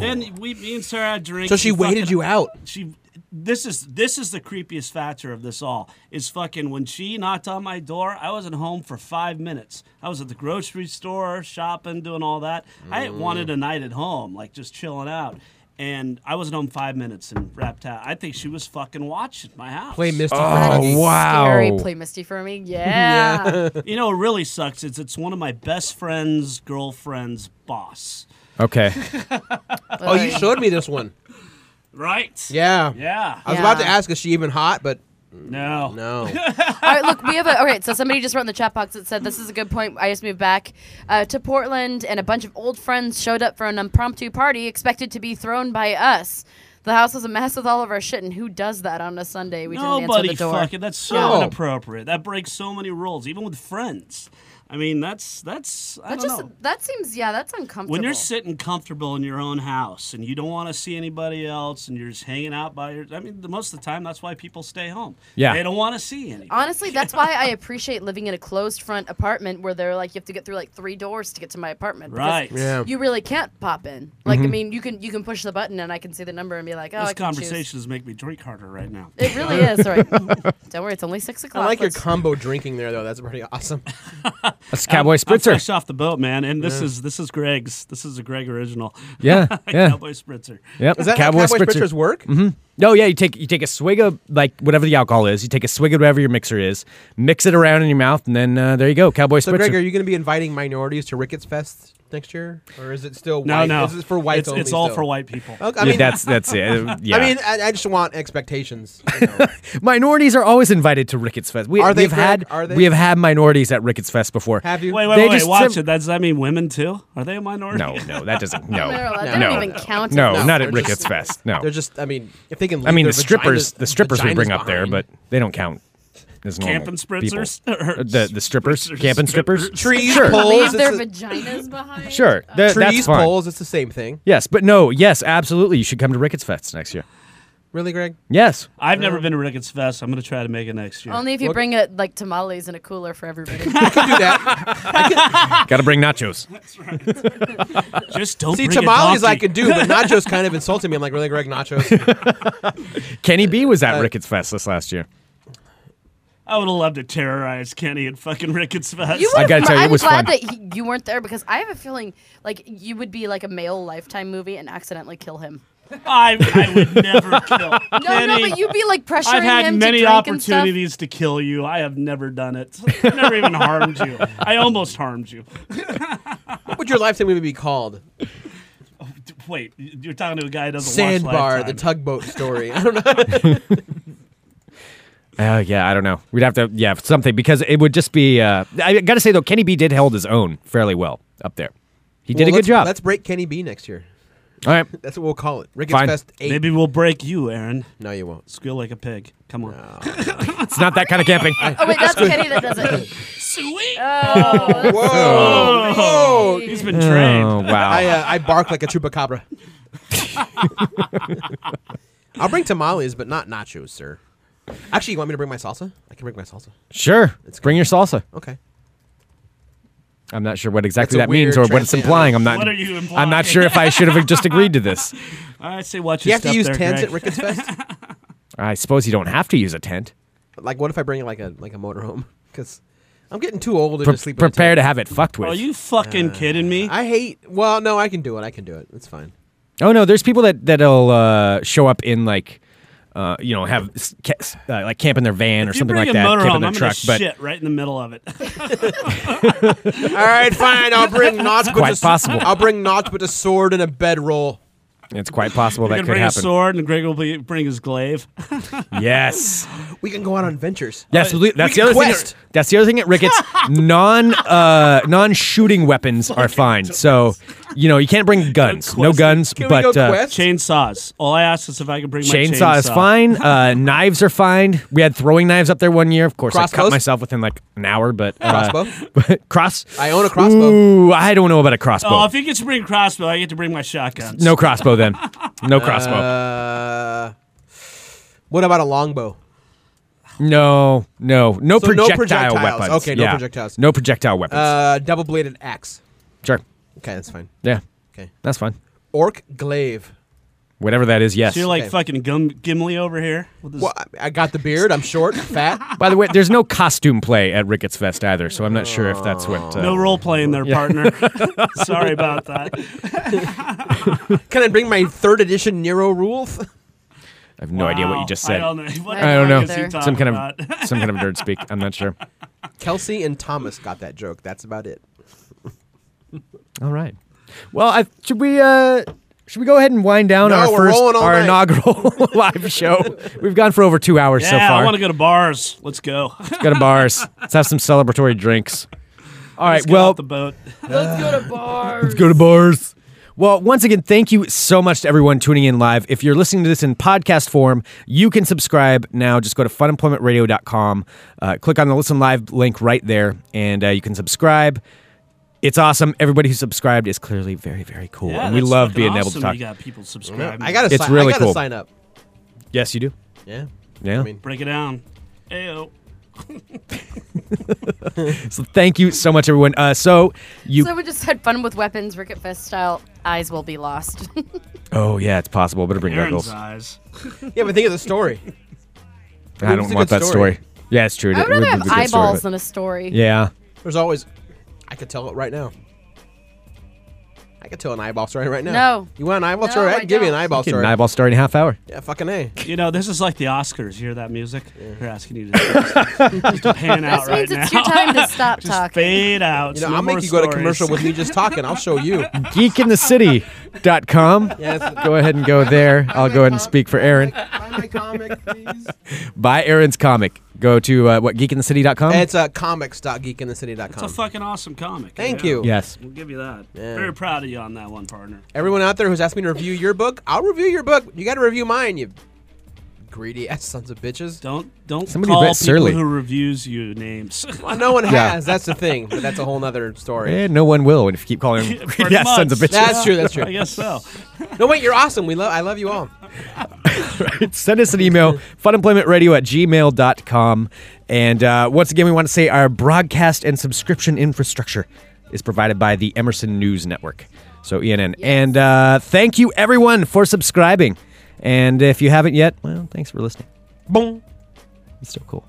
Speaker 2: Then we, me and Sarah had drinks.
Speaker 6: Oh. So she
Speaker 2: and
Speaker 6: waited
Speaker 2: fucking-
Speaker 6: you out.
Speaker 2: She. This is this is the creepiest factor of this all is fucking when she knocked on my door. I wasn't home for five minutes. I was at the grocery store shopping, doing all that. I wanted a night at home, like just chilling out. And I wasn't home five minutes and wrapped out. I think she was fucking watching my house.
Speaker 6: Play Misty
Speaker 5: Oh,
Speaker 6: for me.
Speaker 5: wow.
Speaker 4: Scary
Speaker 5: Oh.
Speaker 4: play Misty for me. Yeah.
Speaker 2: you know, it really sucks. It's it's one of my best friend's girlfriend's boss.
Speaker 5: Okay.
Speaker 6: Oh, you showed me this one.
Speaker 2: Right?
Speaker 6: Yeah.
Speaker 2: Yeah.
Speaker 6: I was about to
Speaker 4: Yeah.
Speaker 6: ask, is she even hot? But
Speaker 2: no.
Speaker 6: No.
Speaker 4: All right, look, we have a. All right, so somebody just wrote in the chat box that said, This is a good point. I just moved back uh, to Portland, and a bunch of old friends showed up for an impromptu party expected to be thrown by us. The house was a mess with all of our shit, and who does that on a Sunday? We didn't answer
Speaker 2: Nobody
Speaker 4: the door.
Speaker 2: fucking. That's so
Speaker 4: Yeah.
Speaker 2: inappropriate. That breaks so many rules, even with friends. I mean, that's that's. I
Speaker 4: That
Speaker 2: don't
Speaker 4: just
Speaker 2: know.
Speaker 4: that seems yeah, that's uncomfortable.
Speaker 2: When you're sitting comfortable in your own house and you don't want to see anybody else and you're just hanging out by your, I mean, the, most of the time that's why people stay home.
Speaker 5: Yeah.
Speaker 2: They don't want to see any.
Speaker 4: Honestly, that's why I appreciate living in a closed front apartment where they're like you have to get through like three doors to get to my apartment. because
Speaker 2: Right. Yeah.
Speaker 4: You really can't pop in. Like I
Speaker 2: Mhm.
Speaker 4: mean, you can you can push the button and I can see the number and be like, oh, I
Speaker 2: Those
Speaker 4: can choose.
Speaker 2: conversations make me drink harder right now.
Speaker 4: It really is. All right. Don't worry, it's only six o'clock.
Speaker 6: I like your
Speaker 4: Let's-
Speaker 6: combo drinking there, though. That's pretty awesome.
Speaker 5: That's Cowboy Spritzer.
Speaker 2: I'm fresh off the boat, man. And this
Speaker 6: Yeah.
Speaker 2: is this is Greg's. This is a Greg original.
Speaker 5: Yeah, yeah.
Speaker 2: Cowboy Spritzer.
Speaker 5: Yep.
Speaker 6: work?
Speaker 2: Mm-hmm.
Speaker 5: hmm No, yeah. You take you take a swig of like whatever the alcohol is. You take a swig of whatever your mixer is, mix it around in your mouth, and then uh, there you go, Cowboy
Speaker 6: So,
Speaker 5: Spritzer.
Speaker 6: Greg, are you going to be inviting minorities to Ricketts Fest next year, or is it still
Speaker 2: No,
Speaker 6: white?
Speaker 2: no.
Speaker 6: Is it for whites
Speaker 2: It's-
Speaker 6: only
Speaker 2: it's all
Speaker 6: still?
Speaker 2: for white people.
Speaker 6: Okay,
Speaker 5: Yeah, that's- that's it, uh, yeah.
Speaker 6: I mean, I, I just want expectations. you know.
Speaker 5: Minorities are always invited to Ricketts Fest. We,
Speaker 6: Are they,
Speaker 5: we've had
Speaker 6: Greg? Are they?
Speaker 5: we have had minorities at Ricketts Fest before.
Speaker 6: Have you?
Speaker 2: Wait, wait,
Speaker 5: They
Speaker 2: wait.
Speaker 5: just
Speaker 2: watch
Speaker 5: sim-
Speaker 2: it. That, does that mean women too? Are they a minority?
Speaker 5: No, no, that doesn't. No,
Speaker 4: They're allowed- they
Speaker 5: no,
Speaker 4: don't even count it.
Speaker 5: no,
Speaker 4: No,
Speaker 5: not
Speaker 4: they're
Speaker 5: at Ricketts
Speaker 4: just-
Speaker 5: Fest. No,
Speaker 6: They're just. I mean, if they
Speaker 5: I
Speaker 6: can. leave
Speaker 5: mean
Speaker 6: their
Speaker 5: the strippers.
Speaker 6: vaginas-
Speaker 5: the strippers we
Speaker 6: vaginas
Speaker 5: bring up there,
Speaker 6: behind.
Speaker 5: but they don't count as normal.
Speaker 2: Camping spritzers?
Speaker 5: people. Uh, the the strippers, camping strippers,
Speaker 6: Trees,
Speaker 5: sure.
Speaker 4: Leave
Speaker 6: poles.
Speaker 4: their
Speaker 6: it's a-
Speaker 4: vaginas behind.
Speaker 5: Sure, that-
Speaker 6: trees,
Speaker 5: eh, that's fine.
Speaker 6: poles. It's the same thing.
Speaker 5: Yes, but no, yes, absolutely. You should come to Ricketts Fest next year.
Speaker 6: Really, Greg?
Speaker 5: Yes.
Speaker 2: I've never been to Ricketts Fest. I'm going to try to make it next year.
Speaker 4: Only if you bring it like tamales in a cooler for everybody. I
Speaker 6: can do that.
Speaker 5: Got to bring nachos.
Speaker 2: That's right. Just don't
Speaker 6: See,
Speaker 2: bring a
Speaker 6: tamales I
Speaker 2: donkey.
Speaker 6: could do, but nachos kind of insulted me. I'm like, really, Greg? Nachos?
Speaker 5: Kenny B was
Speaker 6: Uh,
Speaker 5: at Ricketts Fest this last year.
Speaker 2: I would have loved to terrorize Kenny at fucking Ricketts Fest.
Speaker 4: You would've-
Speaker 5: I gotta tell you, it
Speaker 4: I'm
Speaker 5: was
Speaker 4: glad
Speaker 5: fun.
Speaker 4: that he, you weren't there because I have a feeling like you would be like a male lifetime movie and accidentally kill him.
Speaker 2: I, I would never kill.
Speaker 4: No,
Speaker 2: Kenny.
Speaker 4: no, but you'd be like pressuring
Speaker 2: I've had
Speaker 4: him
Speaker 2: many
Speaker 4: to drink and stuff.
Speaker 2: opportunities to kill you. I have never done it. I never even harmed you. I almost harmed you.
Speaker 6: what would your lifetime movie be called?
Speaker 2: Wait, you're talking to a guy who doesn't
Speaker 6: Sandbar,
Speaker 2: watch
Speaker 6: the tugboat story. I don't know.
Speaker 5: Oh yeah, I don't know. We'd have to yeah something because it would just be. Uh, I got to say though, Kenny B did hold his own fairly well up there. He did
Speaker 6: Well,
Speaker 5: a good
Speaker 6: let's-
Speaker 5: job.
Speaker 6: Let's break Kenny B next year.
Speaker 5: All right.
Speaker 6: That's what we'll call it. Ricketts
Speaker 5: Fine.
Speaker 6: Fest 8.
Speaker 2: Maybe we'll break you, Aaron.
Speaker 6: No, you won't.
Speaker 2: Squeal like a pig. Come on.
Speaker 5: it's not that kind of camping.
Speaker 4: Oh wait, that's Kenny that does it.
Speaker 2: Sweet.
Speaker 4: Oh,
Speaker 6: Whoa.
Speaker 2: Whoa. He's been trained.
Speaker 5: Oh, wow.
Speaker 6: I, uh, I bark like a chupacabra. I'll bring tamales, but not nachos, sir. Actually, you want me to bring my salsa? I can bring my salsa.
Speaker 5: Sure. Bring your salsa.
Speaker 6: Okay.
Speaker 5: I'm not sure what exactly
Speaker 6: That's
Speaker 5: that
Speaker 6: a weird
Speaker 5: means or what it's
Speaker 6: translation.
Speaker 5: implying. I'm not.
Speaker 2: What are you
Speaker 5: I'm
Speaker 2: implying?
Speaker 5: not sure if I should have just agreed to this.
Speaker 2: I say watch
Speaker 6: Do you
Speaker 2: your
Speaker 6: have to
Speaker 2: step
Speaker 6: use
Speaker 2: there,
Speaker 6: tents
Speaker 2: Greg.
Speaker 6: at Ricketts Fest?
Speaker 5: I suppose you don't have to use a tent.
Speaker 6: like, what if I bring like a like a motorhome? Because I'm getting too old to
Speaker 5: Pre-
Speaker 6: just sleep. in a
Speaker 5: prepare
Speaker 6: tent.
Speaker 5: to have it fucked with.
Speaker 2: Are you fucking kidding me?
Speaker 6: Uh, I hate. Well, no, I can do it. I can do it. It's fine.
Speaker 5: Oh no, there's people that that'll uh, show up in like, uh, you know, have s- ca- s- uh, like camp in their van or
Speaker 2: If you
Speaker 5: something
Speaker 2: bring
Speaker 5: like
Speaker 2: a
Speaker 5: that,
Speaker 2: motorhome,
Speaker 5: camp in
Speaker 2: I'm
Speaker 5: their
Speaker 2: gonna
Speaker 5: truck. But
Speaker 2: shit right in the middle of it.
Speaker 6: All right, fine. I'll bring not but
Speaker 5: Quite
Speaker 6: a, s-
Speaker 5: possible.
Speaker 6: I'll bring not but a sword and a bedroll.
Speaker 5: it's quite possible that
Speaker 2: You're gonna
Speaker 5: could
Speaker 2: bring a
Speaker 5: happen.
Speaker 2: sword, and Greg will be, bring his glaive.
Speaker 5: Yes,
Speaker 6: We can go out on adventures.
Speaker 5: yes.
Speaker 2: We
Speaker 5: that's the
Speaker 2: can
Speaker 5: other
Speaker 2: quest.
Speaker 5: thing. At, that's the other thing at Ricketts. non uh, non shooting weapons are fine. So you know you can't bring guns. No guns.
Speaker 6: Can we
Speaker 5: but
Speaker 6: go
Speaker 5: uh,
Speaker 6: quest?
Speaker 2: Chainsaws. All I ask is if I can bring my
Speaker 5: chainsaw,
Speaker 2: chainsaw.
Speaker 5: is fine. Uh, knives are fine. We had throwing knives up there one year. Of course, I
Speaker 6: Crossbows?
Speaker 5: cut myself within like an hour. But uh,
Speaker 6: Crossbow.
Speaker 5: but cross.
Speaker 6: I own a crossbow.
Speaker 5: Ooh, I don't know about a crossbow.
Speaker 2: Oh, if he gets to bring crossbow, I get to bring my shotguns.
Speaker 5: No crossbow then. No crossbow.
Speaker 6: Uh, what about a longbow?
Speaker 5: no, no, no
Speaker 6: So no
Speaker 5: projectile
Speaker 6: projectiles.
Speaker 5: weapons.
Speaker 6: Okay, no
Speaker 5: Yeah.
Speaker 6: projectiles.
Speaker 5: No projectile weapons.
Speaker 6: Uh, double-bladed axe.
Speaker 5: sure.
Speaker 6: Okay, that's fine.
Speaker 5: Yeah.
Speaker 6: Okay.
Speaker 5: That's fine.
Speaker 6: Orc glaive.
Speaker 5: Whatever that is, yes.
Speaker 2: So you're like
Speaker 6: Okay.
Speaker 2: fucking Gim- Gimli over here. With his,
Speaker 6: Well, I- I got the beard. I'm short, fat.
Speaker 5: By the way, there's no costume play at Ricketts Fest either, so I'm not sure if that's what. Uh,
Speaker 2: no role playing there, partner. Sorry about that.
Speaker 6: Can I bring my third edition Nero rule?
Speaker 5: I have no idea what you just
Speaker 2: Wow,
Speaker 5: said.
Speaker 2: I don't know. What
Speaker 5: I don't
Speaker 2: the fuck is
Speaker 5: know.
Speaker 2: he
Speaker 5: Some kind
Speaker 2: talking about?
Speaker 5: of some kind of nerd speak. I'm not sure.
Speaker 6: Kelsey and Thomas got that joke. That's about it.
Speaker 5: All right. Well, I, should we uh, should we go ahead and wind down
Speaker 6: No,
Speaker 5: our
Speaker 6: we're
Speaker 5: first
Speaker 6: rolling all
Speaker 5: our
Speaker 6: night.
Speaker 5: inaugural live show? We've gone for over two hours
Speaker 2: yeah,
Speaker 5: so far.
Speaker 2: I want to go to bars. Let's go. Let's
Speaker 5: Let's go to bars. Let's have some celebratory drinks. All right.
Speaker 2: get
Speaker 5: well,
Speaker 2: off the boat.
Speaker 13: Let's go to bars.
Speaker 5: Let's go to bars. Well, once again, thank you so much to everyone tuning in live. If you're listening to this in podcast form, you can subscribe now. Just go to funemploymentradio.com, uh, click on the listen live link right there, and uh, you can subscribe. It's awesome. Everybody who subscribed is clearly very, very cool.
Speaker 2: Yeah,
Speaker 5: and we
Speaker 2: that's
Speaker 5: love
Speaker 2: fucking
Speaker 5: being able
Speaker 2: awesome
Speaker 5: to talk.
Speaker 2: You got people subscribing.
Speaker 6: I gotta.
Speaker 5: It's
Speaker 6: sign,
Speaker 5: really
Speaker 6: I gotta
Speaker 5: cool.
Speaker 6: sign up.
Speaker 5: Yes, you do.
Speaker 6: Yeah.
Speaker 5: Yeah.
Speaker 6: I mean,
Speaker 2: break it down. Ayo.
Speaker 5: so thank you so much, everyone. Uh, so you.
Speaker 4: So we just had fun with weapons, Ricket Fest style. Eyes will be lost.
Speaker 5: oh, yeah, it's possible. Better bring
Speaker 2: Aaron's
Speaker 5: goggles.
Speaker 2: eyes.
Speaker 6: yeah, but think of the story.
Speaker 5: I
Speaker 6: It's
Speaker 5: don't
Speaker 6: a
Speaker 5: want
Speaker 6: good
Speaker 5: that
Speaker 6: story.
Speaker 5: story. Yeah, it's true.
Speaker 4: I
Speaker 5: It
Speaker 4: would
Speaker 5: would
Speaker 4: rather
Speaker 5: be
Speaker 4: have
Speaker 5: a good story,
Speaker 4: eyeballs
Speaker 5: but-
Speaker 4: than a story.
Speaker 5: Yeah.
Speaker 6: There's always. I could tell it right now. I could tell an eyeball story right now.
Speaker 4: No.
Speaker 6: You want an eyeball
Speaker 4: No,
Speaker 6: story?
Speaker 4: I
Speaker 6: I'd give you an
Speaker 4: don't.
Speaker 6: eyeball
Speaker 5: Get an
Speaker 6: story.
Speaker 5: eyeball story in a half hour.
Speaker 6: Yeah, fucking a.
Speaker 2: You know, this is like the Oscars. You hear that music? They're asking you to just, just pan out
Speaker 4: This
Speaker 2: right
Speaker 4: means
Speaker 2: now.
Speaker 4: it's your time to stop
Speaker 2: just
Speaker 4: talking.
Speaker 2: fade out.
Speaker 6: You know,
Speaker 2: No
Speaker 6: I'll
Speaker 2: more
Speaker 6: make you go to
Speaker 2: stories.
Speaker 6: commercial with me just talking. I'll show you.
Speaker 5: geekinthecity.com.
Speaker 6: Yes.
Speaker 5: Go ahead and go there. I'll go ahead and speak for Aaron. Buy Aaron's comic. Go to uh, what geekinthecity.com.
Speaker 6: It's uh, comics.geekinthecity.com.
Speaker 2: It's a fucking awesome comic.
Speaker 6: Thank
Speaker 2: yeah.
Speaker 6: you.
Speaker 5: yes.
Speaker 2: We'll give you that. Very proud of you on that one, partner.
Speaker 6: Everyone out there who's asked me to review your book, I'll review your book. You got to review mine, you greedy ass sons of bitches.
Speaker 2: Don't don't
Speaker 5: Somebody
Speaker 2: call
Speaker 5: a bit
Speaker 2: people
Speaker 5: surly.
Speaker 2: who reviews you names.
Speaker 6: Well, no one
Speaker 5: Yeah.
Speaker 6: has. That's the thing. But that's a whole nother story.
Speaker 5: And Eh, no one will if you keep calling him
Speaker 2: Pretty
Speaker 5: yes, sons of
Speaker 2: much.
Speaker 5: bitches.
Speaker 6: That's true. That's true.
Speaker 2: I guess so.
Speaker 6: No, wait. You're awesome. We love. I love you all.
Speaker 5: right. Send us an email, funemploymentradio at gmail.com. And uh, once again, we want to say our broadcast and subscription infrastructure is provided by the Emerson News Network. So, ENN. And uh, thank you, everyone, for subscribing. And if you haven't yet, well, thanks for listening. Boom. It's so cool.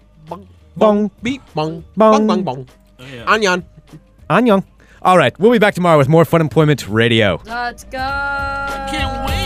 Speaker 5: Bong.
Speaker 6: Beep. Bong. Bong. Bong. Bong.
Speaker 2: Oh,
Speaker 6: Anyan.
Speaker 5: Annyeong. All right, we'll be back tomorrow with more Fun Employment Radio.
Speaker 4: Let's go. I can't wait.